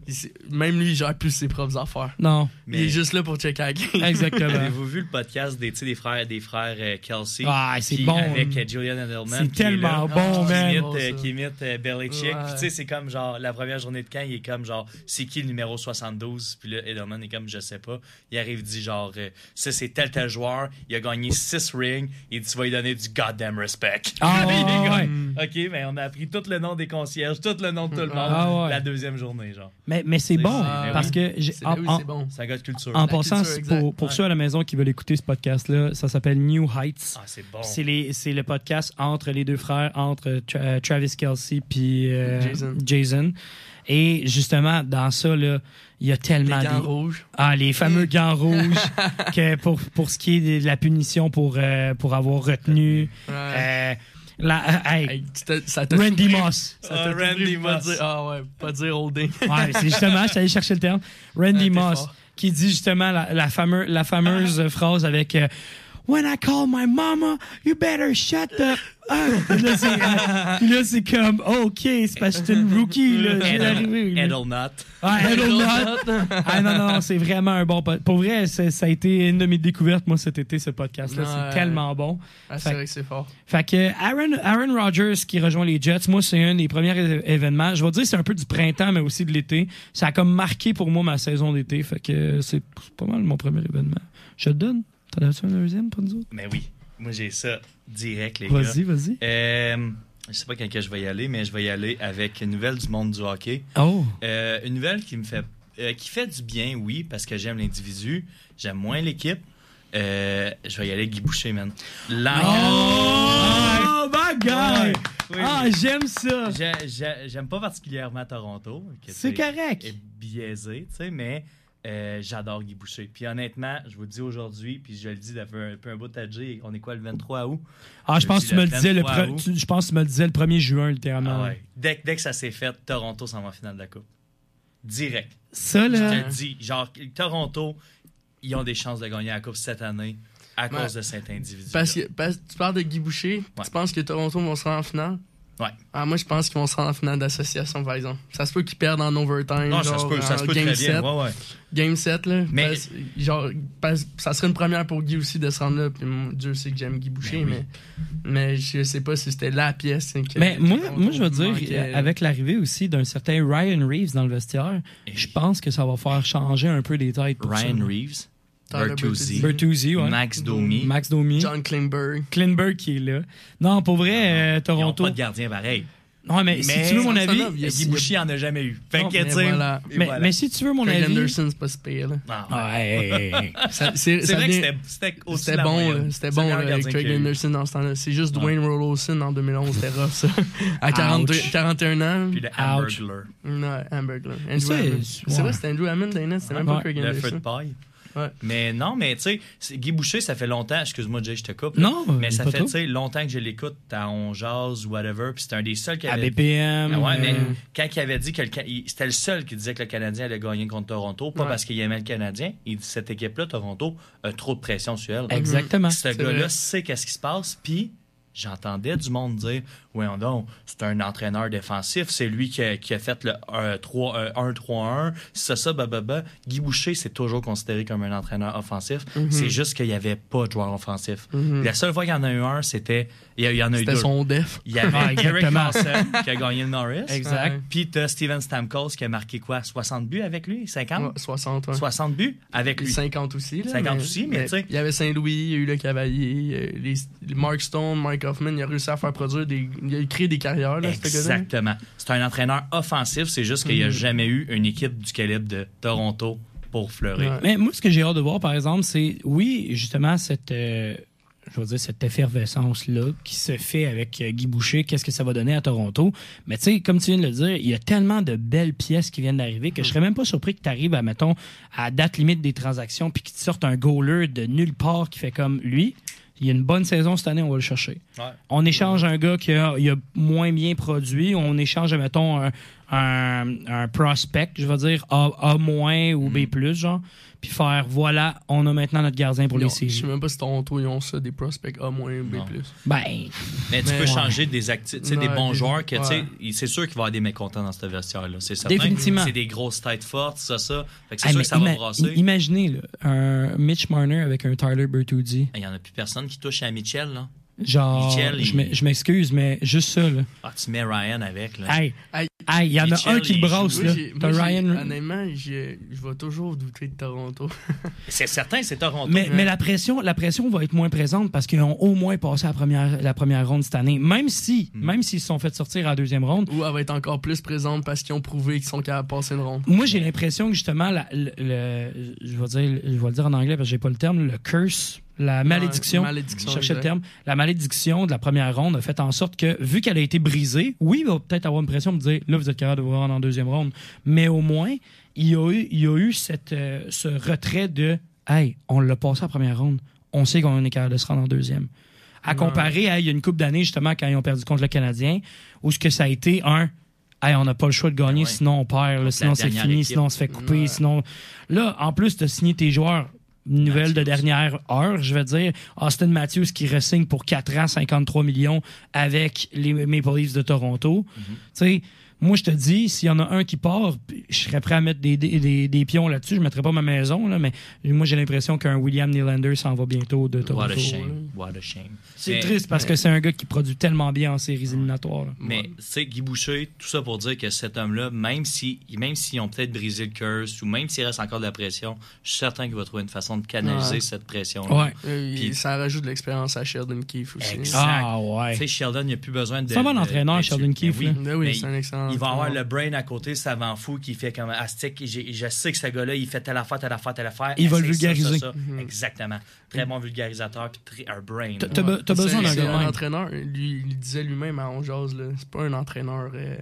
Speaker 8: il sait- même lui, il gère plus ses propres affaires.
Speaker 4: Non.
Speaker 8: Il
Speaker 6: Mais-
Speaker 8: est juste là pour checker la game.
Speaker 6: Avez-vous vu le podcast des, tu sais, des frères des frères euh, Kelsey
Speaker 4: Ah, c'est
Speaker 6: qui-
Speaker 4: bon.
Speaker 6: avec euh, Julian Edelman
Speaker 4: C'est
Speaker 6: qui est
Speaker 4: tellement
Speaker 6: là,
Speaker 4: Ben, bon,
Speaker 6: qui
Speaker 4: man.
Speaker 6: imite, euh, qui imite euh, Belichick.
Speaker 4: Ouais.
Speaker 6: Puis, tu sais, c'est comme genre la première journée de camp, il est comme genre c'est qui le numéro 72 Puis là Edelman est comme je sais pas. Il arrive il dit genre euh, ça c'est tel tel joueur, il a gagné 6 rings, il dit tu vas lui donner du goddamn respect.
Speaker 4: Ah,
Speaker 6: Il est
Speaker 4: ouais,
Speaker 6: comme, OK, mais on a appris tout le nom des concierges, tout le nom de tout le monde
Speaker 4: Ah, ouais.
Speaker 6: la deuxième journée genre.
Speaker 4: Mais, mais c'est
Speaker 6: C'est-
Speaker 4: bon,
Speaker 6: c'est-
Speaker 4: parce
Speaker 6: oui.
Speaker 4: que j'ai-
Speaker 6: C'est-
Speaker 4: en,
Speaker 6: oui,
Speaker 4: en-
Speaker 6: c'est bon. C'est la gars de culture.
Speaker 4: en
Speaker 6: La
Speaker 4: passant,
Speaker 6: culture,
Speaker 4: c'est
Speaker 6: exact.
Speaker 4: pour, pour
Speaker 6: Ouais.
Speaker 4: ceux à la maison qui veulent écouter ce podcast-là, ça s'appelle New Heights.
Speaker 6: Ah, c'est bon.
Speaker 4: C'est les- c'est le podcast entre les deux frères, entre Tra- euh, Travis Kelsey puis euh,
Speaker 8: Jason.
Speaker 4: Jason. Et justement, dans ça, là, il y a tellement
Speaker 8: Les gants
Speaker 4: des-
Speaker 8: rouges.
Speaker 4: Ah, les fameux gants rouges que pour, pour ce qui est de la punition pour, euh, pour avoir retenu. Euh, la- euh, hey,
Speaker 8: Ça t'a
Speaker 4: Randy
Speaker 8: surpris.
Speaker 4: Moss.
Speaker 8: Ça t'a surpris, pas dire- Ah ouais, pas dire holding.
Speaker 4: Ouais, c'est justement, je suis allé chercher le terme. Randy Moss, qui dit justement la, la fameux- la fameuse phrase avec euh, When I call my mama, you better shut the up. Puis là, c'est, euh, puis là, c'est comme, OK, c'est parce que j'étais une rookie, là. Je viens d'arriver. là.
Speaker 6: Edelnut.
Speaker 4: Ah, Edelnut. ah non, non, c'est vraiment un bon podcast. Pour vrai, c'est- ça a été une de mes découvertes, moi, cet été, ce podcast-là.
Speaker 8: Ouais.
Speaker 4: C'est tellement bon.
Speaker 8: Ah,
Speaker 4: Fait
Speaker 8: c'est
Speaker 4: que-
Speaker 8: vrai que c'est fort.
Speaker 4: fait que Aaron, Aaron Rodgers qui rejoint les Jets, moi, c'est un des premiers é- événements. Je vais dire que c'est un peu du printemps, mais aussi de l'été. Ça a comme marqué pour moi ma saison d'été. Fait que c'est c'est pas mal mon premier événement. Je te donne. T'en as-tu un deuxième pour nous autres?
Speaker 6: Mais oui, moi j'ai ça direct, les gars.
Speaker 4: Vas-y, vas-y.
Speaker 6: Euh, je sais pas quand que je vais y aller, mais je vais y aller avec une nouvelle du monde du hockey.
Speaker 4: Oh.
Speaker 6: Euh, une nouvelle qui me fait euh, qui fait du bien, oui, parce que j'aime l'individu, j'aime moins l'équipe. Euh, je vais y aller avec Guy Boucher, man. L'engagement-
Speaker 4: Oh my God!
Speaker 6: Oui.
Speaker 14: Ah, j'aime ça.
Speaker 6: J'ai- j'ai- J'aime pas particulièrement Toronto. que
Speaker 14: C'est correct.
Speaker 6: Est biaisé, tu sais, mais euh, j'adore Guy Boucher. Puis honnêtement, je vous le dis aujourd'hui, puis je le dis depuis un, depuis un bout de temps, Jay, on est quoi le 23 août?
Speaker 4: Ah, je pense que
Speaker 6: suis
Speaker 4: tu me le disais le
Speaker 6: 23
Speaker 4: pre-
Speaker 6: août.
Speaker 4: tu- je pense que tu me le disais le 1er juin littéralement.
Speaker 6: Ah ouais. dès, dès que ça s'est fait, Toronto s'en va en finale de la Coupe. Direct.
Speaker 4: Ça, là-
Speaker 6: Je te le dis, genre, Toronto, ils ont des chances de gagner la Coupe cette année à
Speaker 8: Ouais.
Speaker 6: cause de cet individu.
Speaker 8: Parce que parce que tu parles de Guy Boucher, tu penses que Toronto vont se rendre en finale?
Speaker 6: Ouais.
Speaker 8: Ah, moi, je pense qu'ils vont se rendre en finale d'association, par exemple. Ça se peut qu'ils perdent en overtime.
Speaker 6: Non, ça
Speaker 8: genre,
Speaker 6: se peut, ça
Speaker 8: en
Speaker 6: se peut
Speaker 8: game
Speaker 6: très bien.
Speaker 8: set.
Speaker 6: Ouais, ouais.
Speaker 8: Game 7, là. Mais. genre, parce- ça serait une première pour Guy aussi de se rendre là. Puis, mon Dieu sait que j'aime Guy Boucher,
Speaker 6: Ben
Speaker 8: mais, mais je sais pas si c'était la pièce. hein, que-
Speaker 4: Mais
Speaker 8: que
Speaker 4: moi,
Speaker 8: Toronto
Speaker 4: moi, je veux dire,
Speaker 8: manquait.
Speaker 4: euh, avec l'arrivée aussi d'un certain Ryan Reeves dans le vestiaire, je pense que ça va faire changer un peu les têtes. Pour
Speaker 6: Ryan
Speaker 4: ça.
Speaker 6: Reeves, Tyler Bertuzzi,
Speaker 4: Bertuzzi, ouais.
Speaker 6: Max Domi,
Speaker 4: Max Domi.
Speaker 8: John Klingberg.
Speaker 4: Klingberg qui est là. Non, pour vrai, euh,
Speaker 6: ils n'ont
Speaker 4: Toronto.
Speaker 6: pas de gardien pareil.
Speaker 4: Non, mais, si tu veux mon avis,
Speaker 6: Guy Boucher en a jamais eu. Fait
Speaker 4: Non,
Speaker 6: que,
Speaker 4: mais
Speaker 6: tu sais,
Speaker 4: voilà.
Speaker 6: et
Speaker 4: Mais-
Speaker 6: voilà.
Speaker 4: mais si tu veux mon
Speaker 8: Craig
Speaker 4: avis-
Speaker 8: Anderson, c'est pas si pire, là.
Speaker 6: Ah,
Speaker 4: ouais, ouais, ouais.
Speaker 8: Ça-
Speaker 6: C'est
Speaker 8: ça
Speaker 6: vrai que
Speaker 8: vient-
Speaker 6: c'était- c'était aussi
Speaker 8: c'était
Speaker 6: la
Speaker 8: bon,
Speaker 6: moyenne.
Speaker 8: là, c'était
Speaker 6: C'est
Speaker 8: bon
Speaker 6: le meilleur
Speaker 8: là, avec
Speaker 6: gardien
Speaker 8: Craig
Speaker 6: qu'il y a eu.
Speaker 8: Anderson dans ce temps-là. C'est juste
Speaker 6: Ouais.
Speaker 8: Dwayne Rollinson en 2011, c'était rough ça. À 42
Speaker 6: Ouch.
Speaker 8: 41 ans.
Speaker 6: Puis le Hamburglar.
Speaker 8: Non, Hamburglar.
Speaker 6: Mais
Speaker 8: Andrew
Speaker 6: ça,
Speaker 8: Hammond.
Speaker 6: c'est-
Speaker 8: C'est
Speaker 6: ouais.
Speaker 8: vrai, c'était Andrew Hammond, Dana, c'était même pas Craig
Speaker 6: Le feu de
Speaker 8: Anderson.
Speaker 6: paille.
Speaker 8: Ouais.
Speaker 6: Mais non, mais tu sais, c'est- Guy Boucher, ça fait longtemps, excuse-moi, Jay, je te coupe.
Speaker 4: Non,
Speaker 6: là, mais
Speaker 4: euh,
Speaker 6: ça
Speaker 4: pas
Speaker 6: fait
Speaker 4: trop.
Speaker 6: tu sais, longtemps que je l'écoute à On Jazz ou whatever, puis c'était un des seuls qui
Speaker 4: À
Speaker 6: avait.
Speaker 4: BPM,
Speaker 6: Ah ouais, mais
Speaker 4: euh.
Speaker 6: quand il avait dit que le Ca- il- c'était le seul qui disait que le Canadien allait gagner contre Toronto, pas
Speaker 4: Ouais.
Speaker 6: parce qu'il aimait le Canadien, il dit cette équipe-là, Toronto, a trop de pression sur elle.
Speaker 4: Exactement.
Speaker 6: Ce
Speaker 4: C'est vrai.
Speaker 6: gars-là sait qu'est-ce qui se passe, puis. J'entendais du monde dire Oui, donc, c'est un entraîneur défensif, c'est lui qui a, qui a fait le euh, 3, euh, 1-3-1, c'est ça, bababa. Guy Boucher, c'est toujours considéré comme un entraîneur offensif.
Speaker 8: Mhm.
Speaker 6: C'est juste qu'il n'y avait pas de joueur offensif.
Speaker 8: Mhm.
Speaker 6: La seule fois qu'il y en a eu un, c'était. Il y, a- il y en a eu
Speaker 8: C'était
Speaker 6: deux.
Speaker 8: son def.
Speaker 6: Il y avait
Speaker 8: Ah,
Speaker 6: Eric
Speaker 8: exactement.
Speaker 6: Carlson qui a gagné le Norris.
Speaker 8: Exact. Ouais.
Speaker 6: Puis tu Steven Stamkos qui a marqué quoi 60 buts avec lui 50
Speaker 8: 60.
Speaker 6: 60 buts avec lui.
Speaker 8: 50 aussi. là,
Speaker 6: 50 aussi, mais tu sais.
Speaker 8: Il y avait Saint-Louis, il y a eu le Cavalier, euh, les, les Mark Stone, Mike Hoffman, il a réussi à faire produire des. Il a créé des carrières, là, ce gars-là.
Speaker 6: Exactement. C'est un entraîneur offensif, c'est juste qu'il n'y a
Speaker 8: Mhm.
Speaker 6: jamais eu une équipe du calibre de Toronto pour fleurir.
Speaker 4: Mais moi, ce que j'ai hâte de voir, par exemple, c'est, oui, justement, cette, euh, je veux dire, cette effervescence-là qui se fait avec euh, Guy Boucher, qu'est-ce que ça va donner à Toronto. Mais tu sais, comme tu viens de le dire, il y a tellement de belles pièces qui viennent d'arriver que je serais même pas surpris que tu arrives à, mettons, à date limite des transactions puis qu'il te sorte un goaler de nulle part qui fait comme lui. Il y a une bonne saison cette année, on va le chercher. On échange un gars qui a, il a moins bien produit. On échange, mettons, un, un- un prospect, je vais dire A, A- moins ou B, plus, genre. Puis faire, voilà, on a maintenant notre gardien pour
Speaker 8: Ils ont-
Speaker 4: les
Speaker 8: Je
Speaker 4: séries.
Speaker 8: sais même pas si Toronto, ils ont ça, des prospects A-, B+.
Speaker 4: Ben.
Speaker 6: Mais tu
Speaker 8: Mais-
Speaker 6: peux changer des actifs, tu sais, des
Speaker 8: Ouais,
Speaker 6: bons
Speaker 8: des-
Speaker 6: joueurs que tu sais,
Speaker 8: ouais.
Speaker 6: il- c'est sûr qu'il va y avoir des mécontents dans ce vestiaire là, c'est certain.
Speaker 4: Définitivement.
Speaker 6: C'est des grosses têtes fortes, ça ça. Fait que c'est
Speaker 4: Hey,
Speaker 6: sûr
Speaker 4: mais
Speaker 6: que ça va
Speaker 4: ima-
Speaker 6: brasser.
Speaker 4: i- Imaginez, là, un Mitch Marner avec un Tyler Bertuzzi.
Speaker 6: Il n'y en a plus personne qui touche à Mitchell là.
Speaker 4: Genre,
Speaker 6: Mitchell,
Speaker 4: je
Speaker 6: il-
Speaker 4: m'e- je m'excuse, mais juste ça, là.
Speaker 6: Ah, tu mets Ryan avec là.
Speaker 4: Hey, hey, il y en a
Speaker 6: Mitchell,
Speaker 4: un qui
Speaker 6: il
Speaker 4: le brasse,
Speaker 6: joue.
Speaker 4: là.
Speaker 6: Moi, j'ai-
Speaker 4: T'as
Speaker 8: Moi, j'ai-
Speaker 4: Ryan.
Speaker 8: Honnêtement, j'ai- je vais toujours douter de Toronto.
Speaker 6: C'est certain, c'est Toronto.
Speaker 4: Mais, mais la pression, la pression va être moins présente parce qu'ils ont au moins passé la première, la première ronde cette année. Même si, même s'ils se sont fait sortir à la deuxième ronde.
Speaker 8: Ou elle va être encore plus présente parce qu'ils ont prouvé qu'ils sont capables de passer une ronde.
Speaker 4: Moi, j'ai l'impression que justement, la- le, le- je vais dire, je vais le dire en anglais parce que j'ai pas le terme, le curse, la malédiction.
Speaker 8: malédiction,
Speaker 4: je cherchais le
Speaker 8: exact.
Speaker 4: terme. La malédiction de la première ronde a fait en sorte que, vu qu'elle a été brisée, oui, il va peut-être avoir une pression de dire, là, vous êtes capable de vous rendre en deuxième ronde, mais au moins, il y a eu, il y a eu cette, euh, ce retrait de, hey, on l'a passé en première ronde, on sait qu'on est capable de se rendre en deuxième. À
Speaker 6: Ouais.
Speaker 4: comparer à il y a une coupe d'années, justement, quand ils ont perdu contre le Canadien, où ce que ça a été un, hey, on n'a pas le choix de gagner, sinon on perd, là, sinon c'est
Speaker 6: dernière
Speaker 4: fini,
Speaker 6: équipe.
Speaker 4: sinon on se fait couper, sinon. Là, en plus de signer tes joueurs, une nouvelle de dernière heure, je vais dire, Austin Matthews qui resigne pour 4 ans, 53 millions avec les Maple Leafs de Toronto.
Speaker 6: Mhm.
Speaker 4: Tu sais, moi, je te dis, s'il y en a un qui part, je serais prêt à mettre des, des, des- des pions là-dessus. Je ne mettrais pas ma maison, là, mais moi, j'ai l'impression qu'un William Nylander s'en va bientôt de Toronto.
Speaker 6: What a shame. What a shame.
Speaker 4: C'est
Speaker 6: Mais-
Speaker 4: triste parce que c'est un gars qui produit tellement bien en séries éliminatoires. là.
Speaker 6: Mais tu sais, Guy Boucher, tout ça pour dire que cet homme-là, même si, même s'ils ont peut-être brisé le curse ou même s'il reste encore de la pression, je suis certain qu'il va trouver une façon de canaliser
Speaker 8: Ouais.
Speaker 6: cette pression.
Speaker 8: Euh, il-
Speaker 6: Puis-
Speaker 8: ça rajoute de l'expérience à Sheldon Keefe aussi.
Speaker 4: Ah,
Speaker 6: Exact. Tu sais, Sheldon, il n'y a plus besoin de.
Speaker 4: C'est un bon
Speaker 6: de-
Speaker 4: entraîneur,
Speaker 6: d'être-
Speaker 4: Sheldon Keefe,
Speaker 6: Mais
Speaker 4: là.
Speaker 6: oui,
Speaker 4: Ben oui,
Speaker 6: mais
Speaker 4: c'est
Speaker 6: il-
Speaker 4: un excellent
Speaker 6: il va avoir le brain à côté, savant fou, qui fait comme Astic, j'ai- je sais que ce gars-là, il fait telle affaire, telle affaire, telle affaire.
Speaker 4: Il va
Speaker 6: Essaye
Speaker 4: le
Speaker 6: ça, ça,
Speaker 4: vulgariser. Mm.
Speaker 6: ça. Exactement. Très bon vulgarisateur, puis très- un brain.
Speaker 4: T'as-
Speaker 6: là.
Speaker 4: t'as be- t'as
Speaker 6: Ouais.
Speaker 4: besoin d'un
Speaker 6: C'est-
Speaker 4: gars de
Speaker 6: c'est
Speaker 4: même.
Speaker 6: un
Speaker 8: Un
Speaker 6: entraîneur.
Speaker 8: entraîneur, lui, il disait lui-même à On jase, là, c'est pas un entraîneur euh,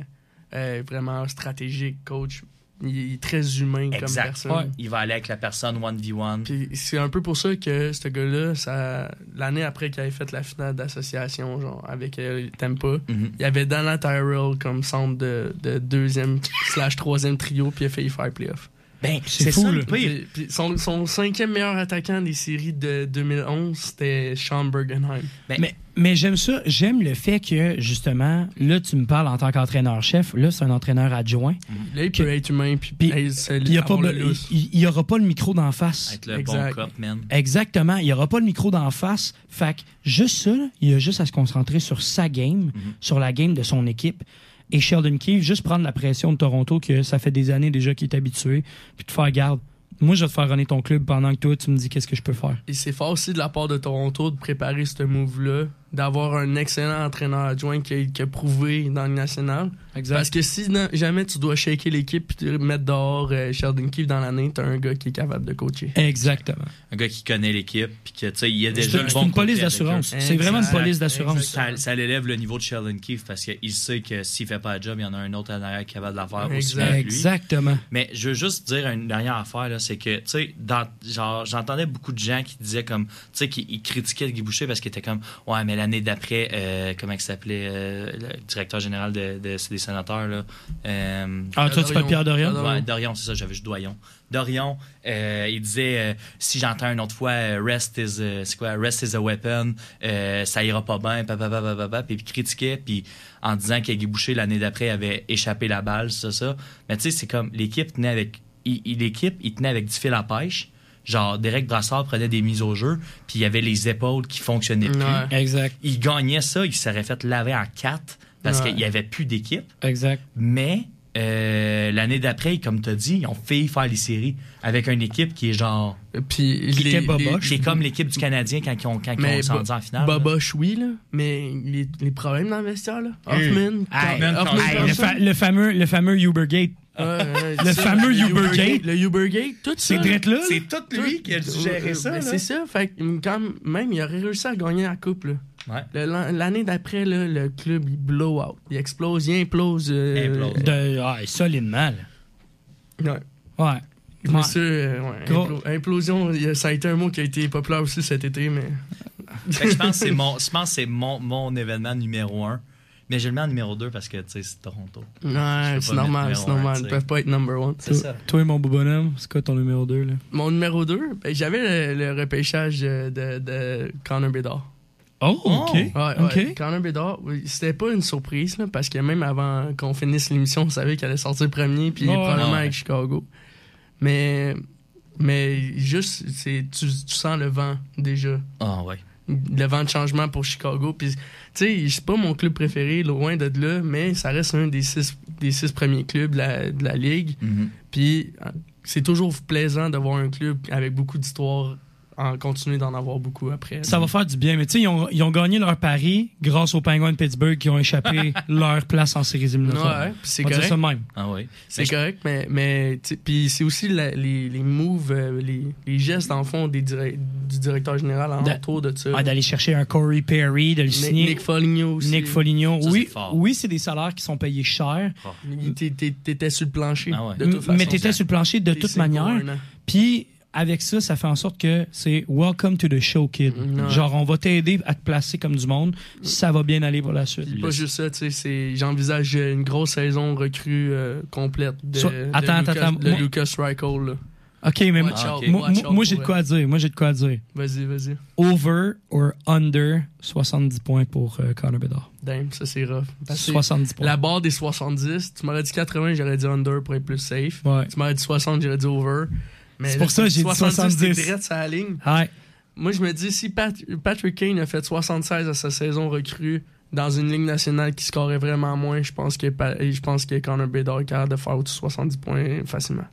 Speaker 8: euh, vraiment stratégique, coach. Il il est très humain comme
Speaker 6: Exact.
Speaker 8: personne.
Speaker 6: Ouais. Il va aller avec la personne 1v1.
Speaker 8: Puis c'est un peu pour ça que ce gars-là, ça- l'année après qu'il avait fait la finale d'association genre avec euh, Tampa, il y avait Dana Tyrell comme centre de, de deuxième slash troisième trio, puis il a failli faire playoff.
Speaker 6: Ben, c'est fou, ça le là. pire.
Speaker 8: Puis- puis son, son cinquième meilleur attaquant des séries de 2011, c'était Sean Bergenheim.
Speaker 4: Mais, mais j'aime ça. J'aime le fait que, justement, là, tu me parles en tant qu'entraîneur-chef. Là, c'est un entraîneur adjoint.
Speaker 8: Là, il peut être humain, puis
Speaker 4: Puis,
Speaker 8: hey, c'est-
Speaker 4: puis il y a pas
Speaker 8: avoir
Speaker 4: be-
Speaker 8: le lousse.
Speaker 4: il- il y aura pas le micro d'en face.
Speaker 6: Être le
Speaker 4: Exact.
Speaker 6: bon cop, man.
Speaker 4: Exactement. Il n'y aura pas le micro d'en face. Fait que juste ça, là, il a juste à se concentrer sur sa game,
Speaker 6: Mhm.
Speaker 4: sur la game de son équipe. Et Sheldon Keefe, juste prendre la pression de Toronto, que ça fait des années déjà qu'il est habitué, puis de faire garde. Moi, je vais te faire runner ton club pendant que toi, tu me dis qu'est-ce que je peux faire.
Speaker 8: Et c'est fort aussi de la part de Toronto de préparer ce move-là, d'avoir un excellent entraîneur adjoint qui a, qui a prouvé dans le national. Parce que si non- jamais tu dois shaker l'équipe et mettre dehors euh, Sheldon Keefe dans l'année, t'as un gars qui est capable de coacher.
Speaker 4: Exactement.
Speaker 6: Un gars qui connaît l'équipe, puis que, tu sais, il y a déjà
Speaker 8: C'est-
Speaker 6: le bon
Speaker 8: c'est une
Speaker 6: côté
Speaker 8: police
Speaker 6: avec
Speaker 8: d'assurance.
Speaker 6: eux.
Speaker 8: C'est vraiment une
Speaker 6: Exact.
Speaker 8: police d'assurance.
Speaker 6: Ça, ça l'élève le niveau de Sheldon Keefe parce qu'il sait que s'il fait pas le job, il y en a un autre en arrière qui est capable de la faire aussi bien que lui.
Speaker 4: Exactement.
Speaker 6: Mais je veux juste dire une dernière affaire, là, c'est que, tu sais, dans- genre, j'entendais beaucoup de gens qui disaient comme, tu sais, qui ils critiquaient Guy Boucher parce qu'il était comme, ouais, mais l'année d'après, euh, comment il s'appelait, euh, le directeur général de, de- des sénateurs, là. euh,
Speaker 4: Ah, toi, tu parles de Pierre Dorion?
Speaker 6: Ouais, Dorion, c'est ça, j'avais juste Doyon. Dorion, euh, il disait, euh, si j'entends une autre fois, euh, rest is, euh, c'est quoi, rest is a weapon, euh, ça ira pas bien, papapapa, puis il critiquait, puis en disant que Guy Boucher, l'année d'après, avait échappé la balle, ça, ça. Mais tu sais, c'est comme, l'équipe tenait avec, il- il- l'équipe, il tenait avec du fil à pêche. Genre, Derek Brassard prenait des mises au jeu, puis il y avait les épaules qui fonctionnaient plus.
Speaker 4: Ouais. Exact.
Speaker 6: Il gagnait ça, il s'aurait fait laver en quatre parce
Speaker 4: Ouais.
Speaker 6: qu'il n'y avait plus d'équipe.
Speaker 4: Exact.
Speaker 6: Mais euh, l'année d'après, comme tu as dit, ils ont fait faire les séries avec une équipe qui est genre.
Speaker 8: Puis
Speaker 6: qui,
Speaker 8: les-
Speaker 6: était
Speaker 8: les-
Speaker 6: boboche. Qui est comme l'équipe du Canadien quand ils ont, quand ils ont
Speaker 8: Bo-
Speaker 6: descendu en finale. là.
Speaker 8: Boboche, oui, là, mais les, les problèmes dans le vestiaire, là. Hoffman,
Speaker 4: Hey,
Speaker 8: Car- Hoffman,
Speaker 4: hey, le,
Speaker 8: Carlson.
Speaker 4: fa- le fameux, le fameux Ubergate. le fameux Ubergate.
Speaker 8: Le Ubergate, tout ça.
Speaker 4: C'est drette là.
Speaker 6: C'est tout lui qui a dû gérer
Speaker 8: Euh,
Speaker 6: ça,
Speaker 8: ben,
Speaker 6: là.
Speaker 8: C'est ça. Fait que quand même, il aurait réussi à gagner la coupe. là.
Speaker 6: Ouais.
Speaker 8: Le- l'an- L'année d'après, là, le club, il blow out. Il explose, il implose. euh,
Speaker 4: De, ah, solidement,
Speaker 8: là.
Speaker 4: Ouais.
Speaker 8: Mais
Speaker 4: Ouais.
Speaker 8: ça, euh, ouais,
Speaker 4: Gros.
Speaker 8: implo- implosion, il y a- ça a été un mot qui a été populaire aussi cet été, mais.
Speaker 6: Fait que je pense que c'est mon, je pense que c'est mon, mon événement numéro un. Mais je le mets en numéro 2 parce que, tu sais, c'est Toronto. Je peux pas
Speaker 8: Ouais, c'est
Speaker 6: mettre
Speaker 8: normal,
Speaker 6: numéro
Speaker 8: c'est
Speaker 6: un,
Speaker 8: normal.
Speaker 6: tu
Speaker 8: Ils
Speaker 6: sais.
Speaker 8: peuvent pas être number one.
Speaker 6: C'est ça.
Speaker 4: Toi et mon beau bonhomme, c'est quoi ton numéro 2 là?
Speaker 8: Mon numéro 2, j'avais le, le repêchage euh, de, de Connor Bedard.
Speaker 4: Oh, ok.
Speaker 8: Ouais, ouais.
Speaker 4: Ok.
Speaker 8: Connor Bedard, oui, c'était pas une surprise, là, parce que même avant qu'on finisse l'émission, on savait qu'il allait sortir premier, puis
Speaker 4: Ouais, ouais.
Speaker 8: probablement
Speaker 4: Ouais.
Speaker 8: avec Chicago. Mais, mais juste, c'est, tu, tu sens le vent déjà.
Speaker 6: Ah, ouais.
Speaker 8: Le vent de changement pour Chicago. Puis, tu sais, c'est pas mon club préféré, loin de là, mais ça reste un des six, des six premiers clubs de la, de la ligue.
Speaker 6: Mm-hmm.
Speaker 8: Puis euh, c'est toujours plaisant d'avoir un club avec beaucoup d'histoires, en continuer d'en avoir beaucoup après.
Speaker 4: Ça va faire du bien, mais tu sais, ils ont, ils ont gagné leur pari grâce aux Penguins de Pittsburgh qui ont échappé leur place en séries éliminatoires.
Speaker 8: Ouais, puis c'est
Speaker 4: On va dire
Speaker 8: correct.
Speaker 4: ça de même.
Speaker 6: Ah oui.
Speaker 8: C'est correct, mais, mais tu sais, puis c'est aussi la- les, les moves, euh, les, les gestes en fond des direc- du directeur général en
Speaker 4: De-
Speaker 8: autour de ça.
Speaker 4: Ah, d'aller chercher un Corey Perry, de le signer.
Speaker 8: Nick Foligno aussi.
Speaker 4: Nick Foligno.
Speaker 8: Ça,
Speaker 4: oui,
Speaker 8: c'est fort.
Speaker 4: oui, c'est des salaires qui sont payés cher.
Speaker 8: Il- t'es- t'es- T'étais sur le plancher. de
Speaker 4: Ah M-
Speaker 8: toute façon.
Speaker 4: mais t'étais sur le plancher de
Speaker 8: T'es
Speaker 4: toute
Speaker 8: c'est pour
Speaker 4: manière.
Speaker 8: un an.
Speaker 4: Puis avec ça, ça fait en sorte que c'est Welcome to the show, kid.
Speaker 8: Ouais.
Speaker 4: Genre, on va t'aider à te placer comme du monde. Ça va bien aller pour la suite.
Speaker 8: Pas juste ça, tu sais, c'est- j'envisage une grosse saison recrue euh, complète de,
Speaker 4: So-
Speaker 8: de
Speaker 4: attends,
Speaker 8: Lucas,
Speaker 4: attends,
Speaker 8: de
Speaker 4: moi-
Speaker 8: Lucas Reichel, là.
Speaker 4: OK, mais
Speaker 8: Watch out,
Speaker 4: moi,
Speaker 8: watch
Speaker 4: moi-
Speaker 8: out
Speaker 4: moi, j'ai de
Speaker 8: pour
Speaker 4: quoi à dire. Moi, j'ai de quoi à dire.
Speaker 8: Vas-y, vas-y.
Speaker 4: Over or under 70 points pour euh, Connor Bedard.
Speaker 8: Damn, ça c'est rough. Parce que
Speaker 4: 70 points.
Speaker 8: La barre des 70, tu m'aurais dit 80, j'aurais dit under pour être plus safe. Tu m'aurais dit 60, j'aurais dit over. Mais
Speaker 4: C'est pour ça que j'ai dit 70.
Speaker 8: c'est direct sur la ligne.
Speaker 4: Ouais.
Speaker 8: Moi, je me dis, si Pat- Patrick Kane a fait 76 à sa saison recrue dans une ligne nationale qui scorait vraiment moins, je pense que, Pa- je pense que Connor Bedard est capable de faire au-dessus de 70 points facilement.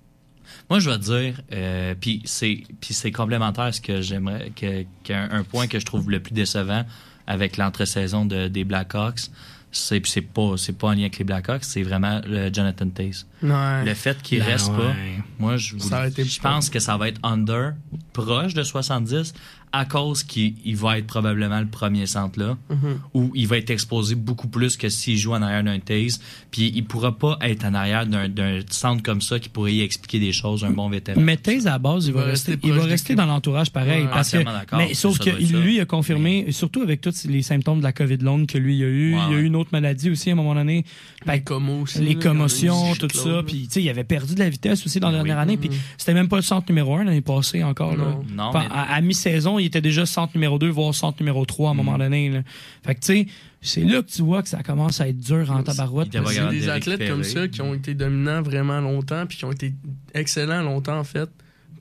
Speaker 6: Moi, je vais te dire, euh, puis c'est puis c'est complémentaire à ce que j'aimerais, que, qu'un- un point que je trouve le plus décevant avec l'entre-saison de- des Blackhawks, c'est puis c'est pas c'est pas en lien avec les Blackhawks, c'est vraiment le Jonathan Taze.
Speaker 8: Ouais.
Speaker 6: Le fait qu'il
Speaker 8: Ben
Speaker 6: reste
Speaker 8: ouais.
Speaker 6: pas,
Speaker 9: é.
Speaker 6: moi je, vous-
Speaker 8: Ça aurait été
Speaker 6: je pense que ça va être under proche de 70 à cause qu'il il va être probablement le premier centre là
Speaker 8: Mhm.
Speaker 6: où il va être exposé beaucoup plus que s'il joue en arrière d'un Taze, puis il pourra pas être en arrière d'un- d'un centre comme ça qui pourrait y expliquer des choses un bon vétéran.
Speaker 4: Mais Taze, à la base, il,
Speaker 6: Il
Speaker 4: va,
Speaker 6: va
Speaker 4: rester,
Speaker 6: rester
Speaker 4: il va
Speaker 6: proche de
Speaker 4: rester dans l'entourage pareil.
Speaker 6: Ouais,
Speaker 4: parce que,
Speaker 6: entièrement d'accord,
Speaker 4: mais sauf
Speaker 6: ça
Speaker 4: que
Speaker 6: doit être ça.
Speaker 4: lui a confirmé, surtout avec tous les symptômes de la COVID longue que lui a eu.
Speaker 6: Ouais,
Speaker 4: Il a eu
Speaker 6: ouais.
Speaker 4: une autre maladie aussi à un moment donné.
Speaker 8: les commotions
Speaker 4: Les
Speaker 8: là,
Speaker 4: commotions,
Speaker 8: quand
Speaker 4: tout
Speaker 8: même,
Speaker 4: ça. Puis, tu sais, il avait perdu de la vitesse aussi dans la dernière année. Puis,
Speaker 8: Mhm.
Speaker 4: c'était même pas le centre numéro un l'année passée encore. là.
Speaker 6: Ah Mm-hmm. Non. Non,
Speaker 4: Pas-
Speaker 6: mais-
Speaker 4: À, à mi-saison, il était déjà centre numéro 2, voire centre numéro 3 à
Speaker 8: Mm.
Speaker 4: un moment donné. là. Fait que, tu sais, c'est là que tu vois que ça commence à être dur en tabarouette.
Speaker 8: C'est des athlètes comme ça qui ont été dominants vraiment longtemps puis qui ont été excellents longtemps en fait.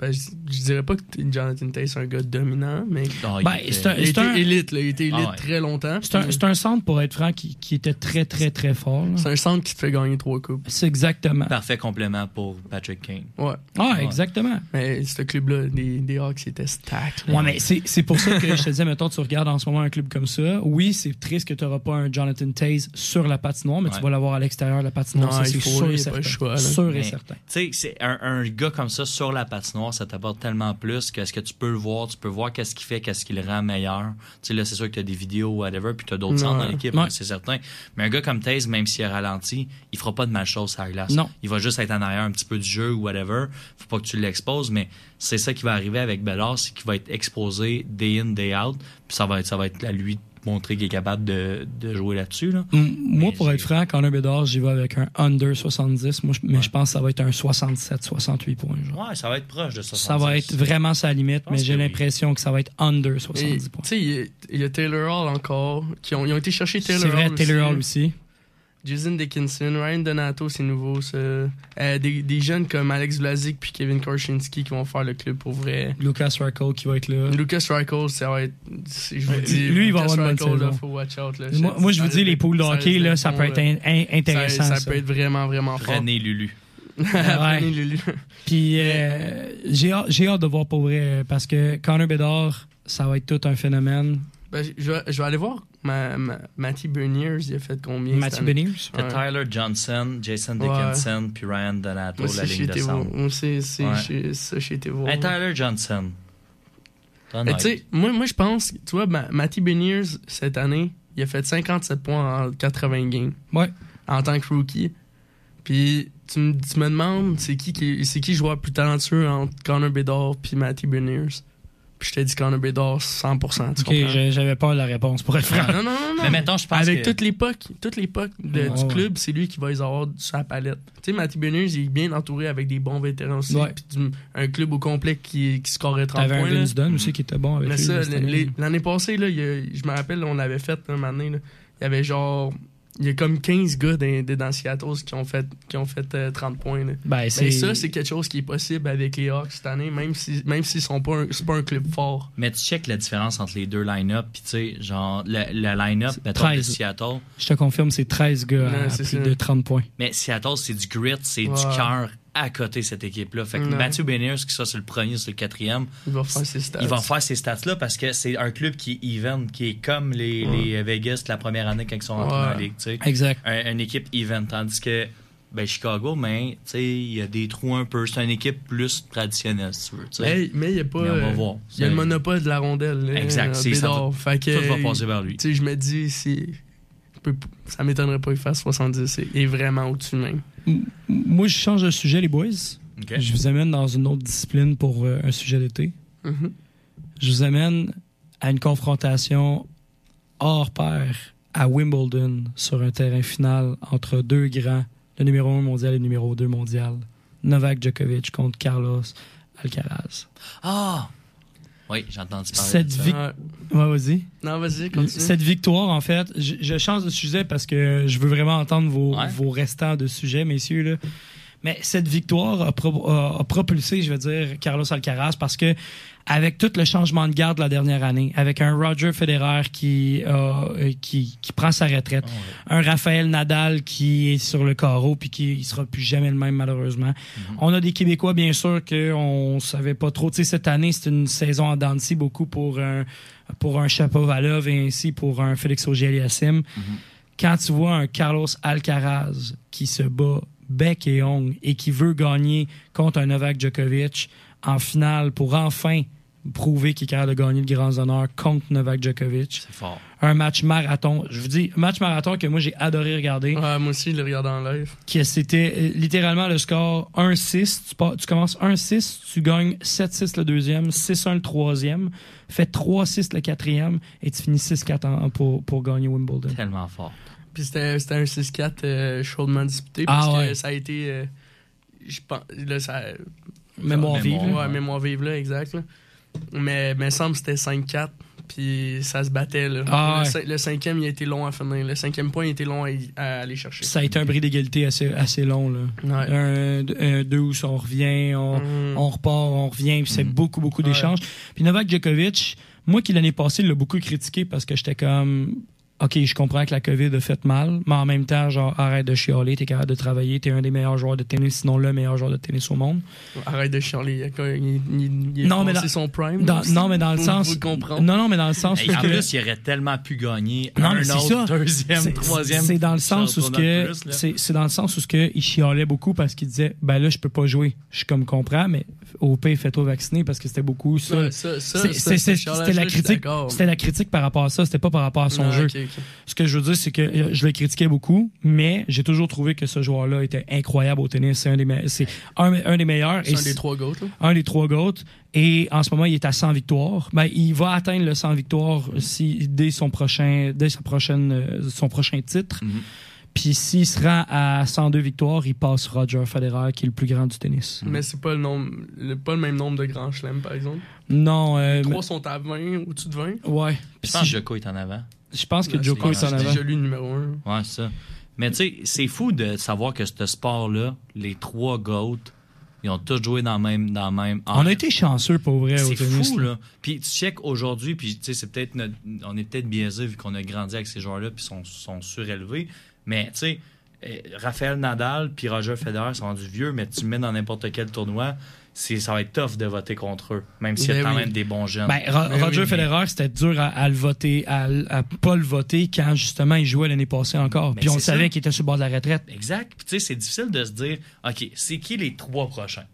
Speaker 8: Ben, je, je dirais pas que t- Jonathan Tate c'est un gars dominant, mais
Speaker 6: Non,
Speaker 4: il Ben, était- c'est un-
Speaker 8: il
Speaker 4: c'est
Speaker 8: était
Speaker 4: un-
Speaker 8: élite, là. il était élite
Speaker 4: Ah ouais.
Speaker 8: très longtemps.
Speaker 4: C'est un,
Speaker 8: puis-
Speaker 4: c'est un centre, pour être franc, qui, qui était très, très, très fort. là.
Speaker 8: C'est un centre qui te fait gagner trois coupes.
Speaker 4: C'est exactement.
Speaker 6: Parfait complément pour Patrick Kane.
Speaker 8: Ouais.
Speaker 4: Ah, exactement.
Speaker 8: Mais ce club-là, des, des Hawks, c'était stack. là.
Speaker 4: Ouais, mais c'est c'est pour ça que je te disais, mettons, tu regardes en ce moment un club comme ça. Oui, c'est triste que tu n'auras pas un Jonathan Taze sur la patinoire, mais tu
Speaker 6: Ouais.
Speaker 4: vas l'avoir à l'extérieur de la patinoire.
Speaker 8: Non,
Speaker 4: ça,
Speaker 8: il
Speaker 4: c'est
Speaker 8: faut,
Speaker 4: sûr et
Speaker 8: il y a pas
Speaker 4: certain.
Speaker 8: le choix, là.
Speaker 4: sûr et
Speaker 6: Mais,
Speaker 4: certain.
Speaker 6: Tu sais, c'est un, un gars comme ça sur la patinoire, ça t'apporte tellement plus que ce que tu peux le voir, tu peux voir qu'est-ce qu'il fait, qu'est-ce qu'il rend meilleur. Tu sais, là, c'est sûr que tu as des vidéos ou whatever, puis tu as d'autres
Speaker 4: Ouais.
Speaker 6: centres dans l'équipe,
Speaker 4: Ouais.
Speaker 6: là, c'est certain. Mais un gars comme Taze, même s'il est ralenti, il fera pas de mal chose à la glace.
Speaker 4: Non.
Speaker 6: Il va juste être en arrière un petit peu du jeu ou whatever. Faut pas que tu l'exposes, mais c'est ça qui va arriver avec Bellard, c'est qu'il va être exposé day in, day out, puis ça va être, ça va être à lui de montrer qu'il est capable de, de jouer là-dessus. Là.
Speaker 4: M- Moi, pour être franc, quand un Bédard, j'y vais avec un under 70, moi, je- mais je pense que ça va être un 67-68 points. genre.
Speaker 6: Ouais, ça va être proche de ça.
Speaker 4: Ça va être vraiment sa limite, mais j'ai l'impression que ça va être under
Speaker 8: Et,
Speaker 4: 70
Speaker 8: Tu sais, il y a- il y a Taylor Hall encore. Qui ont, ils ont été chercher Taylor
Speaker 4: C'est vrai,
Speaker 8: Hall.
Speaker 4: Taylor Hall aussi.
Speaker 8: Jason Dickinson, Ryan Donato, c'est nouveau. ça. Euh, des, des jeunes comme Alex Vlasic puis Kevin Korchinski qui vont faire le club pour vrai.
Speaker 4: Lucas Reichel qui va être là.
Speaker 8: Lucas Reichel, ça va être. si Je vous dis,
Speaker 4: Lui, il va
Speaker 8: Lucas
Speaker 4: avoir une bonne
Speaker 8: Reichel, là,
Speaker 4: saison.
Speaker 8: faut watch out. là.
Speaker 4: Moi, moi, je
Speaker 8: Ça
Speaker 4: vous dis,
Speaker 8: risque
Speaker 4: les
Speaker 8: d'être-
Speaker 4: poules de
Speaker 8: ça
Speaker 4: hockey,
Speaker 8: risque
Speaker 4: là,
Speaker 8: d'être
Speaker 4: ça
Speaker 8: bon,
Speaker 4: peut être
Speaker 8: là.
Speaker 4: in- in- intéressant.
Speaker 8: Ça,
Speaker 4: Ça,
Speaker 8: ça peut être vraiment, vraiment fort.
Speaker 6: René Lulu.
Speaker 4: Ouais.
Speaker 8: René Lulu.
Speaker 4: Puis euh, j'ai hâte, j'ai hâte de voir pour vrai, euh, parce que Connor Bedard, ça va être tout un phénomène.
Speaker 8: Ben, je, je vais- je vais aller voir ma, ma, Matty Beniers, il a fait combien cette
Speaker 4: Matty
Speaker 8: année?
Speaker 4: Beniers?
Speaker 6: T'as
Speaker 8: Ouais.
Speaker 6: Tyler Johnson, Jason
Speaker 8: Ouais.
Speaker 6: Dickinson, puis Ryan Donato,
Speaker 8: Moi aussi,
Speaker 6: la
Speaker 8: j'ai
Speaker 6: ligne de
Speaker 8: été voir.
Speaker 6: centre.
Speaker 8: Moi aussi, c'est-
Speaker 6: Ouais.
Speaker 8: j'ai- ça, j'ai été voir.
Speaker 6: Hey, Tyler Johnson. T'es
Speaker 8: Mais
Speaker 6: honnête.
Speaker 8: tu sais, moi, moi je pense, tu vois, Ma- Matty Beniers, cette année, il a fait 57 points en 80 games.
Speaker 4: Ouais.
Speaker 8: En tant que rookie. Puis tu me, tu me demandes, c'est qui, qui, est- c'est qui le joueur plus talentueux entre Connor Bedard puis Matty Beniers? Puis je t'ai dit Connor Bedard 100%. Tu
Speaker 4: Ok,
Speaker 8: comprends? Ah,
Speaker 4: j'ai- j'avais peur de la réponse, pour être franc.
Speaker 8: Non, non, non, non.
Speaker 6: Mais mettons, je pense
Speaker 8: Avec
Speaker 6: que-
Speaker 8: toute l'époque, toute l'époque de-
Speaker 4: Ouais,
Speaker 8: du
Speaker 4: ouais.
Speaker 8: club, c'est lui qui va les avoir sur la palette. Tu sais, Matty Beniers, il est bien entouré avec des bons vétérans aussi.
Speaker 4: Ouais.
Speaker 8: Puis du- un club au complet qui, qui scorerait 30
Speaker 4: T'avais un
Speaker 8: points. là.
Speaker 4: Vince Dunn aussi qui était bon avec
Speaker 8: Mais
Speaker 4: lui,
Speaker 8: ça,
Speaker 4: là, cette année. Ben,
Speaker 8: les- l'année passée, là, il y a- je me rappelle, là, on l'avait fait un moment donné. là. il y avait genre. Il y a comme 15 gars dans, dans Seattle qui ont fait, qui ont fait euh, 30 points. là.
Speaker 4: Ben,
Speaker 8: Mais
Speaker 4: c'est-
Speaker 8: ça, c'est quelque chose qui est possible avec les Hawks cette année, même si même s'ils sont pas un, c'est pas un club fort.
Speaker 6: Mais tu check la différence entre les deux line-up. Puis tu sais, genre, le, le line-up, mettons, de
Speaker 4: 13.
Speaker 6: Seattle.
Speaker 4: Je te confirme, c'est 13 gars
Speaker 6: Non,
Speaker 4: à
Speaker 6: c'est
Speaker 4: plus
Speaker 6: ça.
Speaker 4: de 30 points.
Speaker 6: Mais Seattle, c'est du grit, c'est
Speaker 4: Ouais.
Speaker 6: du cœur à côté, cette équipe-là. Fait que
Speaker 4: Ouais.
Speaker 6: Matthew Beniers, qui soit sur le premier, sur le quatrième,
Speaker 8: Il va faire ses stats.
Speaker 6: il va faire ces stats-là parce que c'est un club qui est even, qui est comme les,
Speaker 8: Ouais.
Speaker 6: les Vegas la première année quand ils sont rentrés
Speaker 8: Ouais.
Speaker 6: dans la ligue. tu sais.
Speaker 4: Exact.
Speaker 6: Un- une équipe even. Tandis que ben, Chicago, mais, tu sais, il y a des trous un peu. C'est une équipe plus traditionnelle, si tu veux. tu sais.
Speaker 8: Hey, mais il n'y a pas.
Speaker 6: Mais on va
Speaker 8: euh,
Speaker 6: voir.
Speaker 8: Il y a le
Speaker 6: C'est-
Speaker 8: monopole de la rondelle. là,
Speaker 6: Exact, c'est ça.
Speaker 8: Bédard. Fait que,
Speaker 6: Tout va passer vers lui.
Speaker 8: Tu sais, je me dis, si, je peux- ça m'étonnerait pas qu'il fasse 70 et- et vraiment au-dessus même.
Speaker 4: M- Moi, je change de sujet, les boys.
Speaker 6: Ok.
Speaker 4: Je vous amène dans une autre discipline pour euh, un sujet d'été.
Speaker 8: Mhm.
Speaker 4: Je vous amène à une confrontation hors pair à Wimbledon sur un terrain final entre deux grands, le numéro 1 mondial et le numéro 2 mondial, Novak Djokovic contre Carlos Alcaraz.
Speaker 6: Ah! Oui, j'ai entendu parler.
Speaker 4: Cette,
Speaker 6: de ça.
Speaker 4: vic- Ouais, vas-y.
Speaker 8: Euh, Non, vas-y, continue.
Speaker 4: Cette victoire, en fait, je, je change de sujet parce que je veux vraiment entendre vos, vos restants de sujets, messieurs. là. Mais cette victoire a, pro- a- a propulsé, je veux dire, Carlos Alcaraz parce que avec tout le changement de garde la dernière année, avec un Roger Federer qui, a- euh, qui, qui prend sa retraite, un Raphaël Nadal qui est sur le carreau puis qui ne sera plus jamais le même malheureusement. On a des Québécois, bien sûr, qu'on ne savait pas trop. Tu sais, cette année, c'est une saison en dents de scie, beaucoup pour un, pour un Chapovalov et ainsi pour un Félix auger quand tu vois un Carlos Alcaraz qui se bat bec et ongle et qui veut gagner contre un Novak Djokovic en finale pour enfin prouver qu'il est capable de gagner le grand honneur contre Novak Djokovic.
Speaker 6: C'est fort.
Speaker 4: Un match marathon. Je vous dis, match marathon que moi j'ai adoré regarder.
Speaker 8: Ouais, Ah, moi aussi, je le regarde en live.
Speaker 4: Que c'était euh, littéralement le score 1-6. Tu, pars- tu commences 1-6, tu gagnes 7-6 le deuxième, 6-1 le troisième, fais 3-6 le quatrième et tu finis 6-4 en- en- pour, pour gagner Wimbledon.
Speaker 6: Tellement fort.
Speaker 8: Puis c'était c'était un 6-4 euh, chaudement disputé parce
Speaker 4: Ah
Speaker 8: que
Speaker 4: ouais.
Speaker 8: ça a été. euh, je pense. Là, ça.
Speaker 4: Mémoire
Speaker 8: ça-
Speaker 4: vive, là.
Speaker 8: Ouais, mémoire vive, là, exact. là. Mais me semble que c'était 5-4. Puis ça se battait, là.
Speaker 4: Ah
Speaker 8: le,
Speaker 4: ouais.
Speaker 8: cin- le cinquième, il a été long à finir. Le cinquième point, il a été long à, y- à aller chercher.
Speaker 4: Ça a été un bris d'égalité assez, assez long. Là. Un, deux- un, deux où on revient, on,
Speaker 8: Mm.
Speaker 6: Hmm.
Speaker 4: on repart, on revient. puis C'est beaucoup, beaucoup d'échanges. Puis Novak Djokovic, moi qui l'année passée, l'a beaucoup critiqué parce que j'étais comme... OK, je comprends que la COVID a fait mal, mais en même temps, genre, arrête de chialer, t'es capable de travailler, t'es un des meilleurs joueurs de tennis, sinon le meilleur joueur de tennis au monde.
Speaker 8: Arrête de chialer. Il, a- il- il- il a
Speaker 4: Non, mais
Speaker 8: passé
Speaker 4: dans-
Speaker 8: son prime.
Speaker 4: dans- non, mais dans le
Speaker 8: Vous-
Speaker 4: sens-
Speaker 8: Vous le comprenez.
Speaker 4: Non, non, mais dans le sens
Speaker 6: Hey,
Speaker 4: où
Speaker 6: en
Speaker 4: que-
Speaker 6: plus, il aurait tellement pu gagner
Speaker 4: Non,
Speaker 6: un
Speaker 4: mais c'est
Speaker 6: autre,
Speaker 4: ça.
Speaker 6: deuxième,
Speaker 4: C'est-
Speaker 6: troisième.
Speaker 4: C'est dans le
Speaker 6: Ça
Speaker 4: sens où ce
Speaker 6: retourne dans
Speaker 4: que
Speaker 6: le plus, là.
Speaker 4: c'est c'est dans le sens où ce que il chialait beaucoup parce qu'il disait ben là je peux pas jouer. Je comme comprends mais au pays fais-toi vacciner parce que c'était beaucoup ça.
Speaker 8: Ouais, ça- ça-
Speaker 4: C'est-
Speaker 8: ça,
Speaker 4: c'est-
Speaker 8: ce
Speaker 4: c'est-
Speaker 8: chialage-là,
Speaker 4: c'était la
Speaker 8: je suis
Speaker 4: critique
Speaker 8: d'accord.
Speaker 4: c'était la critique par rapport à ça, c'était pas par rapport à son
Speaker 8: Ah,
Speaker 4: jeu.
Speaker 8: ok, ok.
Speaker 4: Ce que je veux dire c'est que euh, je le critiquais beaucoup mais j'ai toujours trouvé que ce joueur là était incroyable au tennis, c'est un des me- c'est un, un des meilleurs
Speaker 8: C'est
Speaker 4: Et
Speaker 8: un des
Speaker 4: c'est- Mm.
Speaker 8: trois goats, là.
Speaker 4: un des trois GOAT. Et en ce moment, il est à 100 victoires. Ben, il va atteindre le 100 victoires si, dès, son prochain, dès sa prochaine, euh, son prochain titre.
Speaker 8: Mm-hmm.
Speaker 4: Puis s'il se rend à 102 victoires, il passe Roger Federer, qui est le plus grand du tennis.
Speaker 8: Mais c'est pas le, nombre, le- pas le même nombre de grands chelems, par exemple.
Speaker 4: Non. euh,
Speaker 8: Mm. Trois sont à 20, au-dessus de 20.
Speaker 4: mais- ouais.
Speaker 6: Je
Speaker 4: Puis
Speaker 6: pense que
Speaker 4: si-
Speaker 6: Joko est en avant.
Speaker 4: je pense que
Speaker 8: Ouais,
Speaker 4: Djoko est
Speaker 6: c'est-
Speaker 4: en
Speaker 6: c'est
Speaker 4: avant.
Speaker 8: déjà lui numéro un.
Speaker 6: Ouais, c'est ça. Mais tu sais, c'est fou de savoir que ce sport-là, les trois GOAT, ils ont tous joué dans le même. Dans le même
Speaker 4: On a été chanceux pour vrai au
Speaker 6: Ah, C'est
Speaker 4: tennis.
Speaker 6: fou, là. Puis tu check aujourd'hui, puis tu sais, c'est peut-être notre- on est peut-être biaisé vu qu'on a grandi avec ces joueurs-là, puis sont, sont surélevés. Mais tu sais, euh, Raphaël Nadal puis Roger Federer sont rendus vieux, mais tu le mets dans n'importe quel tournoi, c'est, ça va être tough de voter contre eux, même s'il y a
Speaker 4: Ben
Speaker 6: quand
Speaker 4: oui.
Speaker 6: même des bons jeunes.
Speaker 4: Ben, Ro- Roger Federer, c'était dur à, à le voter, à, l- à pas le voter quand justement il jouait l'année passée encore.
Speaker 6: Mais
Speaker 4: Puis on
Speaker 6: c'est
Speaker 4: le savait
Speaker 6: ça.
Speaker 4: qu'il était sur le bord de la retraite.
Speaker 6: Exact. Puis tu sais, c'est difficile de se dire, OK, c'est qui les trois prochains?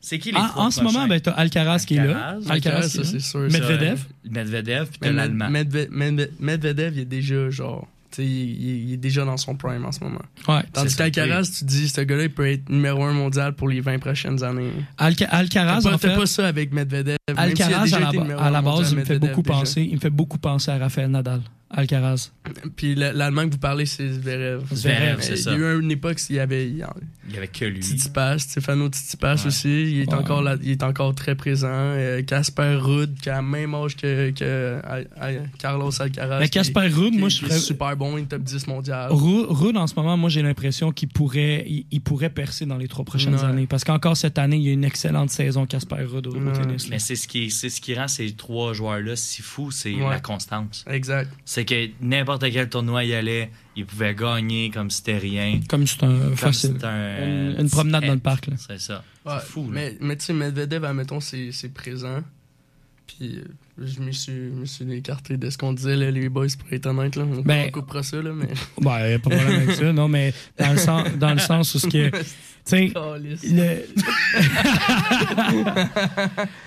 Speaker 6: C'est qui les
Speaker 4: Ah,
Speaker 6: trois
Speaker 4: en ce
Speaker 6: prochains?
Speaker 4: moment, ben, t'as Alcaraz, qui est là.
Speaker 6: Alcaraz,
Speaker 4: Alcaraz, hein?
Speaker 8: ça, c'est sûr. ça.
Speaker 4: Medvedev. Ben,
Speaker 6: Medvedev, puis t'as
Speaker 8: Mais Med-
Speaker 6: l'Allemand.
Speaker 8: Medve- Medve- Medvedev, il est déjà genre. tu sais, Il, il- il est déjà dans son prime en ce moment.
Speaker 4: Ouais.
Speaker 8: Tandis
Speaker 4: C'est ça.
Speaker 8: qu'Alcaraz, tu dis, ce gars-là, il peut être numéro un mondial pour les 20 prochaines années.
Speaker 4: Alca- Alcaraz,
Speaker 8: T'as pas,
Speaker 4: en
Speaker 8: t'as
Speaker 4: fait-
Speaker 8: pas ça avec Medvedev. même s'il a
Speaker 4: Alcaraz,
Speaker 8: déjà
Speaker 4: à la,
Speaker 8: été
Speaker 4: ba-
Speaker 8: numéro
Speaker 4: à la
Speaker 8: un
Speaker 4: base,
Speaker 8: mondial,
Speaker 4: il me fait
Speaker 8: Medvedev,
Speaker 4: beaucoup
Speaker 8: déjà.
Speaker 4: penser. Il me fait beaucoup penser à Rafael Nadal. Alcaraz.
Speaker 8: Puis le- l'Allemand que vous parlez, c'est Zverev.
Speaker 4: Zverev,
Speaker 8: Mais
Speaker 4: c'est
Speaker 8: Il y a
Speaker 4: ça.
Speaker 8: eu une époque, il y avait. Il y en-
Speaker 6: Il y avait que lui.
Speaker 8: Tsitsipas, Stefano Tsitsipas aussi, il est,
Speaker 6: Ouais.
Speaker 8: encore là- il est encore très présent. Euh, Casper Ruud, qui a le même âge que, que- à- à- Carlos Alcaraz.
Speaker 4: Mais
Speaker 8: qui-
Speaker 4: Casper Ruud,
Speaker 8: qui-
Speaker 4: moi,
Speaker 8: qui
Speaker 4: je
Speaker 8: est
Speaker 4: ferais-
Speaker 8: super bon, il est top 10 mondial.
Speaker 4: Ru- Rude, en ce moment, moi, j'ai l'impression qu'il pourrait, il, il pourrait percer dans les trois prochaines
Speaker 8: Ouais.
Speaker 4: années. Parce qu'encore cette année, il y a une excellente saison, Casper Rude, au, au tennis.
Speaker 6: Mais c'est ce qui c'est ce qui rend ces trois joueurs là si fous, c'est
Speaker 4: Ouais.
Speaker 6: la constance.
Speaker 8: Exact.
Speaker 6: C'est que n'importe quel tournoi il allait, il pouvait gagner comme si c'était rien.
Speaker 4: Comme c'est un-
Speaker 6: Comme
Speaker 4: facile.
Speaker 6: c'est un-
Speaker 4: Une- une promenade dans le parc, là.
Speaker 6: C'est ça.
Speaker 8: Ouais,
Speaker 6: C'est fou. là.
Speaker 8: Mais, mais tu sais, Medvedev, admettons, c'est c'est présent. Puis euh, je me suis, je me suis écarté de ce qu'on disait, là, les boys, pour être honnête. Là. On,
Speaker 4: Ben-
Speaker 8: on coupera ça, là, mais.
Speaker 4: Ben, y a pas de problème avec ça, non, mais dans le sens, dans le sens où ce que. Tu sais. le-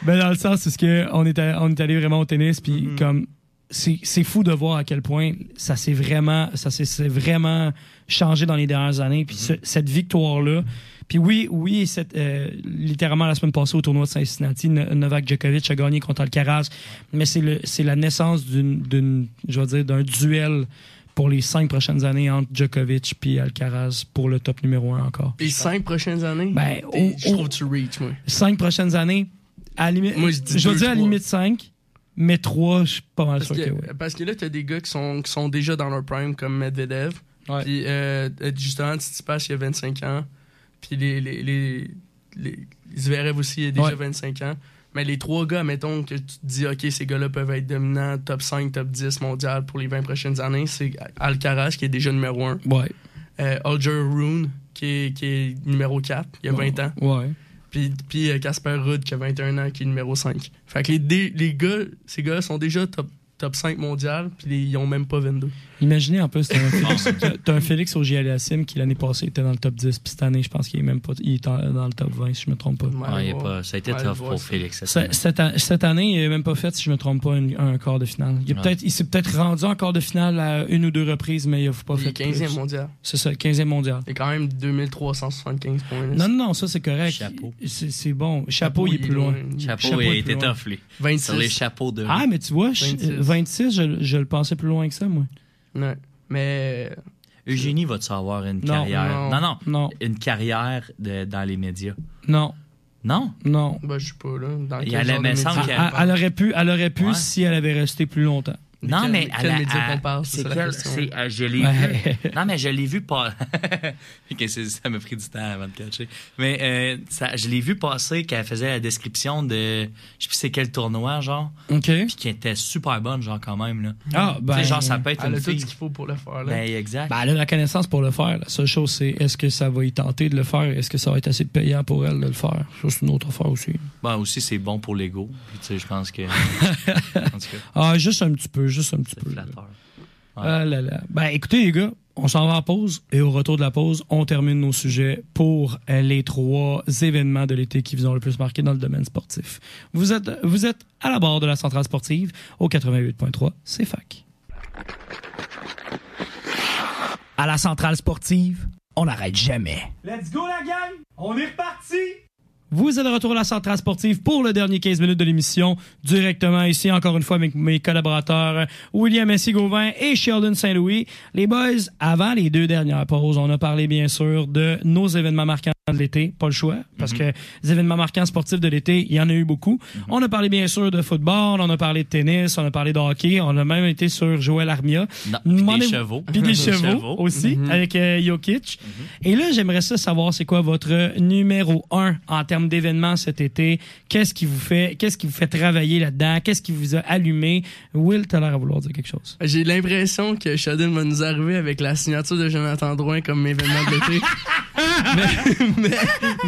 Speaker 4: ben, dans le sens où ce que on est, allé- on est allé vraiment au tennis, puis comme. C'est c'est fou de voir à quel point ça s'est vraiment, ça s'est- s'est vraiment changé dans les dernières années. Puis ce- cette victoire-là, puis oui, oui, cette, euh, littéralement la semaine passée au tournoi de Cincinnati, No- Novak Djokovic a gagné contre Alcaraz, mais c'est le- c'est la naissance d'une, d'une- je vais dire, d'un duel pour les cinq prochaines années entre Djokovic puis Alcaraz pour le top numéro un encore.
Speaker 8: Les cinq prochaines années,
Speaker 4: Ben,
Speaker 8: t'es-
Speaker 4: oh,
Speaker 8: je trouve que tu reach, moi.
Speaker 4: Cinq prochaines années, à la limite,
Speaker 8: Moi, je dis
Speaker 4: vais
Speaker 8: deux,
Speaker 4: dire à la
Speaker 8: trois.
Speaker 4: limite cinq, mais trois, je suis pas mal
Speaker 8: Parce
Speaker 4: sûr que
Speaker 8: que,
Speaker 4: oui.
Speaker 8: parce que là, t'as des gars qui sont, qui sont déjà dans leur prime, comme Medvedev. Puis, euh, justement, Tsitsipas, il y a 25 ans. Puis, les, les, les, les Zverev aussi, il a déjà
Speaker 4: Ouais.
Speaker 8: 25 ans. Mais les trois gars, mettons que tu te dis, OK, ces gars-là peuvent être dominants, top 5, top 10 mondial pour les 20 prochaines années, c'est Alcaraz qui est déjà numéro 1.
Speaker 4: Ouais.
Speaker 8: Euh, Roger Rune, qui est, qui est numéro 4, il y a 20 ans.
Speaker 4: Hein? Ouais.
Speaker 8: Puis, puis euh, Casper Ruud, qui a 21 ans, qui est numéro 5. Fait que les, dé- les gars, ces gars sont déjà top top 5 mondial, puis ils ont même pas 22.
Speaker 4: Imaginez en plus, t'as un, Félix- t'as un Félix au JLSM qui l'année passée était dans le top 10, puis cette année, je pense qu'il est même pas il est en- dans le top 20, si je me trompe pas.
Speaker 6: Ouais, Ah, il est pas- ça a été tough pour Félix. cette
Speaker 4: Cette,
Speaker 6: semaine.
Speaker 4: cette an- cette année, il n'a même pas fait, si je ne me trompe pas, une- un quart de finale. Il, est
Speaker 6: Ouais.
Speaker 4: peut-être- il s'est peut-être rendu en quart de finale à une ou deux reprises, mais il n'a pas
Speaker 8: Il
Speaker 4: fait
Speaker 8: est 15e
Speaker 4: plus.
Speaker 8: mondial.
Speaker 4: C'est ça, 15e mondial.
Speaker 8: C'est quand même 2375 points. là.
Speaker 4: Non, non, non, ça c'est correct. C'est c'est bon. Chapeau, il est plus loin.
Speaker 6: Chapeau, il a
Speaker 4: est plus
Speaker 6: été
Speaker 4: loin.
Speaker 6: tough, lui. Sur les chapeaux de.
Speaker 4: Ah, mais tu vois, je-
Speaker 6: 26.
Speaker 4: 26, je, je le pensais plus loin que ça, moi.
Speaker 8: Ouais. Mais.
Speaker 6: Eugénie va-tu avoir une
Speaker 4: Non,
Speaker 6: carrière?
Speaker 4: non,
Speaker 6: non, Une carrière de- dans les médias.
Speaker 4: Non.
Speaker 6: Non?
Speaker 4: Non.
Speaker 8: Ben, je suis pas là. Dans
Speaker 6: Il y
Speaker 8: quel
Speaker 6: a la
Speaker 8: genre de
Speaker 6: naissance
Speaker 8: métier
Speaker 6: qui
Speaker 8: on
Speaker 6: a-
Speaker 8: parle?
Speaker 4: Ah, Elle aurait pu, elle aurait pu
Speaker 6: Ouais.
Speaker 4: si elle avait resté plus longtemps.
Speaker 6: Non,
Speaker 8: Quel-
Speaker 6: mais
Speaker 8: quel
Speaker 6: à la-
Speaker 8: média
Speaker 6: à-
Speaker 8: qu'on parle,
Speaker 6: c'est
Speaker 8: c'est ça la
Speaker 6: quel-
Speaker 8: question.
Speaker 6: c'est- euh, je l'ai
Speaker 8: Ouais.
Speaker 6: vu. Non, mais je l'ai vu pas. Ok, c'est- ça m'a pris du temps avant de catcher. Mais euh, ça- je l'ai vu passer qu'elle faisait la description de. Je sais plus c'est quel tournoi, genre.
Speaker 4: OK.
Speaker 6: Puis qui était super bonne, genre, quand même. Là. Tu sais, genre, ça peut être
Speaker 8: Elle
Speaker 6: une
Speaker 8: a tout
Speaker 6: fille.
Speaker 8: ce qu'il faut pour le faire. Là.
Speaker 6: Ben, exact.
Speaker 4: Ben, elle a la connaissance pour le faire. La seule chose, c'est est-ce que ça va y tenter de le faire? Est-ce que ça va être assez payant pour elle de le faire? Ça, c'est une autre affaire aussi.
Speaker 6: Ben, aussi, c'est bon pour l'ego. Puis, tu sais, je pense que. en tout cas.
Speaker 4: Ah, juste un petit peu, juste un petit peu. Ah là là. Ben, écoutez, les gars, on s'en va en pause et au retour de la pause, on termine nos sujets pour euh, les trois événements de l'été qui vous ont le plus marqué dans le domaine sportif. Vous êtes, vous êtes à la barre de la centrale sportive au 88.3, c'est fac.
Speaker 15: À la centrale sportive, on n'arrête jamais.
Speaker 4: Let's go la gang! On est reparti! Vous êtes de retour à la centrale sportive pour le dernier 15 minutes de l'émission, directement ici, encore une fois, avec mes collaborateurs euh, William Messi Gauvin et Sheldon Saint-Louis. Les boys, avant les deux dernières pauses, on a parlé bien sûr de nos événements marquants de l'été, pas le choix, parce que les événements marquants sportifs de l'été, il y en a eu beaucoup. On a parlé bien sûr de football, on a parlé de tennis, on a parlé de hockey, on a même été sur Joël Armia.
Speaker 6: Non, puis des
Speaker 4: Demandez-vous-
Speaker 6: chevaux.
Speaker 4: Puis des
Speaker 6: Des
Speaker 4: chevaux
Speaker 6: chevaux. Mm-hmm.
Speaker 4: aussi,
Speaker 6: Mhm.
Speaker 4: avec euh, Jokic. Et là, j'aimerais ça savoir c'est quoi votre numéro un en termes d'événements cet été. Qu'est-ce qui vous fait, qu'est-ce qui vous fait travailler là-dedans? Qu'est-ce qui vous a allumé? Will, t'as l'air à vouloir dire quelque chose.
Speaker 8: J'ai l'impression que Sheldon va nous arriver avec la signature de Jonathan Drouin comme événement de l'été.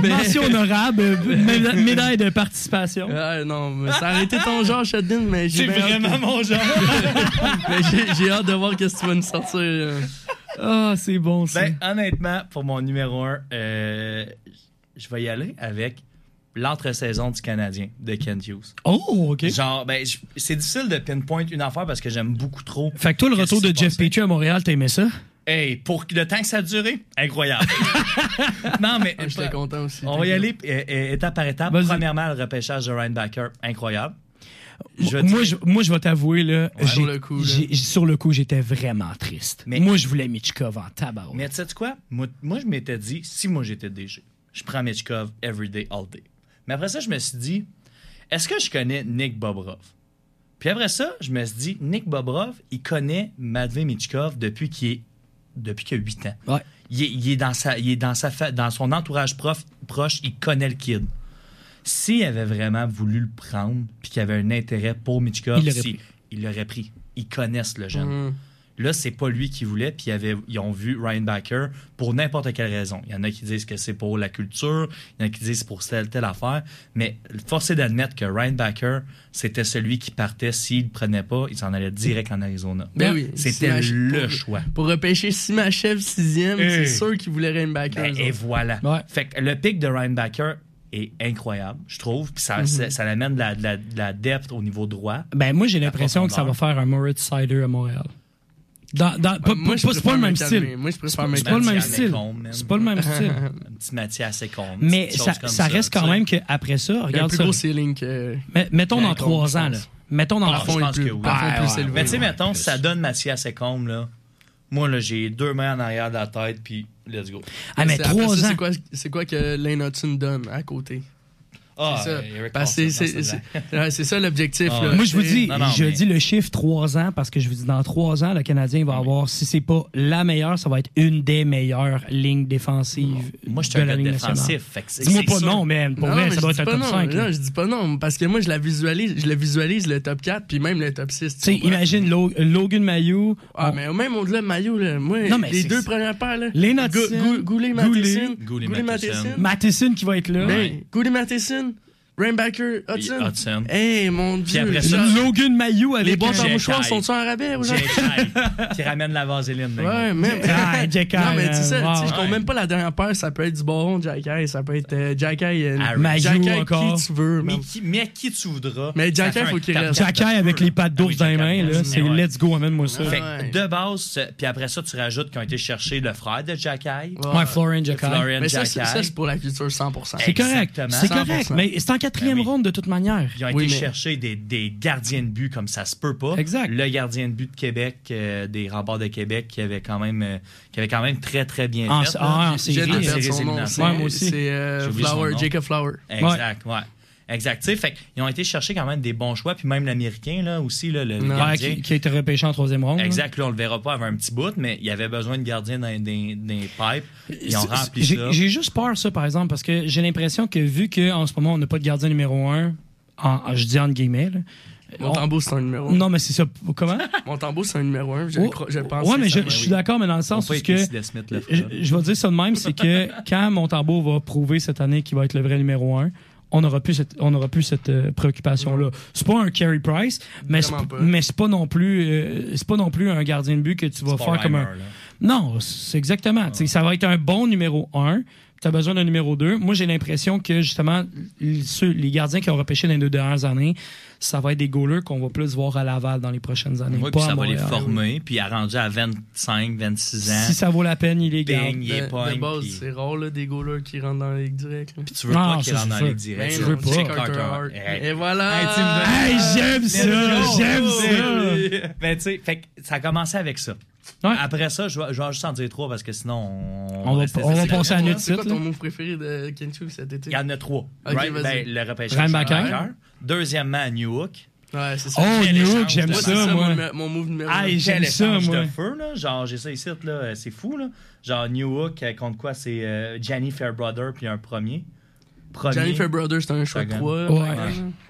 Speaker 4: Mention honorable, euh, méda- médaille de participation.
Speaker 8: Ah, non, mais ça a été ton genre, Sheldon, mais j'ai.
Speaker 4: C'est
Speaker 8: bien hâte
Speaker 4: vraiment
Speaker 8: que-
Speaker 4: mon genre.
Speaker 8: mais j'ai- j'ai hâte de voir qu'est-ce que tu vas nous sortir. euh.
Speaker 4: Ah, c'est bon ça.
Speaker 6: Ben, honnêtement, pour mon numéro 1, je vais y aller avec l'entre-saison du Canadien de Kent Hughes.
Speaker 4: Oh, OK.
Speaker 6: Genre, ben, je- c'est difficile de pinpoint une affaire parce que j'aime beaucoup trop.
Speaker 4: Fait que toi, le
Speaker 6: Qu'est-ce
Speaker 4: retour de
Speaker 6: qui s'est
Speaker 4: Jeff Petrie à Montréal, t'aimais ça?
Speaker 6: Hey, pour le temps que ça a duré, incroyable. non, mais.
Speaker 8: Ah, J'étais content aussi.
Speaker 6: On va y aller euh, euh, étape par étape. Premièrement, le repêchage de Ryan Backer, incroyable. Je vais
Speaker 4: moi, je, moi, je vais t'avouer, là, j'ai-
Speaker 6: sur le coup, là.
Speaker 4: j'ai- sur le coup, j'étais vraiment triste. moi, je voulais Mitchkov en tabarou.
Speaker 6: Mais tu sais quoi? Moi, moi, je m'étais dit, si moi j'étais DG, je prends Mitchkov every day, all day. Mais après ça, je me suis dit, est-ce que je connais Nick Bobrov? Puis après ça, je me suis dit, Nick Bobrov, il connaît Matvey Mitchkov depuis qu'il est depuis qu'il a 8 ans. Il, est, il est dans sa, il est dans, sa fa- dans son entourage prof- proche, il connaît le kid. S'il avait vraiment voulu le prendre, puis qu'il avait un intérêt pour Mitchkov,
Speaker 4: Il l'aurait
Speaker 6: si-
Speaker 4: pris.
Speaker 6: il l'aurait pris. Ils connaissent le
Speaker 8: Mmh.
Speaker 6: jeune.
Speaker 8: Ben
Speaker 4: Mhm.
Speaker 6: Là, c'est pas lui qui voulait, puis ils avaient- ils ont vu Ryan Backer pour n'importe quelle raison. Il y en a qui disent que c'est pour la culture, il y en a qui disent pour telle, telle affaire, mais force est d'admettre que Ryan Backer, c'était celui qui partait. S'il le prenait pas, il s'en allait direct en Arizona.
Speaker 8: Ben oui,
Speaker 6: C'était
Speaker 8: si
Speaker 6: le
Speaker 8: Mach-
Speaker 6: choix.
Speaker 8: Pour repêcher Simachev 6e,
Speaker 6: Hey.
Speaker 8: c'est sûr qu'il voulait Rainbacker.
Speaker 6: Ben, et voilà. Fait que le pic de Ryan Backer est incroyable, je trouve, puis ça,
Speaker 4: Mhm.
Speaker 6: ça, ça l'amène de la, de la- de la depth au niveau droit.
Speaker 4: Ben, moi, j'ai l'impression que ça va faire un Moritz Sider à Montréal. Dans, dans, pas, pas-
Speaker 6: moi, je
Speaker 4: pas- c'est pas
Speaker 6: préfère
Speaker 4: le même
Speaker 6: me
Speaker 4: style.
Speaker 6: calmer. Moi, je
Speaker 4: C'est
Speaker 6: préfère
Speaker 4: pas
Speaker 6: me
Speaker 4: c'est pas le
Speaker 6: calmer.
Speaker 4: même style.
Speaker 6: Mathias Lecombe,
Speaker 4: C'est pas le même style.
Speaker 6: Un petit Mathias Ecombe.
Speaker 4: Mais ça, ça reste quand même qu'après ça,
Speaker 6: Il y a un
Speaker 4: regarde
Speaker 6: plus
Speaker 4: ça.
Speaker 6: gros
Speaker 8: ceiling que.
Speaker 4: Mais, mettons
Speaker 6: que
Speaker 4: dans
Speaker 6: Lecombe, je
Speaker 4: trois ans, là.
Speaker 6: pense.
Speaker 4: Mettons dans
Speaker 6: Ah,
Speaker 4: le fond,
Speaker 6: je
Speaker 4: il
Speaker 6: pense
Speaker 4: peut-
Speaker 6: que oui.
Speaker 4: Ah, ouais, ouais.
Speaker 6: Mais tu sais, mettons, ça donne Mathias Ecombe, là. Moi, là, j'ai deux mains en arrière de la tête, puis let's go.
Speaker 4: Ah,
Speaker 8: C'est- après ça, C'est quoi, c'est quoi que Lane Hudson donne à côté?
Speaker 6: Ah,
Speaker 8: C'est ça.
Speaker 6: euh, Eric
Speaker 8: Parce que
Speaker 6: Carlson,
Speaker 8: c'est-
Speaker 6: non,
Speaker 8: c'est-
Speaker 6: c'est
Speaker 8: c'est- ouais, c'est ça l'objectif.
Speaker 6: Ah,
Speaker 8: là.
Speaker 6: ouais.
Speaker 4: Moi, je vous
Speaker 8: C'est-
Speaker 4: dis, je dis le chiffre trois ans parce que je vous dis, dans trois ans, le Canadien va avoir, si c'est pas la meilleure, ça va être une des meilleures lignes défensives
Speaker 6: Moi, je suis
Speaker 4: de
Speaker 6: un
Speaker 4: la
Speaker 6: gars
Speaker 4: Ligue nationale.
Speaker 6: défensif. fait que c'est-
Speaker 4: Dis-moi
Speaker 6: c'est
Speaker 4: pas
Speaker 6: sûr.
Speaker 4: non, mais pour
Speaker 8: Non,
Speaker 4: vrai,
Speaker 8: mais
Speaker 4: ça
Speaker 8: je
Speaker 4: doit
Speaker 8: dis
Speaker 4: être un
Speaker 8: pas
Speaker 4: top
Speaker 8: non.
Speaker 4: 5.
Speaker 8: Là, je dis pas non, parce que moi, je la visualise, je le visualise le top 4, puis même le top 6.
Speaker 4: Tu sais, imagine Lo- Logan Mayou.
Speaker 8: Ah, mais même au-delà de Maillot, là, moi,
Speaker 4: Non, mais
Speaker 8: les
Speaker 4: c'est-
Speaker 8: deux premières paires, là,
Speaker 4: Les
Speaker 8: Gou- Gou- Goulet, Matheson. Goulet, Matheson.
Speaker 4: Matheson qui va être là.
Speaker 8: Ben, Goulet Matheson, Rainbacker Hudson.
Speaker 16: Et Hudson.
Speaker 8: Hey, mon
Speaker 16: Puis
Speaker 8: dieu.
Speaker 16: après ça-
Speaker 17: Logan Mayou
Speaker 8: Les
Speaker 16: avec
Speaker 8: boîtes
Speaker 4: euh,
Speaker 16: un
Speaker 8: en mouchoirs
Speaker 16: Jekai.
Speaker 8: sont-ils en rabais ou genre?
Speaker 6: qui ramène la vaseline. mec.
Speaker 8: Ouais, même.
Speaker 6: Ah, Jack
Speaker 8: non,
Speaker 6: Eye,
Speaker 8: mais tu sais,
Speaker 6: euh,
Speaker 8: ça, tu sais,
Speaker 6: wow.
Speaker 8: je compte même pas la dernière paire. Ça peut être du baron, Jack Eye, ça peut être euh, Jack Eye, euh,
Speaker 6: Harry. Magou
Speaker 8: Jack Eye,
Speaker 6: encore.
Speaker 8: qui tu veux.
Speaker 6: Mais
Speaker 8: man.
Speaker 6: qui, mais qui tu voudras.
Speaker 8: Mais Jack
Speaker 6: ça
Speaker 8: Eye,
Speaker 6: fait
Speaker 8: faut
Speaker 6: un
Speaker 8: qu'il
Speaker 6: tap-
Speaker 8: reste.
Speaker 6: tap-
Speaker 4: Jack Eye avec les
Speaker 6: Ah
Speaker 4: pattes d'ours dans les mains, là, c'est
Speaker 6: Ouais.
Speaker 4: let's go, amène-moi ça.
Speaker 6: Fait que de base, c'est- puis après ça, tu rajoutes qu'ils ont été chercher le frère de Jack Eye.
Speaker 4: Ouais, Florian Jack Eye.
Speaker 6: Florian
Speaker 8: Mais ça,
Speaker 6: Jack
Speaker 8: c'est
Speaker 6: Eye.
Speaker 8: ça, c'est pour la culture 100%.
Speaker 4: C'est correct,
Speaker 6: Exactement.
Speaker 4: c'est correct,
Speaker 6: 100%.
Speaker 4: mais c'est en quatrième ronde de toute manière.
Speaker 6: Ben Ils ont été chercher des, des gardiens de but comme ça se peut pas. Exact. Le gardien de but de Québec, euh, des remparts de Québec, qui avait quand même, euh, qui avait quand même très très bien
Speaker 4: En-
Speaker 6: fait.
Speaker 4: ah,
Speaker 6: là.
Speaker 4: en série.
Speaker 6: J'ai des
Speaker 4: J'ai
Speaker 6: séries
Speaker 4: perdu son nom,
Speaker 6: éliminatoires.
Speaker 4: ouais, moi aussi.
Speaker 8: c'est, euh,
Speaker 6: J'ai oublié son
Speaker 8: Flower,
Speaker 6: nom.
Speaker 8: Jacob Flower.
Speaker 6: Exact, ouais. Exact. Tu sais, fait qu'ils ont été chercher quand même des bons choix, puis même l'américain là aussi là, le, le
Speaker 4: Ouais,
Speaker 6: gardien.
Speaker 4: qui, qui a été repêché en troisième ronde. là.
Speaker 6: Exact, là, on le verra pas avant un petit bout, mais il y avait besoin de gardien dans, dans- dans les pipes. Ils ont
Speaker 4: C'est-
Speaker 6: rempli
Speaker 4: j'ai-
Speaker 6: ça.
Speaker 4: J'ai juste peur, ça, par exemple, parce que j'ai l'impression que vu qu'en ce moment, on n'a pas de gardien numéro un, en, en- je dis entre guillemets, là,
Speaker 8: Mon tambour, c'est un numéro.
Speaker 4: Non, mais c'est ça. Comment?
Speaker 8: Mon tambour, c'est un numéro 1. Je,
Speaker 4: Oh,
Speaker 8: crois- je pense.
Speaker 4: ouais, mais
Speaker 8: que ça
Speaker 4: je,
Speaker 8: va,
Speaker 4: je suis
Speaker 8: oui.
Speaker 4: d'accord, mais dans le sens
Speaker 6: peut
Speaker 4: où ce
Speaker 6: être
Speaker 4: que.
Speaker 6: Lucides Smith, le
Speaker 4: Je,
Speaker 6: frère.
Speaker 4: je vais dire ça de même, c'est que quand Montembeau va prouver cette année qu'il va être le vrai numéro un, on n'aura plus cette, on aura plus cette euh, préoccupation-là. C'est pas un Carey Price, mais c'est
Speaker 8: Vraiment pas.
Speaker 4: mais c'est pas non plus, euh, c'est pas non plus un gardien de but que tu vas
Speaker 6: pas
Speaker 4: faire comme un.
Speaker 6: Reimer, là.
Speaker 4: Non, c'est exactement. Tu sais, Ça va être un bon numéro 1. Tu as besoin d'un numéro 2. Moi, j'ai l'impression que justement, l- ceux- les gardiens qui ont repêché dans les deux dernières années, ça va être des goalers qu'on va plus voir à Laval dans les prochaines années.
Speaker 6: Ouais,
Speaker 4: pas
Speaker 6: puis
Speaker 4: à
Speaker 6: ça va les
Speaker 4: Montréal.
Speaker 6: former, puis il a rendu à 25, 26 ans.
Speaker 4: Si ça vaut la peine, il les
Speaker 6: Bing,
Speaker 4: garde.
Speaker 6: il est
Speaker 8: De-
Speaker 6: pogne,
Speaker 8: De base,
Speaker 6: puis-
Speaker 8: c'est rare, là, des goalers qui rentrent dans la ligue directe. là.
Speaker 6: Puis tu veux
Speaker 4: Non,
Speaker 6: pas qu'il
Speaker 4: ça,
Speaker 6: rentre
Speaker 4: c'est
Speaker 6: dans
Speaker 4: ça.
Speaker 6: les directs.
Speaker 8: Ben
Speaker 6: tu
Speaker 8: non,
Speaker 6: veux
Speaker 8: c'est
Speaker 6: pas.
Speaker 8: Carter Hart. Et voilà.
Speaker 6: Hey, tu me-
Speaker 4: Hey, j'aime
Speaker 6: Let's
Speaker 4: ça,
Speaker 6: go.
Speaker 4: j'aime
Speaker 6: Oh, oui. Mais tu sais, fait que ça a commencé avec ça.
Speaker 4: Ouais.
Speaker 6: Après ça, je vais, je vais juste en dire trois parce que sinon, on,
Speaker 4: On va-
Speaker 6: reste-
Speaker 4: on va
Speaker 6: c'est-
Speaker 4: passer à
Speaker 8: Ouais,
Speaker 4: notre hein?
Speaker 8: C'est quoi
Speaker 4: titre.
Speaker 8: ton move préféré de Kenshu cet été?
Speaker 6: Il y en a trois.
Speaker 8: Ok,
Speaker 6: Right?
Speaker 8: vas-y.
Speaker 6: Ben, le repêchage.
Speaker 4: Reinbacker.
Speaker 6: Reinbacker. Deuxièmement, Newhook.
Speaker 8: Ouais, c'est ça.
Speaker 4: Oh,
Speaker 6: Quel
Speaker 4: New
Speaker 6: échange
Speaker 4: Hook, j'aime
Speaker 6: de
Speaker 8: Moi,
Speaker 4: ça,
Speaker 8: c'est ça,
Speaker 4: moi.
Speaker 8: mon numé- mon move numéro
Speaker 4: Aïe,
Speaker 8: un.
Speaker 4: j'aime
Speaker 6: Quel
Speaker 4: ça,
Speaker 6: échange
Speaker 4: moi.
Speaker 6: de feu, là. Genre, j'ai ça ici, là. euh, C'est fou, là. Genre, Newhook euh, contre quoi C'est euh, Gianni Fairbrother, puis un premier. Premier.
Speaker 8: Jennifer Brothers, c'est un choix
Speaker 6: Second.
Speaker 8: 3.
Speaker 4: Ouais.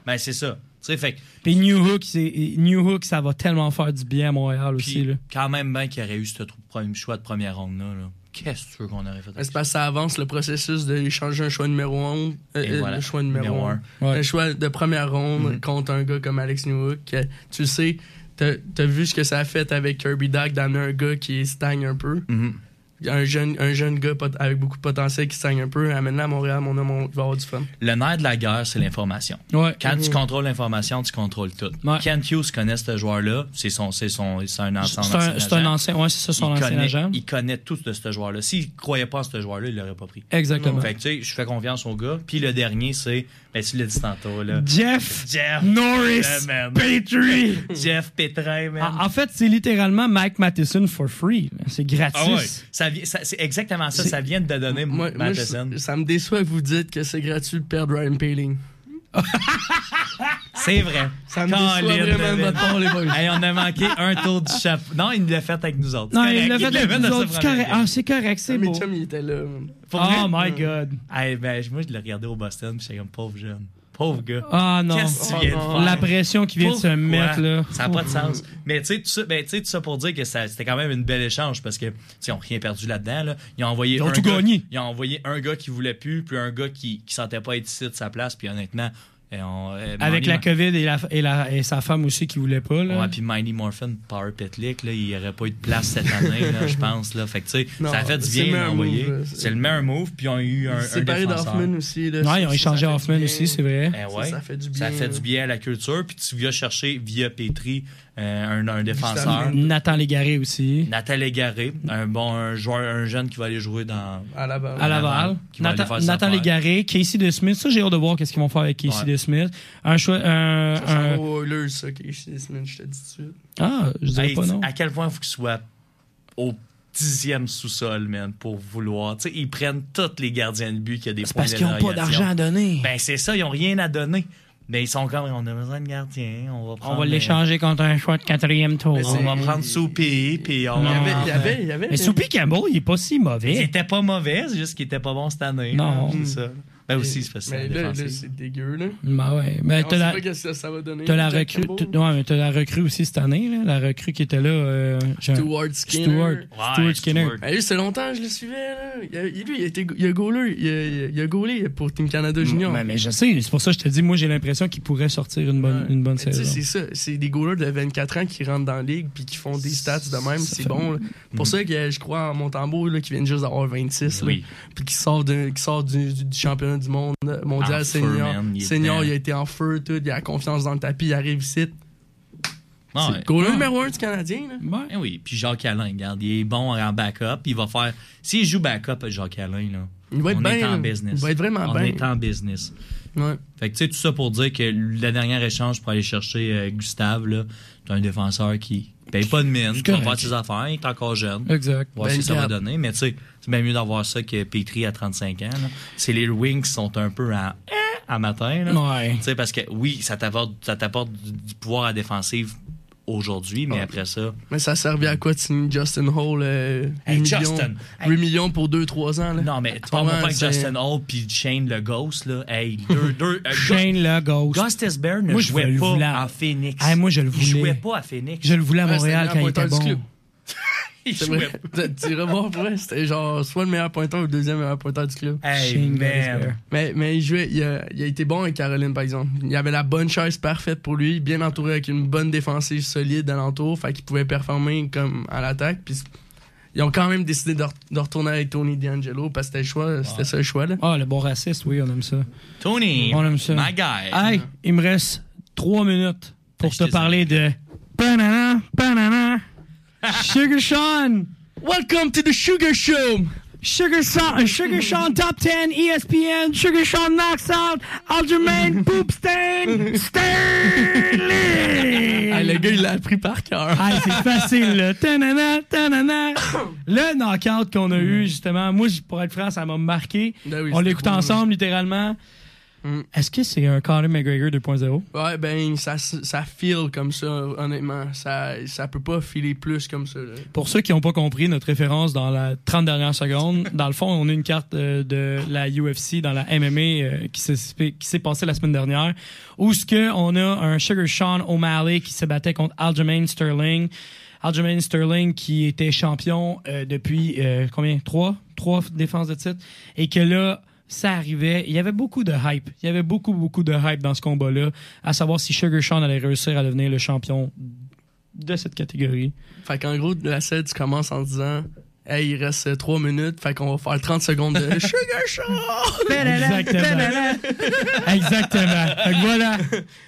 Speaker 6: Ben, c'est ça. Tu sais, fait que
Speaker 4: Puis New Hook, c'est- New Hook, ça va tellement faire du bien à Montréal aussi.
Speaker 6: Puis,
Speaker 4: Là.
Speaker 6: quand même bien qu'il y aurait eu ce trou- premier choix de première ronde-là. là. Qu'est-ce que tu veux qu'on aurait fait avec
Speaker 8: C'est parce que ça avance le processus de changer un choix numéro 1,
Speaker 6: Et voilà.
Speaker 8: le choix numéro
Speaker 6: Numéro
Speaker 8: 1,
Speaker 6: un. Mm-hmm.
Speaker 4: Ouais.
Speaker 8: le choix de première ronde contre un gars comme Alex Newhook. que Tu sais, t'as t'as vu ce que ça a fait avec Kirby Duck d'amener un gars qui stagne un peu.
Speaker 6: Mhm.
Speaker 8: Un jeune, un jeune gars pot- avec beaucoup de potentiel qui stagne un peu, amène-le à Montréal, mon homme, on- il va avoir du fun.
Speaker 6: Le nerf de la guerre, c'est l'information.
Speaker 4: Ouais.
Speaker 6: Quand tu contrôles l'information, tu contrôles tout.
Speaker 4: Mhm. Ouais.
Speaker 6: Ken Hughes connaît ce joueur-là. C'est son, c'est son, c'est un ancien.
Speaker 4: C'est un,
Speaker 6: ancien
Speaker 4: c'est un
Speaker 6: agent.
Speaker 4: ancien, ouais, c'est ça son
Speaker 6: il
Speaker 4: ancien
Speaker 6: connaît,
Speaker 4: agent.
Speaker 6: Il connaît tout de ce joueur-là. S'il croyait pas en ce joueur-là, il l'aurait pas pris.
Speaker 4: Exactement.
Speaker 6: Fait que, tu sais, je fais confiance au gars. Puis le dernier, c'est, ben, tu l'as dit tantôt, là.
Speaker 4: Jeff
Speaker 6: Jeff.
Speaker 4: Norris
Speaker 6: Yeah, man.
Speaker 4: Petrie.
Speaker 6: Jeff Pétrin, man.
Speaker 4: En en fait, c'est littéralement Mike Matheson for free. là. C'est gratis.
Speaker 6: Ah ouais. Ça vient- ça- c'est exactement ça. Ça vient de te donner
Speaker 8: Moi, moi,
Speaker 6: Matheson.
Speaker 8: je- ça me déçoit que vous dites que c'est gratuit de perdre Ryan Paling.
Speaker 6: C'est vrai.
Speaker 8: Ça me déçoit
Speaker 6: Colin,
Speaker 8: vraiment de
Speaker 6: Devin.
Speaker 8: votre part, les boys.
Speaker 6: Hey, on a manqué un tour du chapeau. Non, il l'a fait avec nous autres.
Speaker 4: Non,
Speaker 6: C'est
Speaker 4: il l'a
Speaker 6: correct.
Speaker 4: fait avec
Speaker 6: l'a
Speaker 4: nous
Speaker 6: dans
Speaker 4: autres. C'est
Speaker 6: sa première
Speaker 4: correct.
Speaker 6: game.
Speaker 4: Ah, c'est correct, c'est
Speaker 8: Mes
Speaker 4: beau.
Speaker 8: chums, ils étaient là.
Speaker 6: Pour
Speaker 4: Oh
Speaker 6: vrai?
Speaker 4: my God.
Speaker 6: Hey, ben, moi, je l'ai regardé au Boston, puis j'étais comme pauvre jeune. Pauvre gars.
Speaker 4: Ah non.
Speaker 6: Qu'est-ce que tu viens de faire?
Speaker 4: La pression qui vient de se
Speaker 6: Pourquoi?
Speaker 4: mettre là. Oh.
Speaker 6: Ça n'a pas de sens. Mais tu sais, tout ça, ben, tu sais, tout ça pour dire que ça- c'était quand même une belle échange parce que, tu sais, ils n'ont rien perdu là-dedans. là. Ils ont envoyé
Speaker 4: Ils ont
Speaker 6: un
Speaker 4: tout
Speaker 6: gars-
Speaker 4: gagné.
Speaker 6: Ils ont envoyé un gars qui voulait plus, puis un gars qui ne sentait pas être ici de sa place. Puis honnêtement, eh, on, eh,
Speaker 4: Avec
Speaker 6: Manny-
Speaker 4: la COVID et, la, et, la- et sa femme aussi qui voulait pas. Là.
Speaker 6: Ouais, puis Mighty Morphin, Power Petlick, là, il n'y aurait pas eu de place cette année, là, je pense. Là. Fait que, tu sais,
Speaker 8: Non,
Speaker 6: ça a fait du
Speaker 8: c'est le
Speaker 6: bien
Speaker 8: meilleur
Speaker 6: d'envoyer.
Speaker 8: move, là. C'est-
Speaker 6: C'est le meilleur move, puis ils ont eu un, un
Speaker 8: Séparé
Speaker 6: défenseur.
Speaker 8: d'Hoffman aussi. Là,
Speaker 4: Ouais,
Speaker 8: ça-
Speaker 4: ils ont
Speaker 8: ça-
Speaker 4: échangé
Speaker 8: ça fait du
Speaker 4: Hoffman
Speaker 8: bien.
Speaker 4: aussi, c'est vrai.
Speaker 6: Eh
Speaker 8: Ça,
Speaker 6: ouais.
Speaker 8: ça fait du
Speaker 6: Ça
Speaker 8: bien,
Speaker 6: fait
Speaker 8: là.
Speaker 6: du bien à la culture, puis tu viens chercher via Petri euh, un, un défenseur.
Speaker 8: Justement.
Speaker 4: Nathan Légaré aussi.
Speaker 6: Nathan Légaré, un bon un joueur, un jeune qui va aller jouer dans.
Speaker 8: À la base.
Speaker 4: À Laval.
Speaker 6: Qui va aller
Speaker 4: Nathan,
Speaker 6: faire sa
Speaker 4: Nathan
Speaker 6: part.
Speaker 4: Légaré, Casey De Smith. Ça, j'ai hâte de voir qu'est-ce qu'ils vont faire avec Casey
Speaker 6: Ouais.
Speaker 4: De Smith. Un choix. Un,
Speaker 8: Ça s'en
Speaker 4: un-
Speaker 8: va aux Oilers, ça, Casey Smith, je te dis tout de suite.
Speaker 4: Ah, je dirais
Speaker 6: Hey,
Speaker 4: pas
Speaker 6: tu-
Speaker 4: non.
Speaker 6: À quel point il faut qu'il soit au dixième sous-sol, man, pour vouloir. Tu sais, ils prennent tous les gardiens de but qui a des
Speaker 4: C'est
Speaker 6: points
Speaker 4: parce qu'ils n'ont pas
Speaker 6: d'interrogation.
Speaker 4: d'argent à donner.
Speaker 6: Ben, c'est ça, ils n'ont rien à donner. Mais ils sont comme, on a besoin de gardien, on va prendre.
Speaker 4: On va
Speaker 6: euh,
Speaker 4: l'échanger contre un choix de quatrième tour.
Speaker 8: Mais
Speaker 6: On
Speaker 8: c'est-
Speaker 6: va prendre Soupi, puis on
Speaker 4: Non.
Speaker 8: Il y avait,
Speaker 6: va.
Speaker 8: il y avait, il y avait.
Speaker 4: Mais Soupy Campbell, il est pas si
Speaker 6: Il
Speaker 4: mauvais.
Speaker 6: était pas mauvais, c'est juste qu'il était pas bon cette année.
Speaker 4: Non.
Speaker 6: là, C'est ça. Ben aussi, il se fait ça.
Speaker 8: Mais là, là, c'est dégueu, là.
Speaker 4: Ben ouais. Ben,
Speaker 8: On
Speaker 4: t'as
Speaker 8: sait
Speaker 4: la-
Speaker 8: pas qu'est-ce que ça va donner.
Speaker 4: T'as la
Speaker 8: Jack
Speaker 4: recrue,
Speaker 8: Campbell?
Speaker 4: t'as- ouais, mais t'as la recrue aussi cette année, là, la recrue qui était là. euh, j'ai un-
Speaker 8: Stuart Skinner.
Speaker 4: Stuart, Stuart Skinner.
Speaker 8: Ben, lui, c'est longtemps que je le suivais. Là. Il, a- il- lui, il, a été- il a gaulé, il a, il a- il a gaulé pour Team Canada Junior.
Speaker 4: Mais, mais je sais, c'est pour ça que je te dis, moi j'ai l'impression qu'il pourrait sortir une bonne, une bonne
Speaker 8: Tu sais,
Speaker 4: saison.
Speaker 8: c'est ça. C'est des goalers de 24 ans qui rentrent dans la ligue puis qui font des stats de même. C'est
Speaker 4: fait-
Speaker 8: bon. là. Pour ça que je crois en Montembeau là, qui vient juste d'avoir 26. là, Puis qui sort, de, qui sort du, du- du championnat du monde euh, mondial
Speaker 6: En feu,
Speaker 8: senior.
Speaker 6: man, il est
Speaker 8: senior,
Speaker 6: dedans.
Speaker 8: il a été en feu, tout. Il a la confiance dans le tapis. Il arrive ici.
Speaker 6: Ah
Speaker 8: C'est
Speaker 6: ouais.
Speaker 8: le goaler numéro 1 du Canadien. là.
Speaker 6: Eh oui, puis Jacques Alain, regarde, il est bon en backup, il va faire. S'il joue backup, Jacques Alain, là,
Speaker 8: Il va être
Speaker 6: on est
Speaker 8: bien,
Speaker 6: en
Speaker 8: là.
Speaker 6: business.
Speaker 8: Il va être vraiment
Speaker 6: on
Speaker 8: bien.
Speaker 6: est en business.
Speaker 8: Ouais.
Speaker 6: Fait que tu sais, tout ça pour dire que le dernier échange pour aller chercher euh, Gustave, là, c'est un défenseur qui paye pas de mine, qui
Speaker 4: correct.
Speaker 6: va
Speaker 4: Euh, ben,
Speaker 6: faire ses affaires, il est encore jeune.
Speaker 4: Exact.
Speaker 6: Voir ce que ça va
Speaker 4: 24.
Speaker 6: donner, mais tu sais, c'est bien mieux d'avoir ça que Petri à 35 ans. là. C'est les Wings qui sont un peu à, à matin. là.
Speaker 4: Ouais.
Speaker 6: Tu sais, parce que oui, ça t'apporte ça t'apporte du, du pouvoir à défensive aujourd'hui, mais après ça.
Speaker 8: Mais ça servait à quoi de signer Justin Hall euh,
Speaker 6: Hey,
Speaker 8: 8
Speaker 6: Justin!
Speaker 8: millions, 8 millions pour 2-3 ans? Là.
Speaker 6: Non, mais tu parles pas avec Justin Hall puis Shane le Ghost, là. Hey, deux, deux. euh,
Speaker 4: Shane
Speaker 6: Ghost-
Speaker 4: le Ghost.
Speaker 6: Ghost Bear ne
Speaker 4: Moi, je
Speaker 6: jouait
Speaker 4: le
Speaker 6: pas
Speaker 4: voulais.
Speaker 6: à Phoenix.
Speaker 4: Ah, moi, je le
Speaker 6: Il jouait
Speaker 4: voulais.
Speaker 6: pas à Phoenix.
Speaker 4: Je le voulais à Montréal quand il était bon.
Speaker 6: Il
Speaker 8: C'est
Speaker 6: jouait
Speaker 8: vrai. Tu iras voir pour vrai, c'était genre soit le meilleur pointeur ou le deuxième meilleur pointeur du club.
Speaker 6: Hey, Shane man. Gillespie.
Speaker 8: Mais, mais il, jouait, il, a, il a été bon avec Caroline, par exemple. Il avait la bonne chaise parfaite pour lui, bien entouré avec une bonne défensive solide alentour, fait qu'il pouvait performer comme à l'attaque. Puis ils ont quand même décidé de, re- de retourner avec Tony D'Angelo parce que c'était le choix, c'était ça le choix. Là.
Speaker 4: Ah, le bon raciste, oui, on aime ça.
Speaker 6: Tony,
Speaker 4: On aime ça.
Speaker 6: my guy.
Speaker 4: Hey, il me reste trois minutes pour te parler de. Banana, banana, Sugar Sean.
Speaker 8: Welcome to the Sugar Show.
Speaker 4: Sugar Sean, Sugar Sean Top E 10 ESPN, Sugar Sean Knocks Out, Algermain Poop Stain, Stanley.
Speaker 8: Ah, le gars, il l'a appris par cœur.
Speaker 4: Ah, c'est facile, là. Tanana, tanana. Le knockout qu'on a eu, justement, moi, j- pour être franc, ça m'a marqué.
Speaker 8: Mm. Ben oui,
Speaker 4: On
Speaker 8: c'était
Speaker 4: l'écoute
Speaker 8: cool, Mm.
Speaker 4: ensemble, littéralement. Est-ce que c'est un Conor McGregor 2.0?
Speaker 8: Ouais, ben, ça, ça feel comme ça, honnêtement. Ça, ça peut pas filer plus comme ça. là.
Speaker 4: Pour ceux qui n'ont pas compris notre référence dans la 30 dernières secondes, dans le fond, on a une carte euh, de la UFC dans la MMA euh, qui s'est qui s'est passée la semaine dernière, où ce que on a un Sugar Sean O'Malley qui se battait contre Aljamain Sterling. Aljamain Sterling qui était champion euh, depuis euh, combien trois trois défenses de titre et que là ça arrivait. Il y avait beaucoup de hype. Il y avait beaucoup, beaucoup de hype dans ce combat-là, à savoir si Sugar Sean allait réussir à devenir le champion de cette catégorie.
Speaker 8: Fait qu'en gros, la scène, tu commences en disant Hey, il reste 3 minutes, fait qu'on va faire 30 secondes de Sugar Show!
Speaker 4: Exactement. Exactement. Fait que voilà.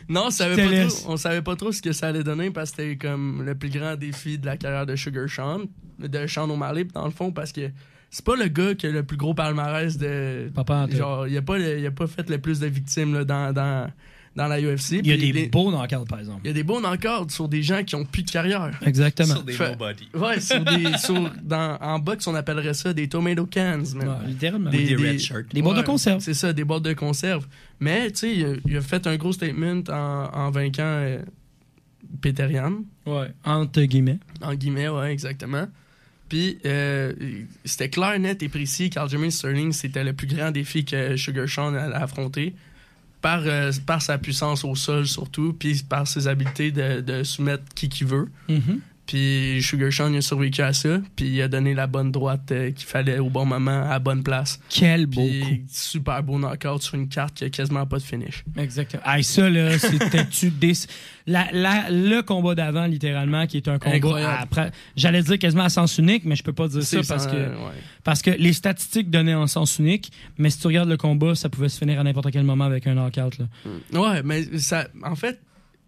Speaker 8: non, on savait,
Speaker 4: Je te
Speaker 8: pas
Speaker 4: laisse.
Speaker 8: trop, on savait pas trop ce que ça allait donner parce que c'était comme le plus grand défi de la carrière de Sugar Sean, de Sean O'Malley, dans le fond, parce que c'est pas le gars qui a le plus gros palmarès de.
Speaker 4: Papa en tête.
Speaker 8: genre, il a, pas le- il a pas fait le plus de victimes là, dans, dans, dans la UFC.
Speaker 4: Il y a
Speaker 8: Puis
Speaker 4: des
Speaker 8: les-
Speaker 4: beaux knockouts, par exemple.
Speaker 8: Il y a des bons encore sur des gens qui ont plus de carrière.
Speaker 4: Exactement. Sur
Speaker 6: des nobody.
Speaker 8: Ouais, sur des, sur, dans, en boxe, on appellerait ça des tomato cans. man.
Speaker 4: Ouais, littéralement. Ou des red shirts. Des boîtes de
Speaker 8: conserve. C'est ça, des boîtes de conserve. Mais, tu sais, il, a- il a fait un gros statement en, en vainquant euh, Peterian,
Speaker 4: Ouais. Entre guillemets.
Speaker 8: en guillemets, ouais, exactement. Puis, euh, c'était clair, net et précis qu'Aljamain Sterling, c'était le plus grand défi que Sugar Sean allait affronter. Par, euh, par sa puissance au sol, surtout, puis par ses habiletés de, de soumettre qui qu'il veut.
Speaker 4: Mm-hmm.
Speaker 8: Puis Sugar Sean il a survécu à ça, puis il a donné la bonne droite euh, qu'il fallait au bon moment, à la bonne place.
Speaker 4: Quel beau
Speaker 8: Puis, Super beau knockout sur une carte qui a quasiment pas de finish.
Speaker 4: Exactement. Ah, et ça, là, c'était-tu des... la, la- le combat d'avant, littéralement, qui est un combat
Speaker 8: Incroyable.
Speaker 4: à- après. J'allais dire quasiment à sens unique, mais je peux pas dire ça
Speaker 8: C'est
Speaker 4: parce
Speaker 8: sans-
Speaker 4: que,
Speaker 8: ouais.
Speaker 4: parce que les statistiques donnaient en sens unique, mais si tu regardes le combat, ça pouvait se finir à n'importe quel moment avec un knockout. Là.
Speaker 8: Ouais, mais ça, en fait,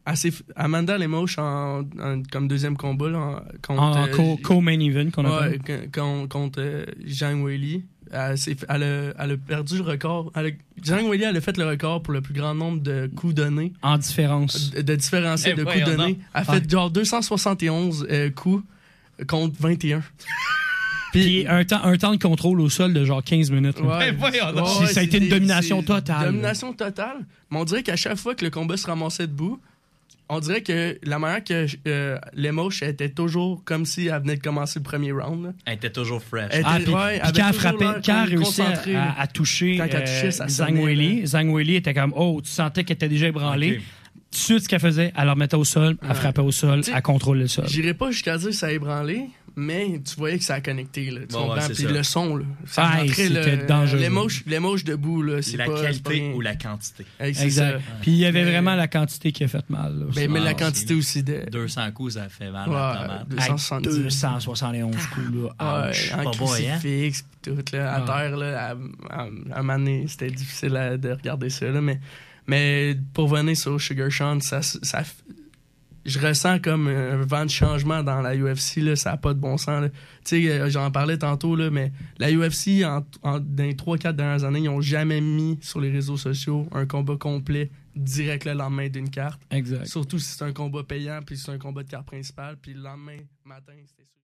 Speaker 8: assez, Amanda Lemoche en, en- comme deuxième combat, là, en- contre,
Speaker 4: En, en
Speaker 8: euh,
Speaker 4: Ah, co- co-main event qu'on appelle.
Speaker 8: ouais, con- con- contre euh, Zhang Weili. Elle, s'est fait- elle a, elle a perdu le record. Elle a- Zhang Weili, elle a fait le record pour le plus grand nombre de coups donnés.
Speaker 4: En différence.
Speaker 8: De, de différencier
Speaker 4: Eh,
Speaker 8: de coups
Speaker 4: voyons
Speaker 8: donnés.
Speaker 4: donc.
Speaker 8: Elle a
Speaker 4: Ah.
Speaker 8: fait genre 271 euh, coups contre 21.
Speaker 4: Puis un temps, un temps de contrôle au sol de genre 15 minutes. là.
Speaker 6: Ben,
Speaker 8: Ouais. Ouais,
Speaker 4: C'est- ça
Speaker 8: c'est
Speaker 4: a été une
Speaker 8: des-
Speaker 4: domination
Speaker 8: c'est
Speaker 4: totale.
Speaker 8: Domination totale. Mais on dirait qu'à chaque fois que le combat se ramassait debout, on dirait que la manière que euh, Lemoche était toujours comme si elle venait de commencer le premier round. là.
Speaker 6: Elle était toujours fresh.
Speaker 8: Elle était-
Speaker 4: Ah, puis,
Speaker 8: ouais,
Speaker 4: puis
Speaker 8: elle avait
Speaker 4: quand elle
Speaker 8: toujours
Speaker 4: frappait,
Speaker 8: l'air
Speaker 4: quand elle
Speaker 8: comme
Speaker 4: réussit
Speaker 8: concentrée.
Speaker 4: à, à- à toucher,
Speaker 8: Quand elle touchait,
Speaker 4: euh,
Speaker 8: ça
Speaker 4: Zhang
Speaker 8: sonnait,
Speaker 4: Weili, Zhang Weili était comme, oh, tu sentais qu'elle était déjà ébranlée. Tout de suite, ce qu'elle faisait, elle la remettait au sol, elle
Speaker 8: Ouais.
Speaker 4: frappait au sol,
Speaker 8: T'sais,
Speaker 4: elle contrôlait le
Speaker 6: Ah.
Speaker 4: sol.
Speaker 8: J'irais pas jusqu'à dire que ça a ébranlé, mais tu voyais que ça a connecté. Là, tu
Speaker 6: Bon, ouais,
Speaker 8: comprends?
Speaker 6: c'est
Speaker 8: Puis
Speaker 6: ça.
Speaker 8: le son, là, ça
Speaker 4: Ah,
Speaker 8: rentrait. là,
Speaker 4: c'était dangereux.
Speaker 8: Les mouches, les mouches debout, là, c'est
Speaker 6: La
Speaker 8: pas, c'est pas
Speaker 6: qualité
Speaker 8: bien.
Speaker 6: ou la quantité.
Speaker 8: Hey, c'est
Speaker 4: Exact.
Speaker 8: ça.
Speaker 4: Puis il y avait vraiment la quantité qui a fait mal. là, aussi.
Speaker 8: Ben, mais
Speaker 6: Ah,
Speaker 8: la quantité aussi de.
Speaker 6: 200 coups, ça fait mal.
Speaker 8: Euh, Ouais,
Speaker 6: la tomate.
Speaker 8: 270.
Speaker 4: 271 coups, là.
Speaker 8: Ah Ouais,
Speaker 4: Ouch.
Speaker 8: en
Speaker 6: Pas boy, hein? Ah.
Speaker 8: crucifix, pis tout, là, à
Speaker 4: Ouais.
Speaker 8: terre, là, à, à, à un moment donné, c'était difficile à- de regarder ça, là, mais, mais pour venir sur Sugar Sean, ça, ça, je ressens comme un vent de changement dans la UFC, là, ça n'a pas de bon sens. là. Tu sais, euh, j'en parlais tantôt, là, mais la UFC, en, en- dans les 3-4 dernières années, ils n'ont jamais mis sur les réseaux sociaux un combat complet direct le lendemain d'une carte.
Speaker 4: Exact.
Speaker 8: Surtout si c'est un combat payant, puis c'est un combat de carte principale, puis le lendemain matin, c'était